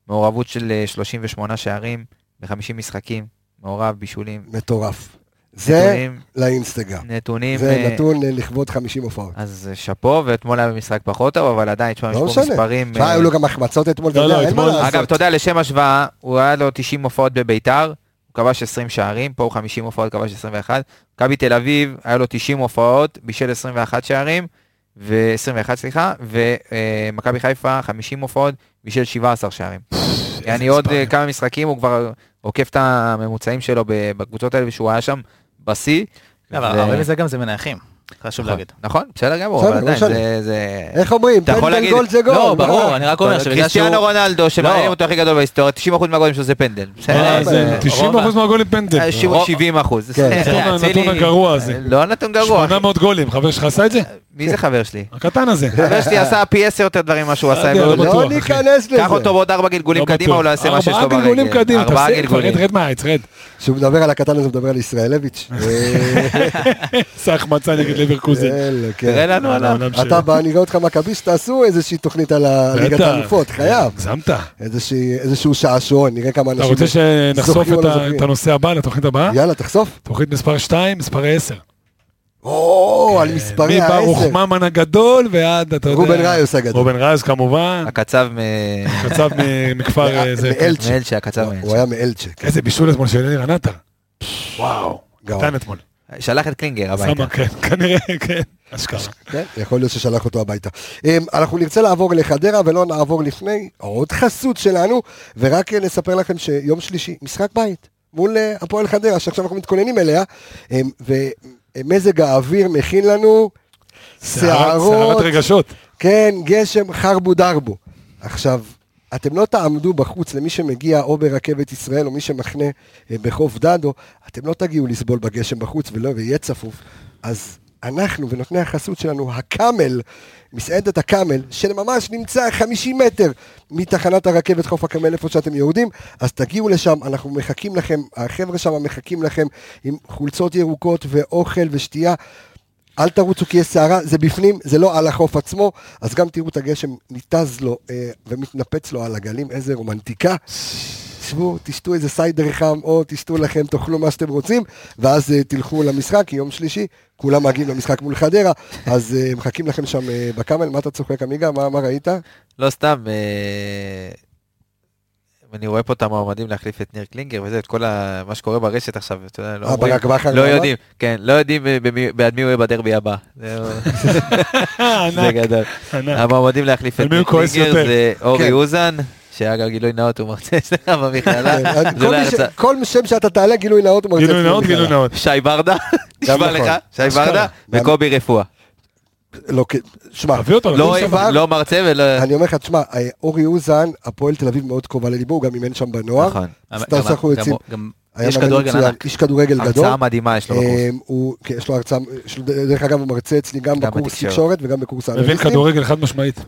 [SPEAKER 6] מעורבות של אה, 38 שערים ב-50 משחקים, מעורב בישולים.
[SPEAKER 1] מטורף. זה
[SPEAKER 6] נתונים,
[SPEAKER 1] לאינסטגרם.
[SPEAKER 6] נתונים.
[SPEAKER 1] זה
[SPEAKER 6] אה,
[SPEAKER 1] נתון אה, לכבוד 50 הופעות.
[SPEAKER 6] אז אה, שאפו, ואתמול היה במשחק פחות טוב, אבל עדיין, תשמע, יש
[SPEAKER 1] לא
[SPEAKER 6] פה
[SPEAKER 1] משנה.
[SPEAKER 6] מספרים.
[SPEAKER 1] תשמע,
[SPEAKER 6] אה,
[SPEAKER 1] היו לו גם החמצות אתמול, אתה
[SPEAKER 5] לא,
[SPEAKER 1] יודע,
[SPEAKER 5] לא,
[SPEAKER 1] אין מה
[SPEAKER 5] אתמול-
[SPEAKER 1] לעשות.
[SPEAKER 6] אגב, אתה יודע, לשם השוואה, הוא היה לו 90 הופעות בביתר, הוא כבש 20 שערים, פה הוא 50 הופעות, כבש 21. מכבי תל אביב, היה לו 90 הופעות, בישל 21 שערים, ו-21, סליחה, ומכבי חיפה, 50 הופעות, בישל 17 שערים. יעני עוד אה, כמה משחקים, הוא כבר עוקף את הממוצעים שלו ב- בקבוצות האלה, שהוא היה שם בשיא.
[SPEAKER 4] כן, לא, אבל
[SPEAKER 6] ו-
[SPEAKER 4] הרבה מזה גם זה מנייחים. חשוב
[SPEAKER 6] נכון,
[SPEAKER 4] להגיד.
[SPEAKER 6] נכון, בסדר גמור,
[SPEAKER 1] בסדר,
[SPEAKER 6] אבל
[SPEAKER 1] לא
[SPEAKER 6] עדיין,
[SPEAKER 1] משנה.
[SPEAKER 6] זה- זה...
[SPEAKER 1] איך אומרים?
[SPEAKER 6] אתה יכול
[SPEAKER 1] פנדל
[SPEAKER 6] להגיד-
[SPEAKER 1] גול זה גול.
[SPEAKER 4] לא,
[SPEAKER 1] מה?
[SPEAKER 4] ברור, אני רק אומר שבגלל שהוא...
[SPEAKER 6] קריסטיאנו רונלדו, שמעניין
[SPEAKER 4] לא.
[SPEAKER 6] אותו הכי גדול בהיסטוריה, 90% מהגולים שלו זה פנדל. בסדר,
[SPEAKER 5] אה,
[SPEAKER 1] אין
[SPEAKER 5] זה
[SPEAKER 1] בעיה.
[SPEAKER 5] 90% מהגולים פנדל.
[SPEAKER 6] אה, שבעים- 70 אחוז.
[SPEAKER 1] כן.
[SPEAKER 5] הנתון- הנתון הגרוע הזה.
[SPEAKER 6] לא נתון גרוע.
[SPEAKER 5] 800 גולים, חבר שלך עשה את זה?
[SPEAKER 6] מי זה חבר שלי?
[SPEAKER 5] הקטן הזה.
[SPEAKER 6] חבר שלי עשה פי עשר יותר דברים ממה שהוא עשה. עם
[SPEAKER 5] לא
[SPEAKER 6] הגולים.
[SPEAKER 5] בטוח,
[SPEAKER 1] לא
[SPEAKER 5] אחי.
[SPEAKER 1] ניכנס לזה.
[SPEAKER 6] קח אותו בעוד ארבע גלגולים
[SPEAKER 5] לא
[SPEAKER 6] קדימה,
[SPEAKER 5] בטוח.
[SPEAKER 6] הוא לא יעשה מה שיש לו ברגל.
[SPEAKER 5] ארבעה גלגולים קדימה,
[SPEAKER 6] ארבעה
[SPEAKER 5] תפסיק כבר,
[SPEAKER 6] גלגולים.
[SPEAKER 5] רד, רד מהעץ, רד.
[SPEAKER 1] כשהוא מדבר על הקטן הזה, הוא מדבר על ישראלביץ'. אה,
[SPEAKER 5] עשה החמצה נגד לברקוזן.
[SPEAKER 1] אלה,
[SPEAKER 6] תראה
[SPEAKER 1] כן.
[SPEAKER 6] לנו
[SPEAKER 5] על
[SPEAKER 6] עליו.
[SPEAKER 5] העולם
[SPEAKER 1] אתה
[SPEAKER 5] שלו.
[SPEAKER 1] בא, אני רואה אותך מכביסט, תעשו איזושהי תוכנית על ה- ליגת
[SPEAKER 5] בטח.
[SPEAKER 1] האלופות, חייב.
[SPEAKER 5] הגזמת.
[SPEAKER 1] איזושהי- איזשהו שעשועון, נראה כמה
[SPEAKER 5] אתה
[SPEAKER 1] אנשים...
[SPEAKER 5] רוצה שנחשוף
[SPEAKER 1] זוכרים או
[SPEAKER 5] את
[SPEAKER 1] לא
[SPEAKER 5] ה-
[SPEAKER 1] זוכרים?
[SPEAKER 5] את הנושא הבא לתוכנית הבאה?
[SPEAKER 1] יאללה, תחשוף.
[SPEAKER 5] תוכנית מספר 2, מספר 10.
[SPEAKER 1] או,
[SPEAKER 5] אה,
[SPEAKER 1] על מספרי
[SPEAKER 5] מברוך
[SPEAKER 1] העשר.
[SPEAKER 5] ממן הגדול ועד, אתה יודע...
[SPEAKER 1] רובן ראיוס הגדול.
[SPEAKER 5] רובן ראיוס כמובן,
[SPEAKER 6] הקצב מ-
[SPEAKER 5] קצב מ- מכפר אה, זה.
[SPEAKER 1] מאלצ'ה.
[SPEAKER 6] מאלצ'ה, הקצב
[SPEAKER 1] הוא
[SPEAKER 6] מאלצ'ה.
[SPEAKER 1] היה מאלצ'ה. כן.
[SPEAKER 5] איזה בישול אתמול של אלי רנטה. וואו.
[SPEAKER 1] גאון.
[SPEAKER 5] קטן אתמול.
[SPEAKER 6] שלח את קלינגר הביתה.
[SPEAKER 5] סמה, כן, כנראה, כן. אשכרה.
[SPEAKER 1] כן, יכול להיות ששלח אותו הביתה. אמ, אנחנו נרצה לעבור לחדרה ולא נעבור לפני עוד חסות שלנו, ורק אה, נספר לכם שיום שלישי, משחק בית, מול אה, הפועל חדרה, שעכשיו אנחנו מתכוננים אליה, אמ, ומזג האוויר מכין לנו
[SPEAKER 5] סערת
[SPEAKER 1] שערות,
[SPEAKER 5] רגשות.
[SPEAKER 1] כן, גשם חרבו דרבו. עכשיו, אתם לא תעמדו בחוץ למי שמגיע או ברכבת ישראל או מי שמחנה אה, בחוף דדו, אתם לא תגיעו לסבול בגשם בחוץ ולא ויהיה צפוף. אז אנחנו ונותני החסות שלנו, הקאמל, מסעדת הקאמל, שממש נמצא 50 מטר מתחנת הרכבת חוף הקאמל, איפה שאתם יורדים, אז תגיעו לשם, אנחנו מחכים לכם, החבר'ה שם מחכים לכם עם חולצות ירוקות ואוכל ושתייה. אל תרוצו כי יש סערה, זה בפנים, זה לא על החוף עצמו, אז גם תראו את הגשם ניתז לו אה, ומתנפץ לו על הגלים, איזה רומנטיקה. תשבו, תשתו איזה סיידר חם, או תשתו לכם, תאכלו מה שאתם רוצים, ואז אה, תלכו למשחק, כי יום שלישי, כולם מגיעים למשחק מול חדרה, אז אה, מחכים לכם שם אה, בקאמל, מה אתה צוחק עמיגה? מה, מה ראית?
[SPEAKER 6] לא סתם, אה, אני רואה פה את המועמדים להחליף את ניר קלינגר וזה, את כל ה- מה שקורה ברשת עכשיו, אתה יודע, לא
[SPEAKER 1] אה,
[SPEAKER 6] אומרים-
[SPEAKER 1] ברק בכר
[SPEAKER 6] לא
[SPEAKER 1] גם
[SPEAKER 6] יודעים, כן, לא יודעים אה, במי- בעד מי הוא יהיה בדרבי הבא. זה- זה
[SPEAKER 5] ענק,
[SPEAKER 6] גדול.
[SPEAKER 5] ענק.
[SPEAKER 6] המועמדים להחליף
[SPEAKER 5] על
[SPEAKER 6] את
[SPEAKER 5] מי הוא
[SPEAKER 6] ניר
[SPEAKER 5] כועס
[SPEAKER 6] קלינגר
[SPEAKER 5] יותר?
[SPEAKER 6] זה אורי
[SPEAKER 1] כן.
[SPEAKER 6] אוזן, שאגב גילוי נאות הוא מרצה אצלך במכללה,
[SPEAKER 1] אה,
[SPEAKER 6] זה
[SPEAKER 1] כל
[SPEAKER 6] לא
[SPEAKER 1] מי ש-
[SPEAKER 6] הרצאה.
[SPEAKER 1] כל שם שאתה תעלה, גילוי נאות הוא מרצה.
[SPEAKER 5] גילוי
[SPEAKER 1] אצלי
[SPEAKER 5] נאות,
[SPEAKER 1] במכללה.
[SPEAKER 5] גילוי נאות.
[SPEAKER 6] שי ברדה, נשבע
[SPEAKER 1] נכון.
[SPEAKER 6] לך, שי
[SPEAKER 5] אשכרה.
[SPEAKER 6] ברדה וקובי רפואה.
[SPEAKER 1] לא, כן, שמע,
[SPEAKER 5] תביא אותו.
[SPEAKER 6] לא-
[SPEAKER 5] לכל
[SPEAKER 1] אוהב- דבר.
[SPEAKER 6] לא מרצה ולא...
[SPEAKER 1] אני אומר לך, תשמע, אה, אורי אוזן, הפועל תל אביב מאוד קרובה לליבו, הוא גם אימן שם בנוער.
[SPEAKER 6] נכון.
[SPEAKER 4] גם-
[SPEAKER 1] אז
[SPEAKER 4] גם-
[SPEAKER 1] אתה אנחנו
[SPEAKER 4] גם-
[SPEAKER 1] יוצאים.
[SPEAKER 4] גם-
[SPEAKER 1] היה
[SPEAKER 4] יש
[SPEAKER 1] מאמן
[SPEAKER 4] כדורגל
[SPEAKER 1] מצוין,
[SPEAKER 4] ענק.
[SPEAKER 1] איש כדורגל גדול.
[SPEAKER 6] הרצאה מדהימה יש לו בקורס.
[SPEAKER 1] אמ, הוא, כן, יש לו הרצאה, יש לו- דרך אגב הוא מרצה אצלי גם
[SPEAKER 6] גם
[SPEAKER 1] בקורס
[SPEAKER 6] בתקשורת.
[SPEAKER 1] תקשורת וגם בקורס
[SPEAKER 5] מבין
[SPEAKER 1] האנליסטים.
[SPEAKER 5] כדורגל חד משמעית.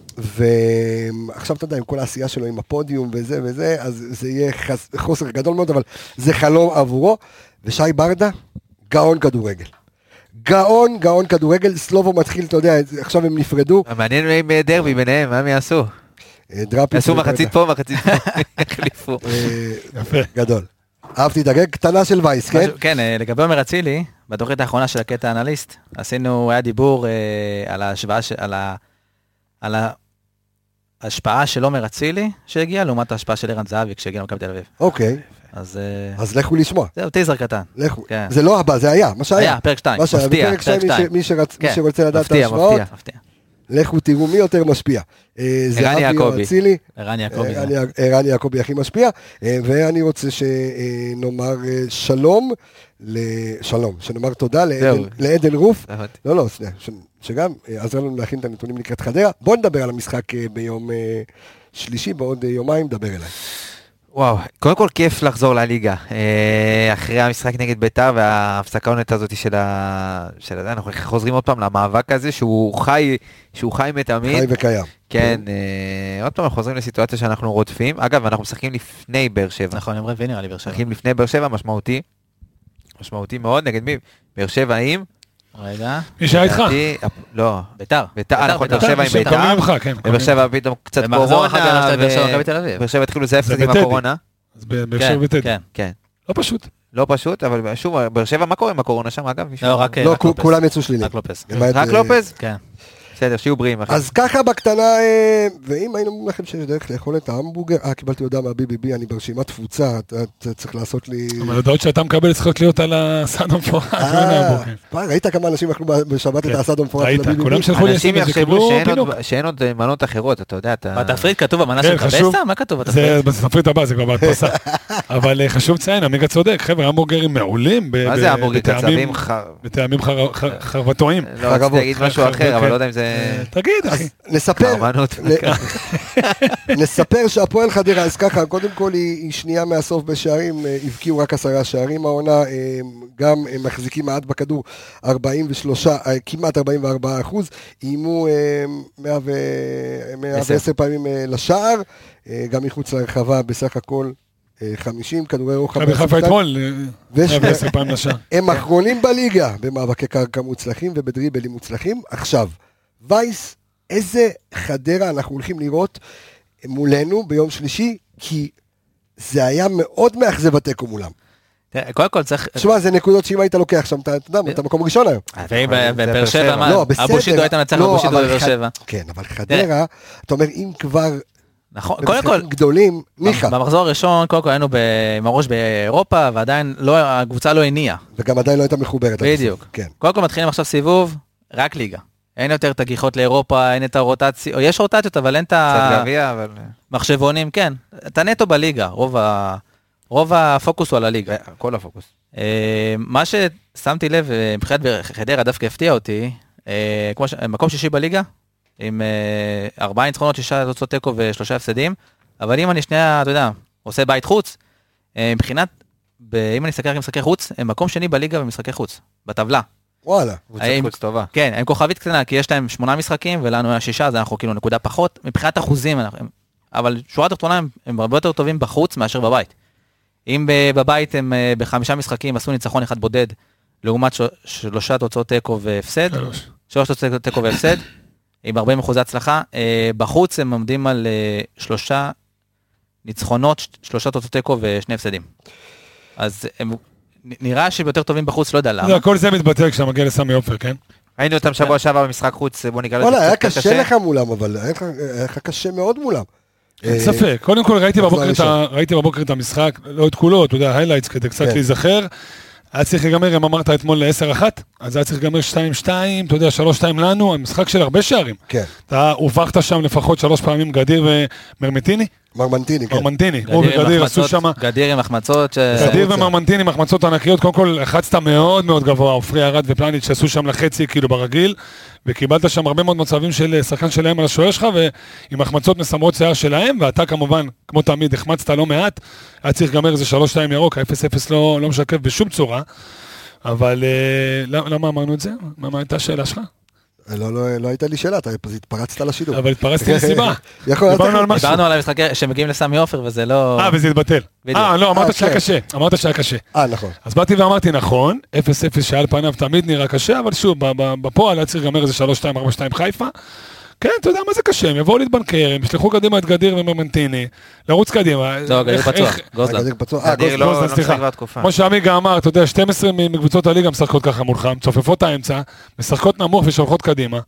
[SPEAKER 1] ועכשיו אתה יודע, עם כל העשייה שלו עם הפודיום וזה וזה, אז זה יהיה חס... חוסר גדול מאוד, אבל זה חלום עבורו. ושי ברדה, גאון כדורגל. גאון, גאון כדורגל, סלובו מתחיל, אתה יודע, עכשיו הם נפרדו,
[SPEAKER 6] מעניין אם יהיה דרבי ביניהם, מה הם יעשו?
[SPEAKER 1] אה, דראפיס.
[SPEAKER 6] יעשו
[SPEAKER 1] וברדה.
[SPEAKER 6] מחצית פה, מחצית פה, יחליפו.
[SPEAKER 1] אה,
[SPEAKER 5] יפה.
[SPEAKER 1] גדול. אהבתי את הגג, קטנה של וייס, כן?
[SPEAKER 4] משהו- כן, אה, לגבי עומר אצילי, בתוכנית האחרונה של הקטע האנליסט, עשינו, היה דיבור אה, על ההשוואה, ש- על ה- על ההשפעה של עומר אצילי שהגיע, לעומת ההשפעה של ערן זהבי כשהגיע למכבי תל אביב.
[SPEAKER 1] אוקיי,
[SPEAKER 4] אז אה,
[SPEAKER 1] אז לכו לשמוע,
[SPEAKER 4] זהו, טיזר קטן.
[SPEAKER 1] לכו.
[SPEAKER 4] כן.
[SPEAKER 1] זה לא הבא, זה היה, מה שהיה.
[SPEAKER 4] היה, פרק 2,
[SPEAKER 1] מה שהיה
[SPEAKER 4] מפתיע,
[SPEAKER 1] בפרק
[SPEAKER 4] פרק
[SPEAKER 1] שתיים, מי ש-
[SPEAKER 4] 2.
[SPEAKER 1] מי שרצ- מי
[SPEAKER 4] כן,
[SPEAKER 1] שרוצה לדעת את
[SPEAKER 6] מפתיע,
[SPEAKER 1] ההשוואות,
[SPEAKER 6] מפתיע.
[SPEAKER 4] מפתיע.
[SPEAKER 1] לכו תראו מי יותר משפיע. אה, זהבי או
[SPEAKER 6] יעקבי.
[SPEAKER 1] אצילי,
[SPEAKER 4] ערן יעקבי.
[SPEAKER 1] ערן יע- ערן יעקבי הכי משפיע, אה, ואני רוצה שנאמר אה, שלום, ל- שלום, שנאמר תודה לעדן-
[SPEAKER 6] זהו.
[SPEAKER 1] לעדן רוף,
[SPEAKER 6] הבנתי.
[SPEAKER 1] לא, לא, שנייה, ש- שגם אה, עזר לנו להכין את הנתונים לקראת חדרה. בואו נדבר על המשחק אה, ביום אה, שלישי, בעוד אה, יומיים, דבר אליי.
[SPEAKER 6] וואו, קודם כל כיף לחזור לליגה. אה, אחרי המשחק נגד ביתר וההפסקה העונית הזאת של ה... של ה... אנחנו חוזרים עוד פעם למאבק הזה שהוא חי, שהוא חי
[SPEAKER 1] חי
[SPEAKER 6] מתמיד.
[SPEAKER 1] וקיים.
[SPEAKER 6] כן, אה, עוד פעם אנחנו חוזרים לסיטואציה שאנחנו רודפים. אגב, אנחנו משחקים לפני באר שבע.
[SPEAKER 4] נכון, יום רביעי נראה לי באר שבע.
[SPEAKER 6] משחקים לפני באר שבע, משמעותי. משמעותי מאוד, נגד מי? באר שבע עם?
[SPEAKER 4] רגע,
[SPEAKER 5] מי שהיה איתך.
[SPEAKER 6] לדעתי, הפ- לא.
[SPEAKER 4] ביתר.
[SPEAKER 6] ביתר, נכון, באר
[SPEAKER 5] כן,
[SPEAKER 6] שבע עם
[SPEAKER 5] שהם
[SPEAKER 6] ביתר.
[SPEAKER 5] קמים ממך, כן.
[SPEAKER 6] באר שבע פתאום קצת
[SPEAKER 4] במחזור אחר
[SPEAKER 6] קורונה.
[SPEAKER 4] יש להם באר שבע
[SPEAKER 6] ו-
[SPEAKER 4] מכבי תל אביב.
[SPEAKER 6] באר שבע התחילו זה אפס
[SPEAKER 5] זה
[SPEAKER 6] עם
[SPEAKER 5] בטדי.
[SPEAKER 6] הקורונה.
[SPEAKER 5] אז ב- באר
[SPEAKER 4] כן,
[SPEAKER 5] שבע וטדי.
[SPEAKER 4] כן.
[SPEAKER 6] כן.
[SPEAKER 5] לא פשוט.
[SPEAKER 6] לא פשוט, אבל שוב, באר שבע, מה קורה עם הקורונה שם, אגב? מישהו-
[SPEAKER 4] לא, רק
[SPEAKER 1] לא,
[SPEAKER 4] רק
[SPEAKER 1] כו-
[SPEAKER 4] לופס.
[SPEAKER 5] כן.
[SPEAKER 1] כולם יצאו שלילי.
[SPEAKER 4] רק לופס.
[SPEAKER 1] למעט,
[SPEAKER 6] רק
[SPEAKER 1] אה,
[SPEAKER 6] לופז?
[SPEAKER 4] כן.
[SPEAKER 6] בסדר, שיהיו בריאים. אחי.
[SPEAKER 1] אז ככה בקטנה, אה, ואם היינו אומרים לכם שיש דרך לאכול את ההמבורגר, אה, קיבלתי הודעה מהבי.בי.בי, אני ברשימת תפוצה, אתה- אתה צריך לעשות לי...
[SPEAKER 5] אבל ההודעות שאתה מקבל צריכות להיות על הסעד המפורט. לא על
[SPEAKER 1] אה,
[SPEAKER 5] הבוקר.
[SPEAKER 1] מה, ראית כמה אנשים אכלו ב- בשבת את
[SPEAKER 5] כן.
[SPEAKER 1] הסעד המפורט
[SPEAKER 5] ראית,
[SPEAKER 1] של הבי.בי.בי?
[SPEAKER 5] כולם שלחו לי
[SPEAKER 6] אנשים
[SPEAKER 5] SMS,
[SPEAKER 6] יחשבו
[SPEAKER 5] קיבלו
[SPEAKER 6] שאין עוד-
[SPEAKER 5] פינוק.
[SPEAKER 6] שאין עוד אה, מנות אחרות, אתה יודע, אתה...
[SPEAKER 4] בתפריט כתוב המנה
[SPEAKER 5] כן,
[SPEAKER 4] של
[SPEAKER 5] חשוב.
[SPEAKER 4] קבסה? מה כתוב
[SPEAKER 5] זה
[SPEAKER 4] בתפריט?
[SPEAKER 5] בתפריט הבא, זה כבר בהדפסה. אבל אה, חשוב לציין, עמיגה צודק, חבר'ה, המבורגרים מעולים. ב-
[SPEAKER 6] מה
[SPEAKER 5] ב-
[SPEAKER 6] זה המבורגר
[SPEAKER 5] בטעמים-
[SPEAKER 6] קצבים? ח-
[SPEAKER 5] בטעמים חר- חר- חרבטועים.
[SPEAKER 6] לא רציתי
[SPEAKER 1] חרבות,
[SPEAKER 6] להגיד
[SPEAKER 5] חר-
[SPEAKER 6] משהו
[SPEAKER 5] חר-
[SPEAKER 6] אחר, אבל
[SPEAKER 5] כן.
[SPEAKER 6] לא יודע אם זה...
[SPEAKER 5] תגיד, אחי.
[SPEAKER 1] נספר,
[SPEAKER 6] חרבנות.
[SPEAKER 1] נ- נספר שהפועל חדרה, אז ככה, קודם כל היא היא שנייה מהסוף בשערים, אה, הבקיעו רק עשרה שערים העונה, אה, גם אה, מחזיקים מעט בכדור, 43, אה, כמעט 44 אחוז, איימו אה, 100 ו- 110 פעמים אה, לשער, אה, גם מחוץ לרחבה בסך הכל אה, 50 כדורי רוחב.
[SPEAKER 5] מכבי חיפה
[SPEAKER 1] מהשחקן.
[SPEAKER 5] אתמול, אה,
[SPEAKER 1] וש-
[SPEAKER 5] 110 פעמים לשעה.
[SPEAKER 1] הם אחרונים בליגה במאבקי קרקע מוצלחים ובדריבלים מוצלחים. עכשיו, וייס, איזה חדרה אנחנו הולכים לראות מולנו ביום שלישי, כי זה היה מאוד מאכזב התיקו מולם.
[SPEAKER 4] תראה, קודם כל צריך...
[SPEAKER 1] תשמע, זה נקודות שאם היית לוקח שם, אתה אתה יודע, אתה מקום ראשון היום.
[SPEAKER 4] ואם
[SPEAKER 6] אה, זה
[SPEAKER 4] בבאר שבע, מה?
[SPEAKER 1] לא, בסדר.
[SPEAKER 4] אבושידו הייתה מנצח
[SPEAKER 1] לא,
[SPEAKER 4] אבושידו
[SPEAKER 1] אבל
[SPEAKER 4] בבאר
[SPEAKER 1] ח-
[SPEAKER 4] שבע.
[SPEAKER 1] כן, אבל חדרה, אתה אומר, אם כבר
[SPEAKER 4] נכון, קודם כל,
[SPEAKER 1] במשחקים גדולים, ניחא,
[SPEAKER 4] במחזור הראשון, קודם כל היינו ב- עם הראש באירופה, ועדיין לא- הקבוצה לא הניעה.
[SPEAKER 1] וגם עדיין לא הייתה מחוברת. עד הסוף.
[SPEAKER 4] בדיוק.
[SPEAKER 1] כן.
[SPEAKER 4] קודם כל מתחילים עכשיו סיבוב, רק ליגה. אין יותר את הגיחות לאירופה, אין את הרוטציה, או יש רוטציות, אבל אין את
[SPEAKER 6] קצת גביע, אבל... אה,
[SPEAKER 4] המחשבונים, כן. אתה נטו בליגה, רוב ה- רוב הפוקוס הוא על הליגה.
[SPEAKER 6] כל הפוקוס.
[SPEAKER 4] אה, מה ששמתי לב, אה, מבחינת באר- חדרה דווקא הפתיע אותי, אה, כמו ש... מקום שישי בליגה, עם אה, ארבעה ניצחונות, שישה תוצאות תיקו ושלושה הפסדים, אבל אם אני שנייה, אתה יודע, עושה בית חוץ, אה, מבחינת, ב... אם אני אסתכל רק במשחקי חוץ, הם מקום שני בליגה במשחקי חוץ, בטבלה.
[SPEAKER 1] וואלה.
[SPEAKER 6] קבוצת
[SPEAKER 4] האם-
[SPEAKER 6] חוץ טובה.
[SPEAKER 4] כן, הם כוכבית קטנה, כי יש להם שמונה משחקים, ולנו היה שישה, אז אנחנו כאילו נקודה פחות. מבחינת אחוזים, אנחנו, הם, אבל שורה תחתונה, הם, הם הרבה יותר טובים בחוץ מאשר בבית. אם ב- בבית הם אה, בחמישה משחקים עשו ניצחון אחד בודד, לעומת ש- שלושה תוצאות תיקו והפסד,
[SPEAKER 5] שלוש.
[SPEAKER 4] שלוש תוצאות תיקו והפסד, עם 40 אחוזי הצלחה, אה, בחוץ הם עומדים על אה, שלושה ניצחונות, ש- שלושה תוצאות תיקו ושני הפסדים. אז הם, נ- נראה שהם יותר טובים בחוץ, לא יודע למה.
[SPEAKER 5] זה, כל זה מתבטא כשאתה מגיע לסמי עופר, כן?
[SPEAKER 6] ראינו אותם שבוע שעבר במשחק חוץ, בוא נקרא לזה
[SPEAKER 1] וואלה, היה
[SPEAKER 6] קצת יותר
[SPEAKER 1] קשה לך מולם, אבל היה לך- היה לך קשה מאוד מולם.
[SPEAKER 5] אין
[SPEAKER 1] אה,
[SPEAKER 5] ספק. קודם כל ראיתי
[SPEAKER 1] מחזור
[SPEAKER 5] בבוקר, את ה... ראיתי בבוקר את המשחק, לא את כולו, אתה יודע, highlights כדי קצת
[SPEAKER 1] כן.
[SPEAKER 5] להיזכר. היה צריך להיגמר, אם אמרת אתמול ל-10-1, אז היה צריך להיגמר 2-2, אתה יודע, 3-2 לנו, המשחק של הרבה שערים.
[SPEAKER 1] כן,
[SPEAKER 5] אתה הובכת שם לפחות שלוש פעמים גדיר ומרמטיני,
[SPEAKER 1] מרמנטיני, כן.
[SPEAKER 5] מרמנטיני, הוא
[SPEAKER 4] גדיר עם
[SPEAKER 5] וגדיר עשו
[SPEAKER 4] החמצות-
[SPEAKER 5] שם...
[SPEAKER 4] גדיר עם החמצות, ש-
[SPEAKER 5] גדיר
[SPEAKER 1] החוצה.
[SPEAKER 5] ומרמנטיני עם החמצות ענקיות, קודם כל לחצת מאוד מאוד גבוה, עופרי ארד ופלניץ' שעשו שם לחצי כאילו ברגיל, וקיבלת שם הרבה מאוד מצבים של אה, שחקן שלהם על השוער שלך, ועם החמצות מסמרות שיער שלהם, ואתה כמובן, כמו תמיד, החמצת לא מעט, היה צריך לגמר איזה 3-2 ירוק, ה-0-0 לא, לא משקף בשום צורה, אבל אה, למה למה אמרנו את זה? מה מה הייתה השאלה שלך?
[SPEAKER 1] לא, לא, לא הייתה לי שאלה, אתה פשוט התפרצת לשידור.
[SPEAKER 5] אבל התפרצתי לסיבה.
[SPEAKER 1] יכול, אה, אז
[SPEAKER 5] דיברנו על
[SPEAKER 1] אתה-
[SPEAKER 5] משהו.
[SPEAKER 4] דיברנו על המשחק שמגיעים לסמי עופר וזה לא...
[SPEAKER 5] אה, וזה התבטל.
[SPEAKER 4] בדיוק.
[SPEAKER 5] אה, לא,
[SPEAKER 1] אה,
[SPEAKER 5] אמרת שהיה
[SPEAKER 1] כן.
[SPEAKER 5] קשה, אמרת שהיה קשה.
[SPEAKER 1] אה, נכון.
[SPEAKER 5] אז באתי ואמרתי, נכון, 0-0 שעל פניו תמיד נראה קשה, אבל שוב, ב- ב- בפועל היה צריך לגמר איזה 3-2-4-2 חיפה. כן, אתה יודע מה זה קשה, הם יבואו להתבנקר, הם ישלחו קדימה את גדיר ומרמנטיני, לרוץ קדימה.
[SPEAKER 4] לא, גדיר
[SPEAKER 5] איך-
[SPEAKER 4] פצוע,
[SPEAKER 5] איך-
[SPEAKER 4] גוזלן.
[SPEAKER 1] הגדר פצוע. אה,
[SPEAKER 6] אדיר
[SPEAKER 1] גוזלן.
[SPEAKER 6] לא-
[SPEAKER 5] גוזלן,
[SPEAKER 6] לא משחק
[SPEAKER 5] סליחה.
[SPEAKER 6] כבר תקופה.
[SPEAKER 5] כמו שעמיגה אמר, אתה יודע, 12 מ- מקבוצות הליגה משחקות ככה מולך, הן צופפות את האמצע, משחקות נמוך ושולחות קדימה.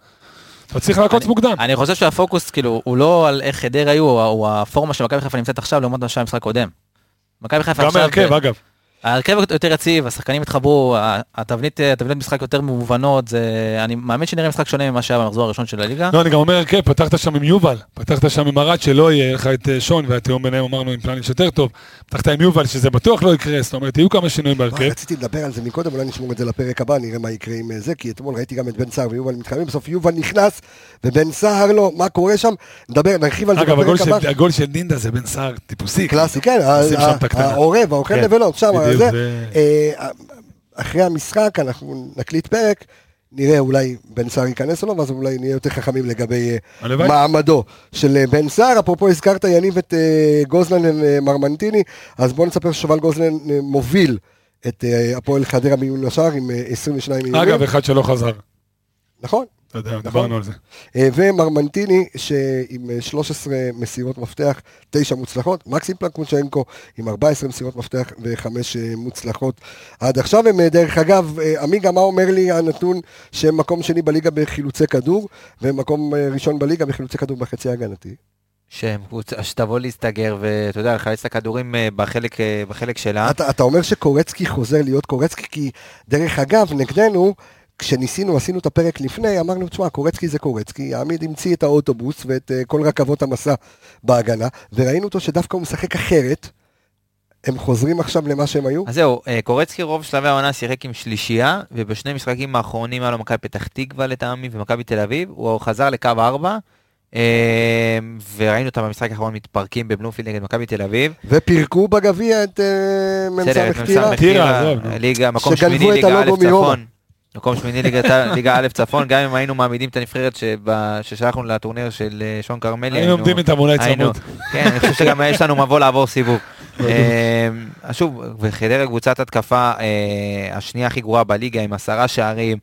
[SPEAKER 5] אתה צריך לעקוץ מוקדם.
[SPEAKER 4] אני חושב שהפוקוס, כאילו, הוא לא על איך חדרה היו, הוא- הוא הפורמה שמכבי חיפה נמצאת עכשיו לעומת מה שהיה במשחק הקודם. מכבי חיפה
[SPEAKER 5] גם
[SPEAKER 4] עכשיו...
[SPEAKER 5] ההרכב, אה? אגב.
[SPEAKER 4] ההרכב יותר יציב, השחקנים התחברו, ה- התבנית, תבנית משחק יותר מובנות, זה... אני מאמין שנראה משחק שונה ממה שהיה במחזור הראשון של הליגה.
[SPEAKER 5] לא, אני גם אומר הרכב, פתחת שם עם יובל, פתחת שם עם ארד, שלא יהיה לך את אה, שון, והתיאום ביניהם אמרנו עם פלניץ' יותר טוב, פתחת עם יובל, שזה בטוח לא יקרה, זאת אומרת, יהיו כמה שינויים
[SPEAKER 1] וואי,
[SPEAKER 5] בהרכב.
[SPEAKER 1] רציתי לדבר על לא, זה מקודם, אולי נשמור את זה לפרק הבא, נראה מה יקרה עם אה, זה, כי אתמול ראיתי גם את בן סער ויובל מתחממים, בסוף יובל נכנס, ובן סער לא, מה קורה שם? נדבר, נרחיב על זה
[SPEAKER 5] אגב, הגול
[SPEAKER 1] בפרק
[SPEAKER 5] של-
[SPEAKER 1] הבא.
[SPEAKER 5] הגול של דינדה זה בן סער טיפוסי.
[SPEAKER 1] קלאסי, כן, ה-
[SPEAKER 5] שים שם
[SPEAKER 1] ה-
[SPEAKER 5] את הקטנה.
[SPEAKER 1] העורב, האוכל
[SPEAKER 5] כן,
[SPEAKER 1] לבלות, שם,
[SPEAKER 5] בדיוק,
[SPEAKER 1] זה.
[SPEAKER 5] זה-
[SPEAKER 1] אה, אחרי המשחק אנחנו נקליט פרק, נראה אולי בן סער ייכנס או לא, ואז אולי נהיה יותר חכמים לגבי אה,
[SPEAKER 5] הלוואי.
[SPEAKER 1] מעמדו של אה, בן סער. אפרופו הזכרת יניב את אה, גוזלן ומרמנטיני, אז בואו נספר ששובל גוזלן אה, מוביל את אה, הפועל חדרה מיון לשער עם אה, 22 איומים.
[SPEAKER 5] אגב, אחד שלא חזר.
[SPEAKER 1] נכון,
[SPEAKER 5] לא יודע, דיברנו על זה.
[SPEAKER 1] אה, ומרמנטיני, שעם אה, 13 מסירות מפתח, 9 מוצלחות, מקסים פלנקוצ'נקו עם 14 מסירות מפתח ו-5 מוצלחות עד עכשיו. הם, אה, דרך אגב, אה, עמיגה, מה אומר לי הנתון שהם מקום שני בליגה בחילוצי כדור, והם מקום אה, ראשון בליגה בחילוצי כדור בחצי ההגנתי?
[SPEAKER 6] שהם, שתבוא להסתגר ואתה יודע, לחלץ את הכדורים אה, בחלק, אה, בחלק שלה.
[SPEAKER 1] אתה, אתה אומר שקורצקי חוזר להיות קורצקי, כי דרך אגב, נגדנו, כשניסינו, עשינו את הפרק לפני, אמרנו, תשמע, קורצקי זה קורצקי, העמיד המציא את האוטובוס ואת uh, כל רכבות המסע בהגנה, וראינו אותו שדווקא הוא משחק אחרת, הם חוזרים עכשיו למה שהם היו.
[SPEAKER 6] אז זהו, אה, קורצקי רוב שלבי העונה שיחק עם שלישייה, ובשני משחקים האחרונים היה לו מכבי פתח תקווה לטעמי ומכבי תל אביב, הוא חזר לקו 4, וראינו אותם במשחק האחרון מתפרקים בבלומפילד נגד מכבי תל אביב.
[SPEAKER 1] ופירקו בגביע את uh,
[SPEAKER 6] בסדר,
[SPEAKER 1] מ"ס
[SPEAKER 6] את
[SPEAKER 1] טירה.
[SPEAKER 6] מ"ס
[SPEAKER 5] טירה,
[SPEAKER 6] טירה,
[SPEAKER 5] עזוב, נו.
[SPEAKER 6] ליגה, מקום
[SPEAKER 1] שגנבו
[SPEAKER 6] שמיני,
[SPEAKER 1] את
[SPEAKER 6] ליגה א'
[SPEAKER 1] הלוגו מיובה.
[SPEAKER 6] צפון. מקום שמיני, ליגה- ליגה א' צפון, גם אם היינו מעמידים את הנבחרת שב- ששלחנו לטורניר של אה, שון כרמלי,
[SPEAKER 5] היינו עומדים איתם אולי
[SPEAKER 6] היינו-
[SPEAKER 5] צמוד.
[SPEAKER 6] כן, אני חושב שגם יש לנו מבוא לעבור סיבוב. אמ, אז שוב, וחדרה קבוצת התקפה אה, השנייה הכי גרועה בליגה עם עשרה שערים.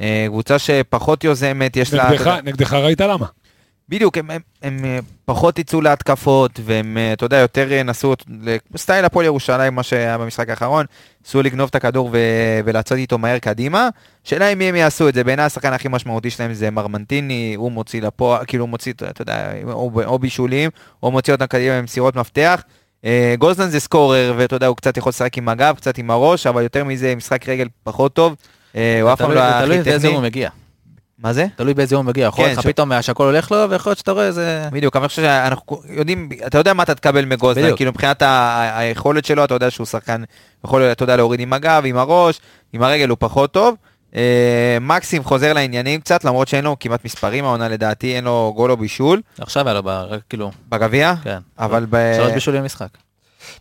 [SPEAKER 6] אה, קבוצה שפחות יוזמת, יש לה...
[SPEAKER 5] נגדך, נגדך ראית למה?
[SPEAKER 6] בדיוק, הם, הם, הם אה, פחות יצאו להתקפות, והם, אה, אתה יודע, יותר אה, נסו, ל- סטייל הפועל ירושלים, מה שהיה במשחק האחרון, ניסו לגנוב את הכדור ו, ולצאת איתו מהר קדימה. שאלה אם הם יעשו את זה, בעיניי השחקן הכי משמעותי שלהם זה מרמנטיני, הוא מוציא לפועל, כאילו הוא מוציא, אתה יודע, או, ב- או בישולים, או מוציא אותם קדימה במסירות מפתח. אה, גולדסטון זה סקורר, ואתה יודע, הוא קצת יכול לשחק עם הגב, קצת עם הראש, אבל יותר מזה, משחק רגל פחות טוב. אה, הוא אף פעם
[SPEAKER 4] תלוי-
[SPEAKER 6] לא היה הכי
[SPEAKER 4] תלוי באיזה יום הוא
[SPEAKER 6] טכני.
[SPEAKER 4] מגיע.
[SPEAKER 6] מה זה?
[SPEAKER 4] תלוי באיזה יום הוא מגיע. יכול
[SPEAKER 6] כן,
[SPEAKER 4] להיות לך
[SPEAKER 6] ש-
[SPEAKER 4] פתאום אה, שהכל הולך לו, ויכול להיות שאתה רואה איזה...
[SPEAKER 6] בדיוק, אבל אני חושב שאנחנו יודעים, אתה יודע מה אתה תקבל מגוזלן,
[SPEAKER 4] בדיוק.
[SPEAKER 6] כאילו מבחינת ה- ה- היכולת שלו, אתה יודע שהוא שחקן, יכול, אתה יודע, להוריד עם הגב, עם הראש, עם הרגל הוא פחות טוב. אה, מקסים חוזר לעניינים קצת, למרות שאין לו כמעט מספרים העונה לדעתי, אין לו גול או בישול
[SPEAKER 4] עכשיו היה לו, ב- רק כאילו,
[SPEAKER 6] בגביע,
[SPEAKER 4] כן.
[SPEAKER 6] אבל ב...
[SPEAKER 4] שלוש בישולים במשחק.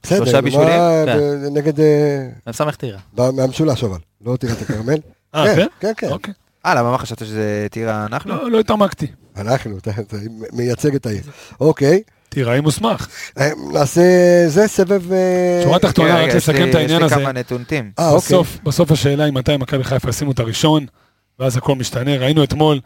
[SPEAKER 1] בסדר,
[SPEAKER 6] שלושה
[SPEAKER 1] מה,
[SPEAKER 6] בישולים? כן.
[SPEAKER 1] ב- נגד... אה,
[SPEAKER 4] מ"ס טירה.
[SPEAKER 1] ב- מהמשולש אבל, לא טירת הכרמל.
[SPEAKER 5] אה,
[SPEAKER 1] כן,
[SPEAKER 5] כן?
[SPEAKER 1] כן, כן.
[SPEAKER 5] אוקיי.
[SPEAKER 6] אה, למה מה חשבת שזה טירה אנחנו?
[SPEAKER 5] לא, לא התעמקתי.
[SPEAKER 1] אנחנו, אתה אתה מייצג את העיר. אוקיי,
[SPEAKER 5] תיראי מוסמך.
[SPEAKER 1] אה, נעשה זה, סבב... אה,
[SPEAKER 5] שורה תחתונה,
[SPEAKER 6] רגע,
[SPEAKER 5] רק
[SPEAKER 6] רגע, כן, יש
[SPEAKER 5] לסכם
[SPEAKER 6] לי-
[SPEAKER 5] את העניין
[SPEAKER 6] יש
[SPEAKER 5] הזה.
[SPEAKER 6] לי כמה נתונים.
[SPEAKER 1] אה, אוקיי.
[SPEAKER 5] בסוף, בסוף השאלה היא מתי מכבי חיפה ישימו את הראשון, ואז הכל משתנה. ראינו אתמול,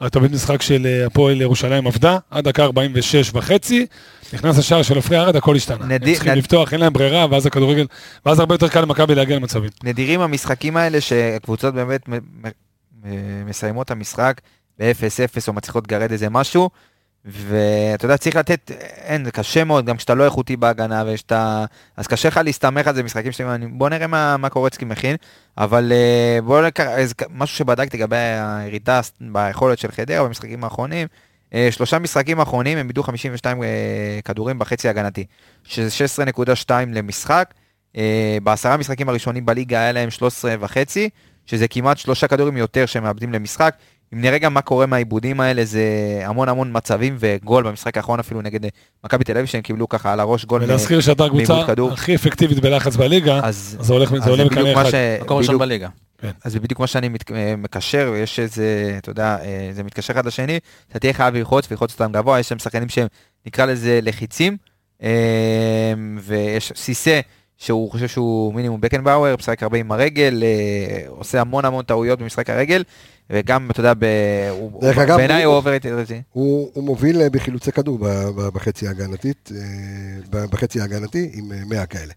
[SPEAKER 5] התובעת משחק של אה, הפועל ירושלים עבדה, עד דקה 46 וחצי, נכנס השער של עופרי ארד, הכל השתנה. הם
[SPEAKER 6] נדי-
[SPEAKER 5] צריכים
[SPEAKER 6] נד-
[SPEAKER 5] לפתוח, אין להם ברירה, ואז הכדורגל, ואז הרבה יותר קל למכבי להגיע למצבים.
[SPEAKER 6] נדירים המשחקים האלה שהקבוצות באמת מ- מ- מ- מסיימות את המשחק ב-0-0 או מצליחות לגרד איזה משהו. ואתה יודע, צריך לתת, אין, זה קשה מאוד, גם כשאתה לא איכותי בהגנה ושאתה... אז קשה לך להסתמך על זה משחקים שאתם... אני- בוא נראה מה, מה קורצקי מכין, אבל אה, בוא נקרא, איזה- משהו שבדקתי לגבי הירידה ס- ביכולת של חדרה במשחקים האחרונים, אה, שלושה משחקים האחרונים הם בידו 52 אה, כדורים בחצי ההגנתי, שזה 16.2 למשחק, אה, בעשרה משחקים הראשונים בליגה היה להם 13 וחצי, שזה כמעט שלושה כדורים יותר שהם מאבדים למשחק. אם נראה גם מה קורה מהעיבודים האלה, זה המון המון מצבים וגול במשחק האחרון אפילו נגד אה, מכבי תל אביב, שהם קיבלו ככה על הראש גול. מ-
[SPEAKER 5] ולהזכיר שאתה הקבוצה
[SPEAKER 6] בעיבוד כדור.
[SPEAKER 5] הכי אפקטיבית בלחץ בליגה,
[SPEAKER 6] אז,
[SPEAKER 5] אז זה הולך- זה
[SPEAKER 6] אז
[SPEAKER 5] עולה
[SPEAKER 6] בדיוק
[SPEAKER 5] בקנה
[SPEAKER 6] מה
[SPEAKER 5] אחד.
[SPEAKER 6] ש-
[SPEAKER 4] מקום ראשון
[SPEAKER 6] בדיוק- כן.
[SPEAKER 4] בליגה.
[SPEAKER 6] אז זה בדיוק מה שאני מת, מקשר, ויש איזה, אתה יודע, אה, זה מתקשר אחד לשני, אתה תהיה חייב ללחוץ, ולחוץ אותם גבוה, יש שם שחקנים שהם, נקרא לזה לחיצים, אה, ויש סיסה, שהוא חושב שהוא מינימום בקנבאואר, משחק הרבה עם הרגל, אה, עושה המון המון טעויות במשחק הרגל, וגם, אתה יודע, ב- הוא-
[SPEAKER 1] דרך אגב,
[SPEAKER 6] בעיניי
[SPEAKER 1] הוא-
[SPEAKER 6] הוא אוברטי.
[SPEAKER 1] הוא, הוא מוביל אה, בחילוצי כדור ב- ב- בחצי ההגנתית, אה, ב- בחצי ההגנתי עם אה, 100 כאלה.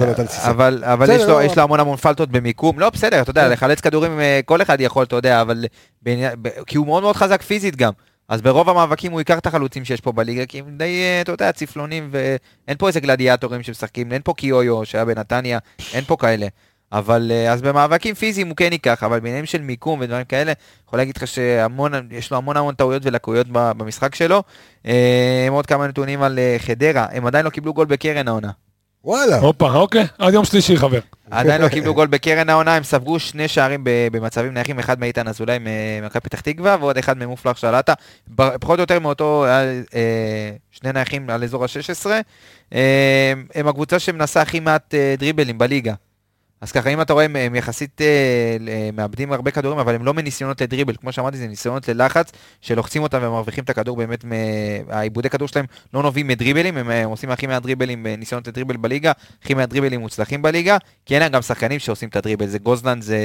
[SPEAKER 1] ג'ונתן סיסה.
[SPEAKER 6] אבל, אבל
[SPEAKER 1] אוקיי. בסדר,
[SPEAKER 6] יש, לו,
[SPEAKER 1] לא- כן.
[SPEAKER 6] יש לו המון המון פלטות במיקום, לא בסדר, אתה יודע, לחלץ כדורים אה, כל אחד יכול, אתה יודע, אבל בעניין, ב, כי הוא מאוד מאוד חזק פיזית גם, אז ברוב המאבקים הוא ייקח את החלוצים שיש פה בליגה, כי הם די, אה, אתה יודע, צפלונים, ואין פה איזה גלדיאטורים שמשחקים, אין פה קיויו שהיה בנתניה, אין פה כאלה. אבל אה, אז במאבקים פיזיים הוא כן ייקח, אבל בעניינים של מיקום ודברים כאלה, אני יכול להגיד לך שיש לו המון המון טעויות ולקויות ב- במשחק שלו. אה, עוד כמה נתונים על אה, חדרה, הם עדיין לא קיבלו גול בקרן העונה.
[SPEAKER 1] וואלה,
[SPEAKER 5] הופה, אוקיי, עד יום שלישי חבר.
[SPEAKER 6] עדיין לא קיבלו גול בקרן העונה, הם ספגו שני שערים ב- במצבים נייחים, אחד מאיתן אזולאי ממכבי פתח תקווה, ועוד אחד ממופלח שלטה, ב- פחות או יותר מאותו, אה, אה, שני נייחים על אזור ה-16. הם הקבוצה שמנסה הכי מעט אה, דריבלים אה, בליגה. אז ככה, אם אתה רואה, הם, הם יחסית אה, ל- אה, מאבדים הרבה כדורים, אבל הם לא מניסיונות לדריבל, כמו שאמרתי, זה ניסיונות ללחץ, שלוחצים אותם ומרוויחים את הכדור באמת, מ... העיבודי כדור שלהם לא נובעים מדריבלים, הם, אה, הם עושים הכי מהדריבלים, אה, ניסיונות לדריבל בליגה, הכי מהדריבלים מוצלחים בליגה, כי אין להם גם שחקנים שעושים את הדריבל, זה גוזלן, זה...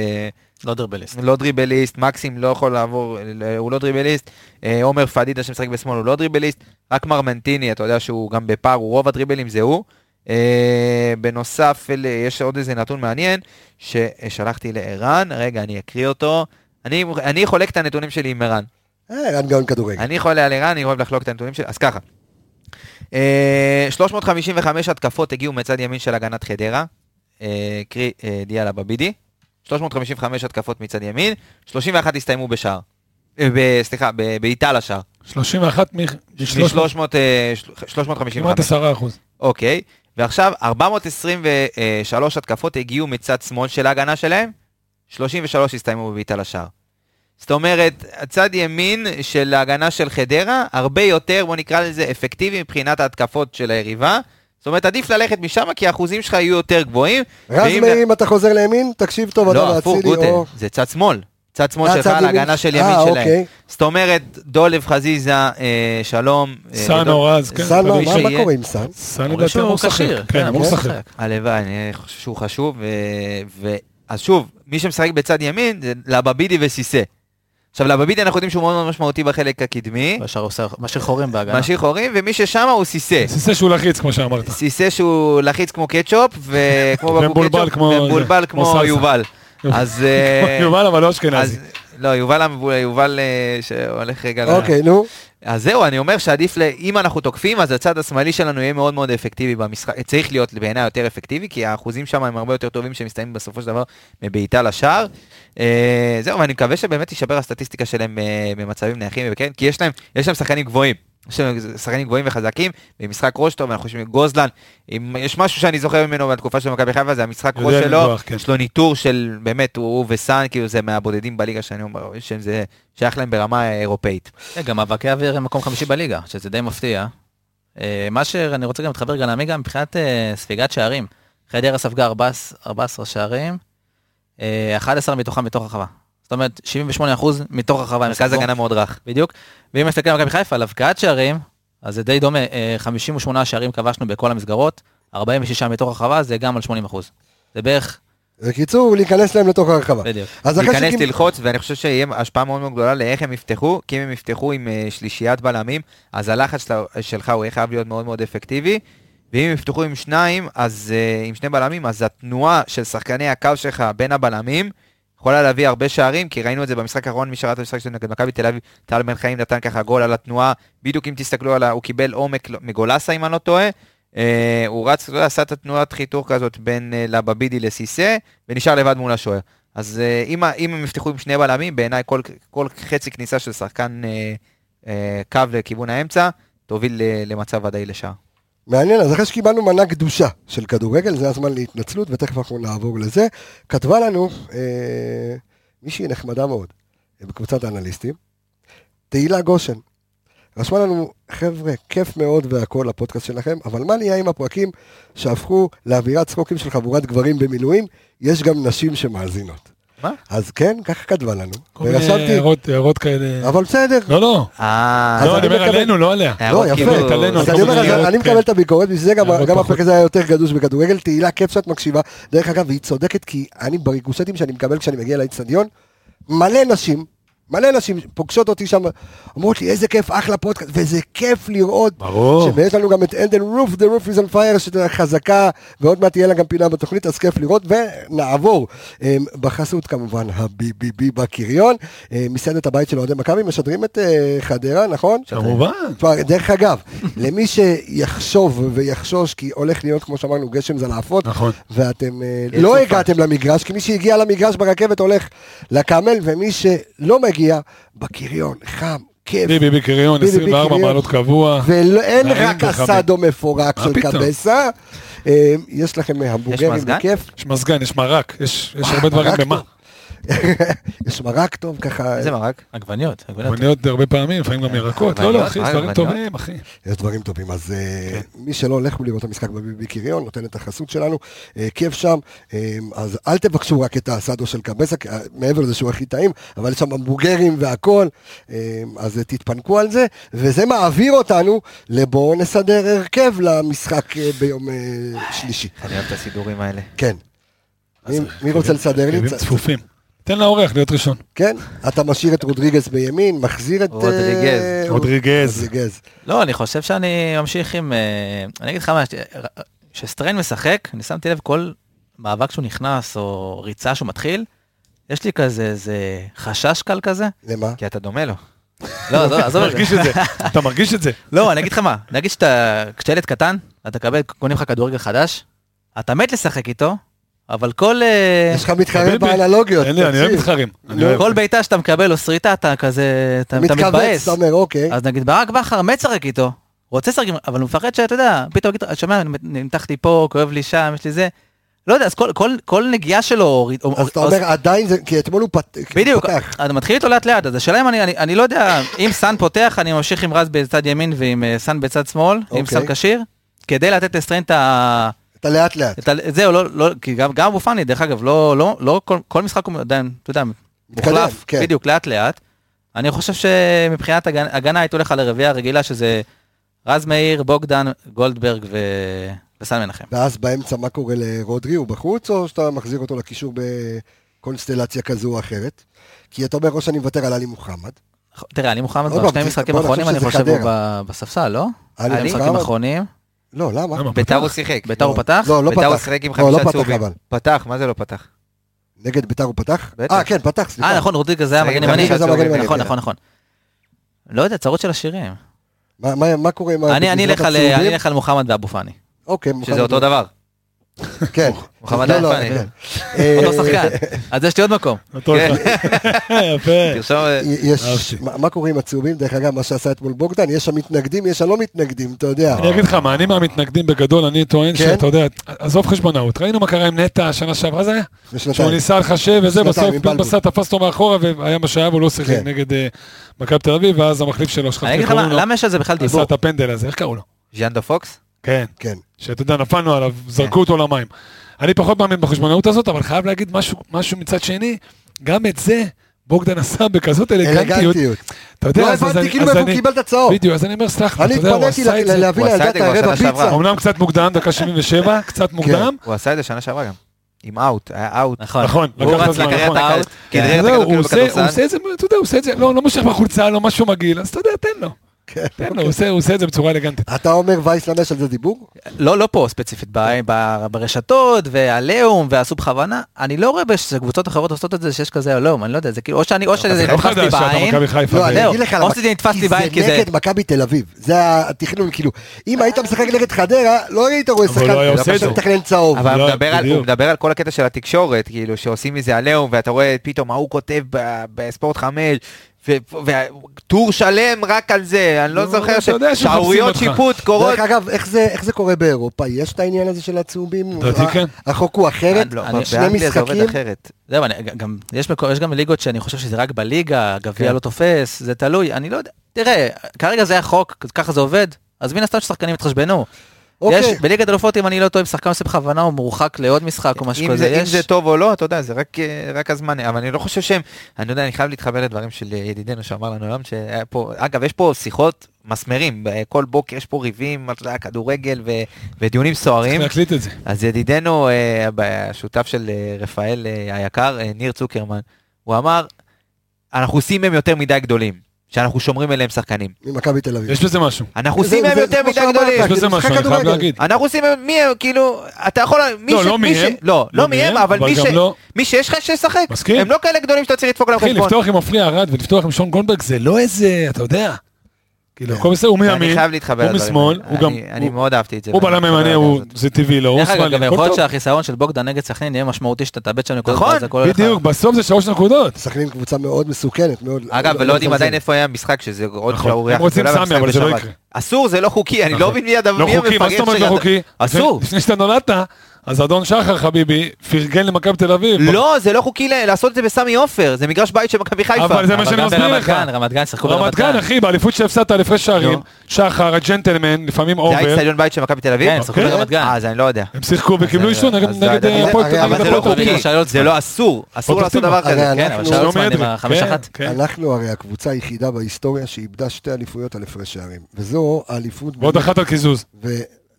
[SPEAKER 4] לא דרבליסט.
[SPEAKER 6] לא דריבליסט, מקסים לא יכול לעבור, הוא לא דריבליסט, אה, עומר פדידה שמשחק בשמאל הוא לא דריבליסט, רק מרמנטיני, אתה יודע שהוא גם בפער, הוא רוב הדריבלים זה הוא. אה, בנוסף, אל- יש עוד איזה נתון מעניין, ששלחתי לערן, רגע, אני אקריא אותו. אני, אני חולק את הנתונים שלי עם ערן.
[SPEAKER 1] אה, ערן גאון כדורגל.
[SPEAKER 6] אני חולה על ערן, אני אוהב לחלוק את הנתונים שלי, אז ככה. אה, 355 התקפות הגיעו מצד ימין של הגנת חדרה, אה, קרי אה, דיאלה בבידי. 355 התקפות מצד ימין, 31 הסתיימו בשער. אה, ב- סליחה, ב- בעיטה לשער. אה,
[SPEAKER 5] 31 מ-300, כמעט
[SPEAKER 6] 355.
[SPEAKER 5] 10 אחוז.
[SPEAKER 6] אוקיי, ועכשיו 423 התקפות הגיעו מצד שמאל של ההגנה שלהם, 33 הסתיימו בבעיטה לשער. זאת אומרת, הצד ימין של ההגנה של חדרה, הרבה יותר, בוא נקרא לזה, אפקטיבי מבחינת ההתקפות של היריבה. זאת אומרת, עדיף ללכת משם, כי האחוזים שלך יהיו יותר גבוהים.
[SPEAKER 1] רז
[SPEAKER 6] ואם-
[SPEAKER 1] מאיר, אם אתה חוזר לימין, תקשיב טוב, אתה
[SPEAKER 6] לא, הפוך,
[SPEAKER 1] מאצילי,
[SPEAKER 6] גוטה,
[SPEAKER 1] או...
[SPEAKER 6] זה צד שמאל. צד שמאל
[SPEAKER 1] אה,
[SPEAKER 6] שלך
[SPEAKER 1] צד
[SPEAKER 6] על ההגנה
[SPEAKER 1] ימין.
[SPEAKER 6] של
[SPEAKER 1] אה,
[SPEAKER 6] ימין שלהם.
[SPEAKER 1] אוקיי.
[SPEAKER 6] זאת אומרת, דולב חזיזה, אה, שלום. אה,
[SPEAKER 5] סאן
[SPEAKER 6] דוד-
[SPEAKER 5] אורז, כן.
[SPEAKER 1] סאן, מה-
[SPEAKER 6] מי
[SPEAKER 1] מה- מה
[SPEAKER 6] שיהיה.
[SPEAKER 1] קורה עם סאן?
[SPEAKER 5] סאן
[SPEAKER 4] אומרים
[SPEAKER 5] לדעתי
[SPEAKER 4] שהוא
[SPEAKER 5] אמור לשחק.
[SPEAKER 4] כשיר,
[SPEAKER 5] לא כן, אמור
[SPEAKER 4] הוא
[SPEAKER 5] לשחק.
[SPEAKER 4] משחק.
[SPEAKER 6] הלוואי, אני חושב שהוא חשוב. ו... ו... אז שוב, מי שמשחק בצד ימין זה לבבידי וסיסא. עכשיו, לבבידי אנחנו יודעים שהוא מאוד מאוד משמעותי בחלק הקדמי,
[SPEAKER 4] והשאר עושה- משאיר חורים בהגנה.
[SPEAKER 6] משאיר חורים, ומי ששם הוא סיסא.
[SPEAKER 5] סיסא שהוא לחיץ, כמו שאמרת.
[SPEAKER 6] סיסא שהוא לחיץ כמו קטשופ, וכמו בקבוק
[SPEAKER 5] ומבולבל
[SPEAKER 6] קטשופ,
[SPEAKER 5] כמו-
[SPEAKER 6] ומבולבל
[SPEAKER 5] זה,
[SPEAKER 6] כמו
[SPEAKER 5] כמו סלסה.
[SPEAKER 6] יובל. אז... אה,
[SPEAKER 5] יובל אבל לא
[SPEAKER 6] אז
[SPEAKER 5] אשכנזי.
[SPEAKER 6] לא, יובל, המבול- יובל אה, שהולך רגע... ל-
[SPEAKER 1] אוקיי, נו.
[SPEAKER 6] אז זהו, אני אומר שעדיף, ל... אם אנחנו תוקפים, אז הצד השמאלי שלנו יהיה מאוד מאוד אפקטיבי במשחק, צריך להיות בעיניי יותר אפקטיבי, כי האחוזים שם הם הרבה יותר טובים שמסתיימים בסופו של דבר מבעיטה לשער. אה, זהו, ואני מקווה שבאמת תישבר הסטטיסטיקה שלהם אה, במצבים נייחים, וכן, כי יש להם, יש להם שחקנים גבוהים. יש להם שחקנים גבוהים וחזקים, ומשחק ראש טוב, אנחנו חושבים, גוזלן, אם יש משהו שאני זוכר ממנו מהתקופה של מכבי חיפה, זה המשחק
[SPEAKER 5] יודע
[SPEAKER 6] ראש שלו,
[SPEAKER 5] לברוח, כן.
[SPEAKER 6] יש לו ניטור של, באמת, הוא הוא וסאן, כאילו זה מהבודדים בליגה שאני אומר, שזה שייך להם ברמה אירופאית.
[SPEAKER 4] כן, גם מאבקי אוויר הם מקום חמישי בליגה, שזה די מפתיע. אה, מה שאני רוצה גם להתחבר גם לעמיגה מבחינת אה, ספיגת שערים. חדרה ספגה 14 14 שערים, אה, 11 מתוכם מתוך הרחבה. זאת אומרת, 78% מתוך הרחבה. הם
[SPEAKER 6] מרכז
[SPEAKER 4] ספגו.
[SPEAKER 6] הגנה מאוד רך.
[SPEAKER 4] בדיוק. ואם נסתכל על מכבי חיפה, על הבקעת שערים, אז זה די דומה, אה, 58 שערים כבשנו בכל המסגרות, 46 מתוך הרחבה, זה גם על 80%. זה בערך,
[SPEAKER 1] בקיצור, להיכנס להם לתוך הרחבה.
[SPEAKER 4] בדיוק.
[SPEAKER 1] אז אחרי
[SPEAKER 6] להיכנס,
[SPEAKER 1] שכי-
[SPEAKER 6] ללחוץ, ואני חושב שיהיה השפעה מאוד מאוד גדולה לאיך הם יפתחו, כי אם הם יפתחו עם אה, שלישיית בלמים, אז הלחץ של- שלך הוא יהיה חייב להיות מאוד מאוד אפקטיבי, ואם הם יפתחו עם שניים, אז אה, עם שני בלמים, אז התנועה של שחקני הקו שלך בין הבלמים, יכולה להביא הרבה שערים, כי ראינו את זה במשחק האחרון, מי שראה את המשחק שלנו נגד מכבי תל אביב, טל בן חיים נתן ככה גול על התנועה, בדיוק אם תסתכלו על ה... הוא קיבל עומק לא- מגולסה, אם אני לא טועה. אה, הוא רץ, אתה יודע, עשה את התנועת חיתוך כזאת בין אה, לבבידי לסיסא, ונשאר לבד מול השוער. אז אה, אם, ה- אם הם יפתחו עם שני בלמים, בעיניי כל, כל חצי כניסה של שחקן אה, אה, קו לכיוון האמצע, תוביל אה, למצב ודאי לשער.
[SPEAKER 1] מעניין, אז אחרי שקיבלנו מנה גדושה של כדורגל, זה הזמן להתנצלות, ותכף אנחנו נעבור לזה. כתבה לנו אה, מישהי נחמדה מאוד, אה, בקבוצת האנליסטים, תהילה גושן. רשמה לנו, חבר'ה, כיף מאוד והכל הפודקאסט שלכם, אבל מה נהיה עם הפרקים שהפכו לאווירת צחוקים של חבורת גברים במילואים? יש גם נשים שמאזינות.
[SPEAKER 6] מה?
[SPEAKER 1] אז כן, ככה כתבה לנו.
[SPEAKER 5] כל מיני
[SPEAKER 1] ורשמתי,
[SPEAKER 5] הערות- הערות כאלה.
[SPEAKER 1] אבל בסדר.
[SPEAKER 5] לא, לא.
[SPEAKER 6] אה,
[SPEAKER 1] אז
[SPEAKER 5] לא,
[SPEAKER 1] אני
[SPEAKER 5] אני אומר
[SPEAKER 1] מקבל-
[SPEAKER 5] עלינו, לא עליה.
[SPEAKER 1] לא,
[SPEAKER 6] הערות
[SPEAKER 1] יפה.
[SPEAKER 6] כאילו-
[SPEAKER 5] התעלינו,
[SPEAKER 1] אז
[SPEAKER 5] כל
[SPEAKER 1] אני אומר,
[SPEAKER 5] מיני
[SPEAKER 1] אז
[SPEAKER 5] הערות,
[SPEAKER 1] אני מקבל
[SPEAKER 5] כן.
[SPEAKER 1] את הביקורת, בשביל זה גם-
[SPEAKER 5] הערות
[SPEAKER 1] גם
[SPEAKER 5] פחות.
[SPEAKER 1] הפרק הזה היה יותר גדוש בכדורגל. תהילה, כיף שאת מקשיבה. דרך אגב, והיא צודקת, כי אני בריקושטים שאני מקבל כשאני מגיע לאצטדיון, מלא נשים, מלא נשים פוגשות אותי שם, אומרות לי, איזה כיף, אחלה פודקאסט, וזה כיף לראות.
[SPEAKER 5] ברור.
[SPEAKER 1] ויש לנו גם את אלדן רוף, The Roof is on Fire, שחזקה, ועוד מעט יהיה לה גם פינה בתוכנית, אז כיף לראות, ונעבור אמ, בחסות כמובן, הבי-בי-בי בקריון, אמ, מסעדת הבית של אוהדי מכבי, משדרים את אה, חדרה, נכון?
[SPEAKER 5] כמובן.
[SPEAKER 1] כבר, דרך אגב, למי שיחשוב ויחשוש, כי הולך להיות, כמו שאמרנו, גשם זלעפות,
[SPEAKER 5] נכון.
[SPEAKER 1] ואתם אה, לא הגעתם למגרש, כי מי שהגיע למגרש ברכבת הולך לכרמל, ומי שלא מגיע, בקריון, חם, כיף.
[SPEAKER 5] ביבי בקריון,
[SPEAKER 1] ביבי
[SPEAKER 5] 24
[SPEAKER 1] בקריון.
[SPEAKER 5] מעלות קבוע.
[SPEAKER 1] ואין
[SPEAKER 5] נעים
[SPEAKER 1] רק
[SPEAKER 5] וחם.
[SPEAKER 1] אסדו מפורק
[SPEAKER 5] מה
[SPEAKER 1] של
[SPEAKER 5] פתאום?
[SPEAKER 1] קבסה, אה, יש לכם
[SPEAKER 6] יש
[SPEAKER 1] המבורגרים
[SPEAKER 6] מזגן?
[SPEAKER 1] בכיף.
[SPEAKER 5] יש מזגן, יש מרק, יש יש הרבה
[SPEAKER 1] מרק
[SPEAKER 5] דברים
[SPEAKER 1] טוב.
[SPEAKER 5] במה.
[SPEAKER 1] יש מרק טוב ככה,
[SPEAKER 6] איזה מרק?
[SPEAKER 4] עגבניות, עגבניות.
[SPEAKER 5] עגבניות הרבה פעמים, לפעמים גם ירקות. לא, לא, אחי,
[SPEAKER 6] עגבניות,
[SPEAKER 5] דברים
[SPEAKER 6] עגבניות.
[SPEAKER 5] טובים, אחי.
[SPEAKER 1] יש דברים טובים. אז אה,
[SPEAKER 5] כן.
[SPEAKER 1] מי שלא הולך לראות את המשחק בביבי קריון, נותן את החסות שלנו, אה, כיף שם. אה, אז אל תבקשו רק את הסאדו של קבסה, כי, אה, מעבר לזה שהוא הכי טעים, אבל יש שם המבורגרים והכול, אה, אז אה, תתפנקו על זה. וזה מעביר אותנו לבואו נסדר הרכב למשחק אה, ביום אה, שלישי.
[SPEAKER 6] אני אוהב את הסידורים האלה.
[SPEAKER 1] כן. מי- מי רוצה לסדר לי?
[SPEAKER 5] כלים צפופים. תן לאורח להיות ראשון.
[SPEAKER 1] כן, אתה משאיר את רודריגז בימין, מחזיר את... אה,
[SPEAKER 6] רודריגז.
[SPEAKER 5] רודריגז.
[SPEAKER 1] רודריגז.
[SPEAKER 4] לא, אני חושב שאני ממשיך עם... אה, אני אגיד לך מה, כשסטריין משחק, אני שמתי לב כל מאבק שהוא נכנס, או ריצה שהוא מתחיל, יש לי כזה איזה חשש קל כזה.
[SPEAKER 1] למה?
[SPEAKER 6] כי אתה דומה לו.
[SPEAKER 4] לא, עזוב,
[SPEAKER 5] אתה
[SPEAKER 4] עזוב את זה.
[SPEAKER 5] מרגיש את זה, אתה מרגיש את זה.
[SPEAKER 4] לא, אני אגיד לך מה, נגיד שאתה, כשאתה ילד קטן, אתה קבל, קונים לך כדורגל חדש, אתה מת לשחק איתו, אבל כל... אה,
[SPEAKER 1] יש לך מתחרה
[SPEAKER 5] חביבי,
[SPEAKER 1] באנלוגיות.
[SPEAKER 5] אין לי, אני אוהב
[SPEAKER 1] אה, תקשיב.
[SPEAKER 5] מתחרים. אני
[SPEAKER 1] לא,
[SPEAKER 5] אוהב.
[SPEAKER 4] כל בעיטה שאתה מקבל או שריטה, אתה כזה, אתה אתה
[SPEAKER 1] מתכווץ,
[SPEAKER 4] מתבאס.
[SPEAKER 1] אתה אומר, אוקיי.
[SPEAKER 4] אז נגיד ברק בכר מת לשחק איתו, רוצה לשחק, עם- אבל הוא מפחד שאתה יודע, פתאום יגיד, שומע, אני מת- נמתחתי פה, כואב לי שם, יש לי זה. לא יודע, אז כל- כל- כל נגיעה שלו, או- או-
[SPEAKER 1] אז אתה
[SPEAKER 4] או-
[SPEAKER 1] אומר עדיין זה, כי אתמול הוא פת-
[SPEAKER 4] בדיוק,
[SPEAKER 1] פתח.
[SPEAKER 4] אתה מתחיל איתו לאט לאט, אז השאלה אם אני, אני, אני לא יודע, אם סאן פותח, אני ממשיך עם רז בצד ימין ועם אה, סאן בצד שמאל, עם
[SPEAKER 1] אוקיי.
[SPEAKER 4] סל כשיר, כדי לתת לסטריין את ה...
[SPEAKER 1] אתה לאט לאט.
[SPEAKER 4] את ה- זהו, לא, לא, כי גם גם אבו פאני, דרך אגב, לא, לא, לא, כל, כל משחק הוא עדיין, אתה יודע,
[SPEAKER 1] מתקדם,
[SPEAKER 4] מוחלף,
[SPEAKER 1] כן.
[SPEAKER 4] בדיוק, לאט לאט. אני חושב שמבחינת הגנ- הגנה הייתי הולך על הרביעייה הרגילה, שזה רז מאיר, בוגדן, גולדברג ו... וסן מנחם.
[SPEAKER 1] ואז באמצע מה קורה לרודרי? הוא בחוץ או שאתה מחזיר אותו לקישור בקונסטלציה כזו או אחרת? כי אתה אומר או שאני מוותר על עלי מוחמד.
[SPEAKER 4] תראה, אני מוחמד
[SPEAKER 1] לא. עוד
[SPEAKER 4] כבר
[SPEAKER 1] פעם,
[SPEAKER 4] שני
[SPEAKER 1] זה-
[SPEAKER 4] משחקים
[SPEAKER 1] בוא נחשוב
[SPEAKER 4] אחרונים, אני
[SPEAKER 1] שזה
[SPEAKER 4] חושב, הוא
[SPEAKER 1] חדרה.
[SPEAKER 4] ב- בספסל, לא?
[SPEAKER 1] עלי
[SPEAKER 4] אני משחקים
[SPEAKER 1] מוחמד?
[SPEAKER 4] אחרונים.
[SPEAKER 1] לא, למה?
[SPEAKER 5] למה?
[SPEAKER 6] ביתר הוא שיחק.
[SPEAKER 4] ביתר הוא פתח?
[SPEAKER 1] לא, לא
[SPEAKER 6] ביתר הוא
[SPEAKER 1] פתח.
[SPEAKER 6] שיחק עם
[SPEAKER 1] לא, לא
[SPEAKER 6] חמישה
[SPEAKER 1] פתח,
[SPEAKER 6] צהובים.
[SPEAKER 1] אבל.
[SPEAKER 6] פתח, מה זה לא פתח?
[SPEAKER 1] נגד ביתר הוא פתח?
[SPEAKER 6] בטח.
[SPEAKER 1] אה, כן, פתח, סליחה.
[SPEAKER 4] אה, נכון, רודריגז היה
[SPEAKER 6] רגע,
[SPEAKER 4] מגן
[SPEAKER 6] גם
[SPEAKER 4] ימני.
[SPEAKER 6] רודריגז היה מגן ימני,
[SPEAKER 4] נכון,
[SPEAKER 1] כן.
[SPEAKER 4] נכון, נכון. לא יודע, צרות של השירים.
[SPEAKER 1] מה- מה- מה קורה עם
[SPEAKER 4] אני אני
[SPEAKER 1] הגזרות
[SPEAKER 4] אלך על-
[SPEAKER 1] לא,
[SPEAKER 4] אה,
[SPEAKER 1] הצהובים?
[SPEAKER 4] אני אלך על מוחמד ואבו פאני.
[SPEAKER 1] אוקיי,
[SPEAKER 6] שזה אותו דבר.
[SPEAKER 1] כן.
[SPEAKER 6] מוחמד
[SPEAKER 1] לא, לא,
[SPEAKER 6] אלפני.
[SPEAKER 1] כן.
[SPEAKER 4] אותו
[SPEAKER 1] אה,
[SPEAKER 4] שחקן. אז יש לי עוד מקום.
[SPEAKER 5] אותו
[SPEAKER 6] כן.
[SPEAKER 5] אחד. לא יפה.
[SPEAKER 6] תרשום, אה,
[SPEAKER 1] יש,
[SPEAKER 5] אהבתי.
[SPEAKER 1] מה מה קורה עם הצהובים? דרך אגב, מה שעשה אתמול בוגדן, יש המתנגדים, יש הלא מתנגדים, אתה יודע.
[SPEAKER 5] אני אגיד לך מה, אני מהמתנגדים בגדול, אני טוען
[SPEAKER 1] כן?
[SPEAKER 5] שאתה יודע, עזוב חשבונאות, ראינו מה קרה עם נטע השנה שעברה, זה היה? שהוא
[SPEAKER 1] בשנתיים.
[SPEAKER 5] ניסה לחשב וזה,
[SPEAKER 1] שנתיים,
[SPEAKER 5] בסוף
[SPEAKER 1] עם
[SPEAKER 5] בן
[SPEAKER 1] בלבול.
[SPEAKER 5] בסט תפס אותו מאחורה והיה מה שהיה והוא לא שיחק
[SPEAKER 1] כן.
[SPEAKER 5] נגד אה, מכבי תל אביב, ואז המחליף שלו, שכחתי
[SPEAKER 4] אני אגיד
[SPEAKER 5] איך
[SPEAKER 4] לך מה,
[SPEAKER 5] קוראים לו,
[SPEAKER 4] למה יש על זה בכלל
[SPEAKER 5] עשה
[SPEAKER 4] דיבור?
[SPEAKER 5] את הפנדל הזה, איך קראו לו?
[SPEAKER 6] ז'אנדה פוקס?
[SPEAKER 5] כן.
[SPEAKER 1] כן.
[SPEAKER 5] שאתה יודע, נפלנו עליו,
[SPEAKER 4] כן.
[SPEAKER 5] זרקו אותו למים. אני פחות מאמין בחשבונאות הזאת, אבל חייב להגיד משהו, משהו מצד שני, גם את זה בוגדן עשה בכזאת אלגנטיות.
[SPEAKER 1] אלגנטיות.
[SPEAKER 5] אתה יודע,
[SPEAKER 1] לא
[SPEAKER 5] אז- אז
[SPEAKER 1] הבנתי
[SPEAKER 5] אני-
[SPEAKER 1] כאילו
[SPEAKER 5] אז
[SPEAKER 1] איפה הוא
[SPEAKER 5] אני-
[SPEAKER 1] קיבל את הצהוב.
[SPEAKER 5] בדיוק, אז אני אומר, סלח לי,
[SPEAKER 1] אני
[SPEAKER 5] אתה יודע, הוא
[SPEAKER 1] התפלאתי
[SPEAKER 5] עשה את
[SPEAKER 1] לה-
[SPEAKER 5] זה.
[SPEAKER 1] להביא
[SPEAKER 6] הוא עשה
[SPEAKER 1] לילדה
[SPEAKER 6] את
[SPEAKER 1] את כן.
[SPEAKER 6] זה כבר
[SPEAKER 1] הרבע
[SPEAKER 6] שנה
[SPEAKER 1] פיצה.
[SPEAKER 6] שעברה.
[SPEAKER 5] אמנם קצת מוקדם, דקה 77, קצת מוקדם.
[SPEAKER 6] הוא עשה את זה שנה שעברה גם. עם אאוט, היה אאוט.
[SPEAKER 4] נכון.
[SPEAKER 5] נכון,
[SPEAKER 4] הוא
[SPEAKER 5] לקח את
[SPEAKER 4] רץ
[SPEAKER 5] הזמן,
[SPEAKER 4] לקריית
[SPEAKER 5] נכון.
[SPEAKER 4] האאוט.
[SPEAKER 6] כן.
[SPEAKER 4] כן.
[SPEAKER 5] זהו,
[SPEAKER 6] אתה
[SPEAKER 5] הוא
[SPEAKER 6] כאילו
[SPEAKER 5] עושה- הוא
[SPEAKER 6] בכדורסל?
[SPEAKER 5] עושה את זה, אתה יודע, הוא עושה את זה, לא, לא מושך בחולצה, לא משהו מגעיל, אז אתה יודע, תן לו.
[SPEAKER 6] כן.
[SPEAKER 5] תן לו, הוא עושה- הוא עושה את זה בצורה אלגנטית.
[SPEAKER 1] אתה אומר וייס למש על זה דיבור?
[SPEAKER 4] לא, לא פה ספציפית,
[SPEAKER 5] כן.
[SPEAKER 4] ב- ב- ברשתות, והעליהום, ועשו בכוונה. אני לא רואה שקבוצות אחרות עושות את זה, שיש כזה עליהום, אני לא יודע, זה כאילו, או שאני, או שזה
[SPEAKER 5] זה לא
[SPEAKER 4] נתפס לי
[SPEAKER 5] חדש שאתה
[SPEAKER 4] בעין.
[SPEAKER 5] מכבי חיפה.
[SPEAKER 1] לא, אני
[SPEAKER 4] זהו.
[SPEAKER 1] אגיד לך
[SPEAKER 4] או שזה נתפס לי בעין, כי
[SPEAKER 1] זה
[SPEAKER 4] זה-
[SPEAKER 1] נגד מכבי תל אביב. זה התכנון, כאילו. אם היית משחק נגד חדרה, לא היית רואה
[SPEAKER 5] אבל
[SPEAKER 1] שחקן.
[SPEAKER 5] לא היה
[SPEAKER 6] עושה את
[SPEAKER 1] אתה
[SPEAKER 6] זה.
[SPEAKER 1] מתכנן צהוב.
[SPEAKER 6] אבל
[SPEAKER 5] לא,
[SPEAKER 6] הוא מדבר על- הוא
[SPEAKER 5] בדיוק.
[SPEAKER 6] מדבר על כל הקטע של התקשורת, כאילו, שעושים מזה עליהום, ואתה רואה פתאום מה הוא כותב ב- בספורט חמש, וטור שלם רק על זה, אני לא
[SPEAKER 5] נו,
[SPEAKER 6] זוכר
[SPEAKER 5] אתה
[SPEAKER 6] ש-
[SPEAKER 5] יודע שמחפשים
[SPEAKER 6] שערוריות
[SPEAKER 5] אותך.
[SPEAKER 6] שיפוט קורות.
[SPEAKER 1] דרך אגב, איך זה- איך זה קורה באירופה? יש את העניין הזה של הצהובים?
[SPEAKER 5] לדעתי
[SPEAKER 1] ה-
[SPEAKER 5] כן.
[SPEAKER 1] החוק הוא אחרת?
[SPEAKER 6] אני לא,
[SPEAKER 4] אני-
[SPEAKER 1] שני
[SPEAKER 6] באנגליה זה
[SPEAKER 1] משחקים?
[SPEAKER 6] עובד אחרת.
[SPEAKER 4] זהו, אני- גם, יש, מקו- יש גם ליגות שאני חושב שזה רק בליגה,
[SPEAKER 6] כן.
[SPEAKER 4] גביע לא תופס, זה תלוי, אני לא יודע. תראה, כרגע זה החוק, ככה זה עובד, אז מן הסתם ששחקנים יתחשבנו.
[SPEAKER 1] אוקיי.
[SPEAKER 4] יש, בליגת אלופות, אם אני לא טועה, אם שחקן עושה בכוונה, הוא מורחק לעוד משחק או משהו
[SPEAKER 6] אם
[SPEAKER 4] כזה,
[SPEAKER 6] זה- אם
[SPEAKER 4] יש.
[SPEAKER 6] זה טוב או לא, אתה יודע, זה רק, אה, רק הזמן, אבל אני לא חושב שהם, אני יודע, אני חייב להתחבר לדברים של אה, ידידנו שאמר לנו היום, שהיה פה, אגב, יש פה שיחות מסמרים, אה, כל בוקר יש פה ריבים, אתה יודע, כדורגל ו- ודיונים
[SPEAKER 5] צריך
[SPEAKER 6] סוערים.
[SPEAKER 5] להקליט את זה.
[SPEAKER 6] אז ידידנו, אה, השותף של אה, רפאל אה, היקר, אה, ניר צוקרמן, הוא אמר, אנחנו עושים מהם יותר מדי גדולים, שאנחנו שומרים אליהם שחקנים.
[SPEAKER 1] ממכבי תל אביב.
[SPEAKER 5] יש בזה משהו.
[SPEAKER 6] אנחנו
[SPEAKER 1] זה-
[SPEAKER 6] עושים מהם
[SPEAKER 1] זה-
[SPEAKER 6] יותר
[SPEAKER 1] זה כמו
[SPEAKER 6] מדי
[SPEAKER 1] שאמרת,
[SPEAKER 6] גדולים.
[SPEAKER 5] יש בזה
[SPEAKER 1] משחק
[SPEAKER 5] משהו, אני חייב
[SPEAKER 1] כדורגל.
[SPEAKER 5] להגיד.
[SPEAKER 6] אנחנו עושים מהם, מי הם, כאילו, אתה יכול, מי
[SPEAKER 5] לא,
[SPEAKER 6] ש-
[SPEAKER 5] לא
[SPEAKER 6] מי ש-
[SPEAKER 5] מהם.
[SPEAKER 6] לא, לא מהם, אבל מי
[SPEAKER 5] גם
[SPEAKER 6] ש-
[SPEAKER 5] לא.
[SPEAKER 6] מי שיש לך שישחק.
[SPEAKER 5] מסכים.
[SPEAKER 6] הם לא כאלה גדולים שאתה צריך לדפוק להם
[SPEAKER 5] אחי,
[SPEAKER 6] חשבון.
[SPEAKER 5] לפתוח עם עפרי ארד ולפתוח עם שון גולדברג זה לא איזה, אתה יודע. כאילו, הכל בסדר, הוא
[SPEAKER 6] כן. אני
[SPEAKER 5] מימין,
[SPEAKER 6] חייב להתחבר
[SPEAKER 5] הוא
[SPEAKER 6] לדברים
[SPEAKER 5] משמאל,
[SPEAKER 6] האלה.
[SPEAKER 5] הוא גם,
[SPEAKER 6] אני- אני
[SPEAKER 5] הוא-
[SPEAKER 6] מאוד אהבתי את זה.
[SPEAKER 5] הוא
[SPEAKER 6] ואני
[SPEAKER 5] בלם
[SPEAKER 6] מתחבר
[SPEAKER 5] ימני,
[SPEAKER 6] לדעה
[SPEAKER 5] הוא-
[SPEAKER 6] הזאת.
[SPEAKER 5] זה טבעי לו, הוא
[SPEAKER 4] דרך אגב,
[SPEAKER 5] שמאלי,
[SPEAKER 4] גם
[SPEAKER 5] הכל
[SPEAKER 4] יכול להיות
[SPEAKER 5] טוב.
[SPEAKER 4] שהחיסיון של בוגדן נגד סכנין יהיה משמעותי שאתה תאבד שם נקודות,
[SPEAKER 6] נכון,
[SPEAKER 4] ואז הכל הולך
[SPEAKER 5] בדיוק,
[SPEAKER 4] לך.
[SPEAKER 5] בסוף זה שלוש נקודות.
[SPEAKER 1] סכנין קבוצה מאוד מסוכנת, מאוד...
[SPEAKER 6] אגב,
[SPEAKER 1] לא-
[SPEAKER 6] ולא יודעים
[SPEAKER 1] מזלזל.
[SPEAKER 6] עדיין איפה היה המשחק, שזה עוד
[SPEAKER 5] נכון.
[SPEAKER 6] שערורייה.
[SPEAKER 5] הם רוצים
[SPEAKER 6] זה לא היה
[SPEAKER 5] סמי, אבל
[SPEAKER 6] משחק
[SPEAKER 5] זה לא
[SPEAKER 6] בשבת.
[SPEAKER 5] יקרה.
[SPEAKER 6] אסור, זה לא חוקי, אני
[SPEAKER 5] נכון.
[SPEAKER 6] לא מבין מי הדבר,
[SPEAKER 5] לא
[SPEAKER 6] מי
[SPEAKER 5] חוקי, מה
[SPEAKER 6] המפגר
[SPEAKER 5] זאת אומרת
[SPEAKER 6] שגד-
[SPEAKER 5] לא חוקי?
[SPEAKER 6] אסור.
[SPEAKER 5] לפני שאתה נולדת, אז אדון שחר חביבי פרגן למכבי תל אביב.
[SPEAKER 6] לא, זה לא חוקי ל- לעשות את זה בסמי עופר, זה מגרש בית של מכבי חיפה.
[SPEAKER 5] אבל זה מה
[SPEAKER 4] אבל
[SPEAKER 5] שאני
[SPEAKER 4] גם
[SPEAKER 5] מסביר
[SPEAKER 4] ברמת
[SPEAKER 5] לך.
[SPEAKER 4] גן, רמת גן, שיחקו
[SPEAKER 5] רמת גן, אחי, באליפות שהפסדת על הפרש שערים,
[SPEAKER 4] נו.
[SPEAKER 5] שחר, הג'נטלמן, לפעמים
[SPEAKER 6] לא. זה היה
[SPEAKER 5] אובר,
[SPEAKER 6] אצטדיון בית של מכבי תל אביב?
[SPEAKER 4] כן, שיחקו
[SPEAKER 5] אוקיי.
[SPEAKER 4] ברמת גן.
[SPEAKER 6] אה, אז אני לא יודע.
[SPEAKER 5] הם שיחקו וקיבלו
[SPEAKER 6] אז
[SPEAKER 5] אישון
[SPEAKER 6] אני-
[SPEAKER 5] נגד
[SPEAKER 6] אז לא
[SPEAKER 5] נגד,
[SPEAKER 6] יודע.
[SPEAKER 5] אה, הפועל
[SPEAKER 1] אבל
[SPEAKER 5] נגד
[SPEAKER 6] אבל זה לא
[SPEAKER 5] הפועל
[SPEAKER 4] הפועל
[SPEAKER 6] חוקי,
[SPEAKER 4] פתח תקווה.
[SPEAKER 6] זה לא אסור, אסור
[SPEAKER 5] פתח
[SPEAKER 6] לעשות
[SPEAKER 5] תקווה.
[SPEAKER 6] דבר כזה.
[SPEAKER 1] הרי
[SPEAKER 4] כן, אבל
[SPEAKER 1] אנחנו-
[SPEAKER 4] שאר
[SPEAKER 5] שלומי
[SPEAKER 4] עצמן עם
[SPEAKER 5] אדרי,
[SPEAKER 1] אה,
[SPEAKER 4] החמש
[SPEAKER 5] כן,
[SPEAKER 4] אחת.
[SPEAKER 5] כן.
[SPEAKER 1] אנחנו הרי הקבוצה היחידה בהיסטוריה שאיבדה שתי אליפויות על הפרש שערים, וזו האליפות...
[SPEAKER 5] ועוד אחת על קיזוז.
[SPEAKER 1] ו...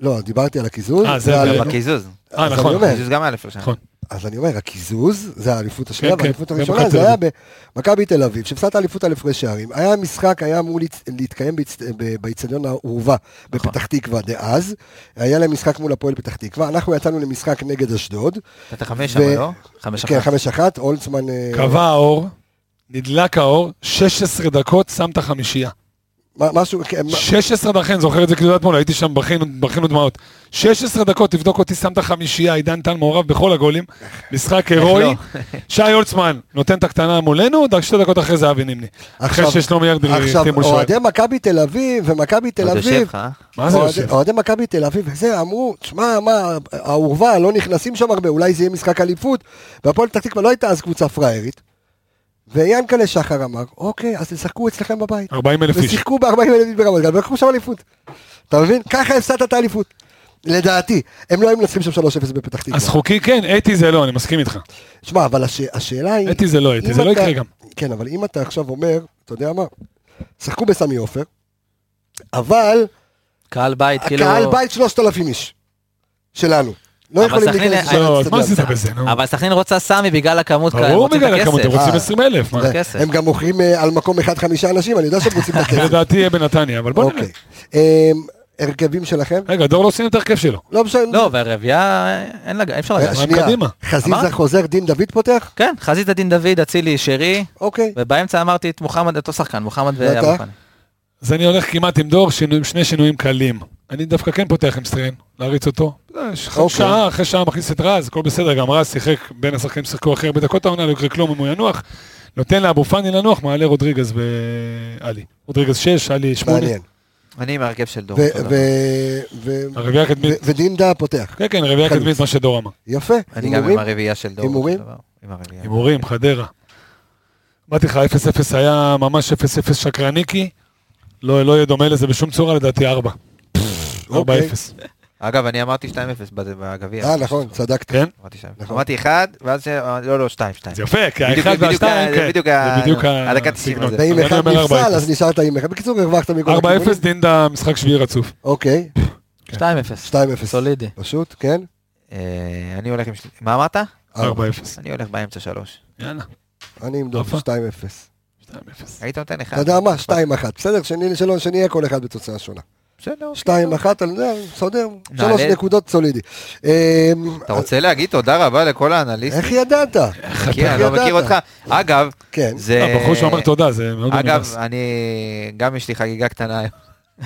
[SPEAKER 1] לא, דיברתי על הקיזוז.
[SPEAKER 5] אה, זה
[SPEAKER 1] ועל-
[SPEAKER 5] אבל-
[SPEAKER 6] בקיזוז.
[SPEAKER 5] אה,
[SPEAKER 1] אז
[SPEAKER 5] נכון.
[SPEAKER 1] אני אומר,
[SPEAKER 6] קיזוז גם היה לפרשן.
[SPEAKER 5] נכון.
[SPEAKER 1] אז אני אומר, הקיזוז, זה האליפות השנייה,
[SPEAKER 5] כן,
[SPEAKER 1] והאליפות
[SPEAKER 5] כן,
[SPEAKER 1] הראשונה,
[SPEAKER 5] במכבי
[SPEAKER 1] זה
[SPEAKER 5] תל
[SPEAKER 1] היה במכבי תל אביב, שהפסדת אליפות על הפרש שערים. היה משחק, היה אמור להצ- להתקיים באצט- ב- באיצטדיון האורווה
[SPEAKER 5] נכון.
[SPEAKER 1] בפתח תקווה דאז. היה להם משחק מול הפועל פתח תקווה, אנחנו יצאנו למשחק נגד אשדוד.
[SPEAKER 6] אתה חמש
[SPEAKER 1] ו-
[SPEAKER 6] שם, לא?
[SPEAKER 4] חמש
[SPEAKER 1] כן,
[SPEAKER 4] אחת.
[SPEAKER 1] חמש אחת, הולצמן... אה,
[SPEAKER 5] קבע האור, נדלק האור, 16 דקות, שם את החמישייה.
[SPEAKER 1] מה- משהו, כן, מה-
[SPEAKER 5] 16 דקות, זוכר את זה כאילו אתמול, הייתי שם, בכינו בכינו דמעות. 16 דקות, תבדוק אותי, שם את החמישייה, עידן טל מעורב בכל הגולים. משחק הירואי.
[SPEAKER 1] לא?
[SPEAKER 5] שי הולצמן נותן את הקטנה מולנו, דק- שתי דקות אחרי זה אבי נימני. אחרי
[SPEAKER 1] עכשיו-
[SPEAKER 5] ששלומי ארדרי
[SPEAKER 1] אה, עכשיו,
[SPEAKER 5] החתים מול שוער.
[SPEAKER 1] אוהדי מכבי תל אביב ומכבי תל
[SPEAKER 6] עוד יושב
[SPEAKER 1] אביב,
[SPEAKER 6] לך, אה?
[SPEAKER 5] מה זה
[SPEAKER 1] אוהד-
[SPEAKER 5] יושב?
[SPEAKER 1] אוהדי מכבי תל אביב וזה, אמרו, תשמע, מה, האורווה, לא נכנסים שם הרבה, אולי זה יהיה משחק אליפות, והפועל פתח תקווה לא הייתה אז קבוצה פראיירית. ויענקלה שחר אמר, אוקיי, אז תשחקו אצלכם בבית.
[SPEAKER 5] 40 אלף איש.
[SPEAKER 1] ושיחקו ב-40 אלף איש ברמת גן, ולקחו שם אליפות. אתה מבין? ככה הפסדת את האליפות. לדעתי, הם לא היו מנצחים שם 3-0 בפתח תקווה.
[SPEAKER 5] אז חוקי כן, אתי זה לא, אני מסכים איתך.
[SPEAKER 1] שמע, אבל הש... השאלה היא...
[SPEAKER 5] אתי זה לא אתי,
[SPEAKER 1] אם
[SPEAKER 5] זה לא
[SPEAKER 1] אתה-
[SPEAKER 5] יקרה גם.
[SPEAKER 1] כן, אבל אם אתה עכשיו אומר, אתה יודע מה, שחקו בסמי עופר, אבל
[SPEAKER 4] קהל בית, כאילו...
[SPEAKER 1] הקהל בית 3,000 איש שלנו. לא
[SPEAKER 4] אבל
[SPEAKER 1] יכולים
[SPEAKER 4] סכנין-
[SPEAKER 1] להיכנס
[SPEAKER 4] אה,
[SPEAKER 5] לא, אז
[SPEAKER 1] לאצטדיון.
[SPEAKER 5] מה עשית בזה, נו?
[SPEAKER 4] אבל סכנין רוצה סמי בגלל הכמות, כי הם
[SPEAKER 5] ברור
[SPEAKER 4] רוצים את
[SPEAKER 5] בגלל הכמות, הם
[SPEAKER 4] הכסף.
[SPEAKER 5] רוצים
[SPEAKER 1] אה.
[SPEAKER 5] 20 אלף.
[SPEAKER 1] זה-
[SPEAKER 4] כסף.
[SPEAKER 1] הם גם מוכרים אה, על מקום אחד חמישה אנשים, אני יודע שהם רוצים את הכסף.
[SPEAKER 5] לדעתי יהיה בנתניה, אבל בוא נראה.
[SPEAKER 1] אוקיי. אמ, הרכבים שלכם?
[SPEAKER 5] רגע, דור לא סיים את ההרכב שלו.
[SPEAKER 1] לא משנה.
[SPEAKER 4] לא, והרביעייה, אין לה, אי אפשר
[SPEAKER 6] לא,
[SPEAKER 1] אה,
[SPEAKER 4] לגעת.
[SPEAKER 1] שנייה.
[SPEAKER 5] קדימה.
[SPEAKER 1] חזיזה
[SPEAKER 4] אמרת?
[SPEAKER 1] חוזר, דין דוד פותח?
[SPEAKER 4] כן, חזית הדין דוד, אצילי, שרי,
[SPEAKER 1] אוקיי.
[SPEAKER 4] ובאמצע אמרתי את מוחמד, אותו שחקן, מוחמד
[SPEAKER 1] ואתה?
[SPEAKER 4] ואבו פאני.
[SPEAKER 5] אז אני הולך כמעט עם דור, שינוי- עם שני שינויים קלים. אני דווקא כן פותח עם סטרין, להריץ אותו. אה, יש לך
[SPEAKER 1] אוקיי.
[SPEAKER 5] שעה, אחרי שעה מכניס את רז, הכל בסדר, גם רז שיחק בין השחקנים ששיחקו הכי הרבה דקות העונה, לא יקרה כלום אם הוא ינוח. נותן לאבו פאני לנוח, מעלה רודריגז ועלי. רודריגז 6, עלי 8.
[SPEAKER 1] מעניין.
[SPEAKER 6] אני עם ההרכב של דור.
[SPEAKER 1] ו-
[SPEAKER 6] אותו דבר.
[SPEAKER 1] ו- ו-
[SPEAKER 5] הרביעייה הקדמית,
[SPEAKER 1] ו- ודינדה פותח.
[SPEAKER 5] כן כן, הרביעייה
[SPEAKER 1] חלוץ.
[SPEAKER 5] הקדמית, מה שדור אמר.
[SPEAKER 1] יפה.
[SPEAKER 6] אני גם עם
[SPEAKER 1] הימורים?
[SPEAKER 6] הרביעייה של דור.
[SPEAKER 1] הימורים?
[SPEAKER 6] אותו דבר. עם הרביעייה.
[SPEAKER 5] הימורים, חדרה. אמרתי לך, 0-0 היה ממש 0-0 שקרניקי. לא לא יהיה דומה לזה בשום צורה, לדעתי 4. 4-0.
[SPEAKER 1] אוקיי.
[SPEAKER 6] אגב, אני אמרתי 2-0 בזה- בגביע.
[SPEAKER 1] אה, נכון, צדקת.
[SPEAKER 5] כן?
[SPEAKER 6] אמרתי 2.
[SPEAKER 1] נכון.
[SPEAKER 6] אמרתי 1, ואז... ש- לא, לא, 2, 2.
[SPEAKER 5] זה יפה, כי
[SPEAKER 6] בדיוק-
[SPEAKER 5] האחד
[SPEAKER 6] בדיוק
[SPEAKER 5] והשתיים,
[SPEAKER 6] ה-
[SPEAKER 5] כן.
[SPEAKER 6] זה בדיוק ה-
[SPEAKER 5] ה-
[SPEAKER 6] הדקה 90
[SPEAKER 5] הסגנון.
[SPEAKER 6] הזה.
[SPEAKER 1] ואם
[SPEAKER 5] אני
[SPEAKER 1] אחד
[SPEAKER 5] אומר 4-0.
[SPEAKER 1] נפסל, אז נשארת עם אחד. בקיצור, הרווחת מכל
[SPEAKER 5] 4-0 דינדה משחק שביעי רצוף.
[SPEAKER 1] אוקיי,
[SPEAKER 4] 2-0.
[SPEAKER 1] 2-0.
[SPEAKER 4] סולידי.
[SPEAKER 1] פשוט, כן?
[SPEAKER 6] אה, אני הולך עם... של- מה אמרת?
[SPEAKER 5] 4-0.
[SPEAKER 6] אני הולך באמצע 3.
[SPEAKER 5] יאללה,
[SPEAKER 1] אני אמדוד
[SPEAKER 5] אופה.
[SPEAKER 1] 2-0.
[SPEAKER 5] 2-0.
[SPEAKER 6] היית נותן 1.
[SPEAKER 1] אתה יודע מה? 2-1. בסדר, שני- שלא שנהיה כל אחד בתוצאה שונה. 2-1, אתה יודע, סודר,
[SPEAKER 6] נעלה.
[SPEAKER 1] שלוש נקודות סולידי. אמ,
[SPEAKER 6] אתה רוצה להגיד תודה רבה לכל האנליסטים?
[SPEAKER 1] איך ידעת?
[SPEAKER 6] כי אני לא
[SPEAKER 1] כן, ידעת?
[SPEAKER 6] מכיר אותך. אגב,
[SPEAKER 1] כן.
[SPEAKER 6] זה...
[SPEAKER 5] לא, הבחור שאומר תודה, לא זה מאוד
[SPEAKER 6] אה, אגב,
[SPEAKER 5] מנומס.
[SPEAKER 6] אני... גם יש לי חגיגה קטנה היום.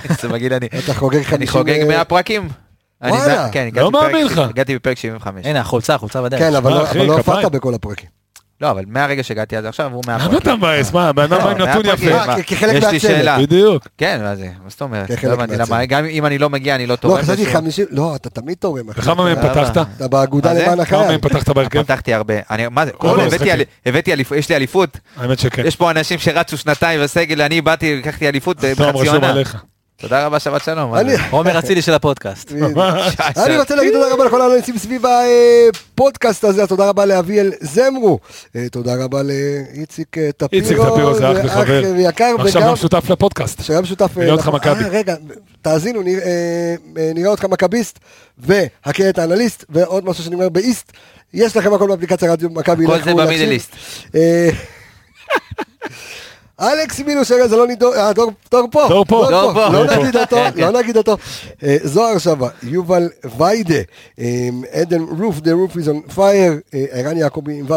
[SPEAKER 6] זה מגעיל אני.
[SPEAKER 1] אתה חוגג 50...
[SPEAKER 6] אני חוגג
[SPEAKER 1] אה,
[SPEAKER 6] 100 פרקים. אני-
[SPEAKER 1] וואלה.
[SPEAKER 6] כן, הגעתי
[SPEAKER 5] לא
[SPEAKER 6] בפרק-
[SPEAKER 5] מאמין לך.
[SPEAKER 6] הגעתי בפרק 75.
[SPEAKER 4] הנה, החולצה, החולצה בדרך.
[SPEAKER 1] כן, אבל
[SPEAKER 5] שמע,
[SPEAKER 1] לא-
[SPEAKER 5] אחי,
[SPEAKER 1] אבל לא
[SPEAKER 5] כפיים.
[SPEAKER 1] הופעת בכל הפרקים.
[SPEAKER 6] לא, אבל מהרגע שהגעתי עד עכשיו עברו 100
[SPEAKER 5] למה אתה מבאס? מה, הבן אדם בא עם
[SPEAKER 6] לא,
[SPEAKER 5] נתון
[SPEAKER 6] מהפרקים.
[SPEAKER 5] יפה.
[SPEAKER 1] אה,
[SPEAKER 6] מה?
[SPEAKER 1] כ- כחלק
[SPEAKER 6] יש לי
[SPEAKER 1] מהצוות.
[SPEAKER 6] שאלה.
[SPEAKER 5] בדיוק.
[SPEAKER 6] כן, מה זה? מה זאת אומרת?
[SPEAKER 1] כחלק
[SPEAKER 6] לא הבנתי
[SPEAKER 1] מהצוות.
[SPEAKER 6] למה. גם אם אני לא מגיע, אני לא
[SPEAKER 1] לא,
[SPEAKER 6] תורם.
[SPEAKER 1] חשבתי
[SPEAKER 6] לשום-
[SPEAKER 1] 50... לא, אתה תמיד תורם.
[SPEAKER 6] אה,
[SPEAKER 1] אחי.
[SPEAKER 5] וכמה מהם
[SPEAKER 1] אתה-
[SPEAKER 5] פתחת?
[SPEAKER 1] אתה באגודה
[SPEAKER 6] מה אה, זה?
[SPEAKER 1] למען
[SPEAKER 5] כמה
[SPEAKER 1] החייל.
[SPEAKER 5] מהם פתחת בהרכב?
[SPEAKER 6] פתחתי הרבה. אני, מה זה?
[SPEAKER 5] כן. כל הזמן כן.
[SPEAKER 6] הבאתי
[SPEAKER 5] משחקים.
[SPEAKER 6] אל- הבאתי אליפות, יש לי אליפות.
[SPEAKER 5] האמת שכן.
[SPEAKER 6] יש פה אנשים שרצו שנתיים בסגל, אני באתי, לקחתי אליפות
[SPEAKER 5] סתם
[SPEAKER 6] בחצי
[SPEAKER 5] רשום
[SPEAKER 6] עונה.
[SPEAKER 5] עליך.
[SPEAKER 6] תודה רבה, שבת שלום. מה
[SPEAKER 1] אני-
[SPEAKER 6] זה?
[SPEAKER 4] עומר אצילי של הפודקאסט.
[SPEAKER 1] אני רוצה להגיד תודה רבה לכל האנליסטים סביב הפודקאסט הזה, אז תודה רבה לאביאל זמרו, אה, תודה רבה לאיציק אה, טפירו,
[SPEAKER 5] איציק טפירו זה אח וחבר.
[SPEAKER 1] יקר,
[SPEAKER 5] עכשיו
[SPEAKER 1] וגם-
[SPEAKER 5] גם שותף לפודקאסט.
[SPEAKER 1] שהיה משותף... אה,
[SPEAKER 5] נראה אותך
[SPEAKER 1] לפ-
[SPEAKER 5] מכבי.
[SPEAKER 1] אה, רגע, תאזינו, נראה, אה, אה, נראה אותך מכביסט, והכה את האנליסט, ועוד משהו שנגמר באיסט. יש לכם הכל באפליקציה רדיו מכבי.
[SPEAKER 6] כל
[SPEAKER 1] לכו
[SPEAKER 6] זה
[SPEAKER 1] להקשיב.
[SPEAKER 6] במידליסט.
[SPEAKER 1] אה, אלכס מינוס, רגע, זה לא נידור, אה, דור דור פה,
[SPEAKER 5] דור פה.
[SPEAKER 1] דור
[SPEAKER 6] דור
[SPEAKER 1] פה,
[SPEAKER 6] פה.
[SPEAKER 1] לא
[SPEAKER 5] דור פה.
[SPEAKER 1] נגיד אותו, לא נגיד אותו. אה, זוהר שווה, יובל ויידה, אה, עדן רוף, The Roof is on fire, אה, ערן יעקבי עם ו'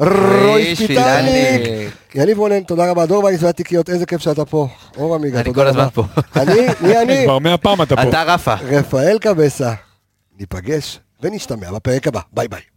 [SPEAKER 1] ורוי
[SPEAKER 6] ריש
[SPEAKER 1] שפיטלניק.
[SPEAKER 6] פיטלניק.
[SPEAKER 1] יניב רונן, תודה רבה. דור וייס והתיקיות, איזה כיף שאתה פה. אור עמיגה,
[SPEAKER 6] אני
[SPEAKER 1] תודה
[SPEAKER 6] כל
[SPEAKER 1] רבה.
[SPEAKER 6] הזמן פה.
[SPEAKER 1] אני, מי אני?
[SPEAKER 5] כבר 100 פעם אתה פה.
[SPEAKER 6] אתה רפה.
[SPEAKER 1] רפאל קבסה. ניפגש ונשתמע בפרק הבא. ביי ביי.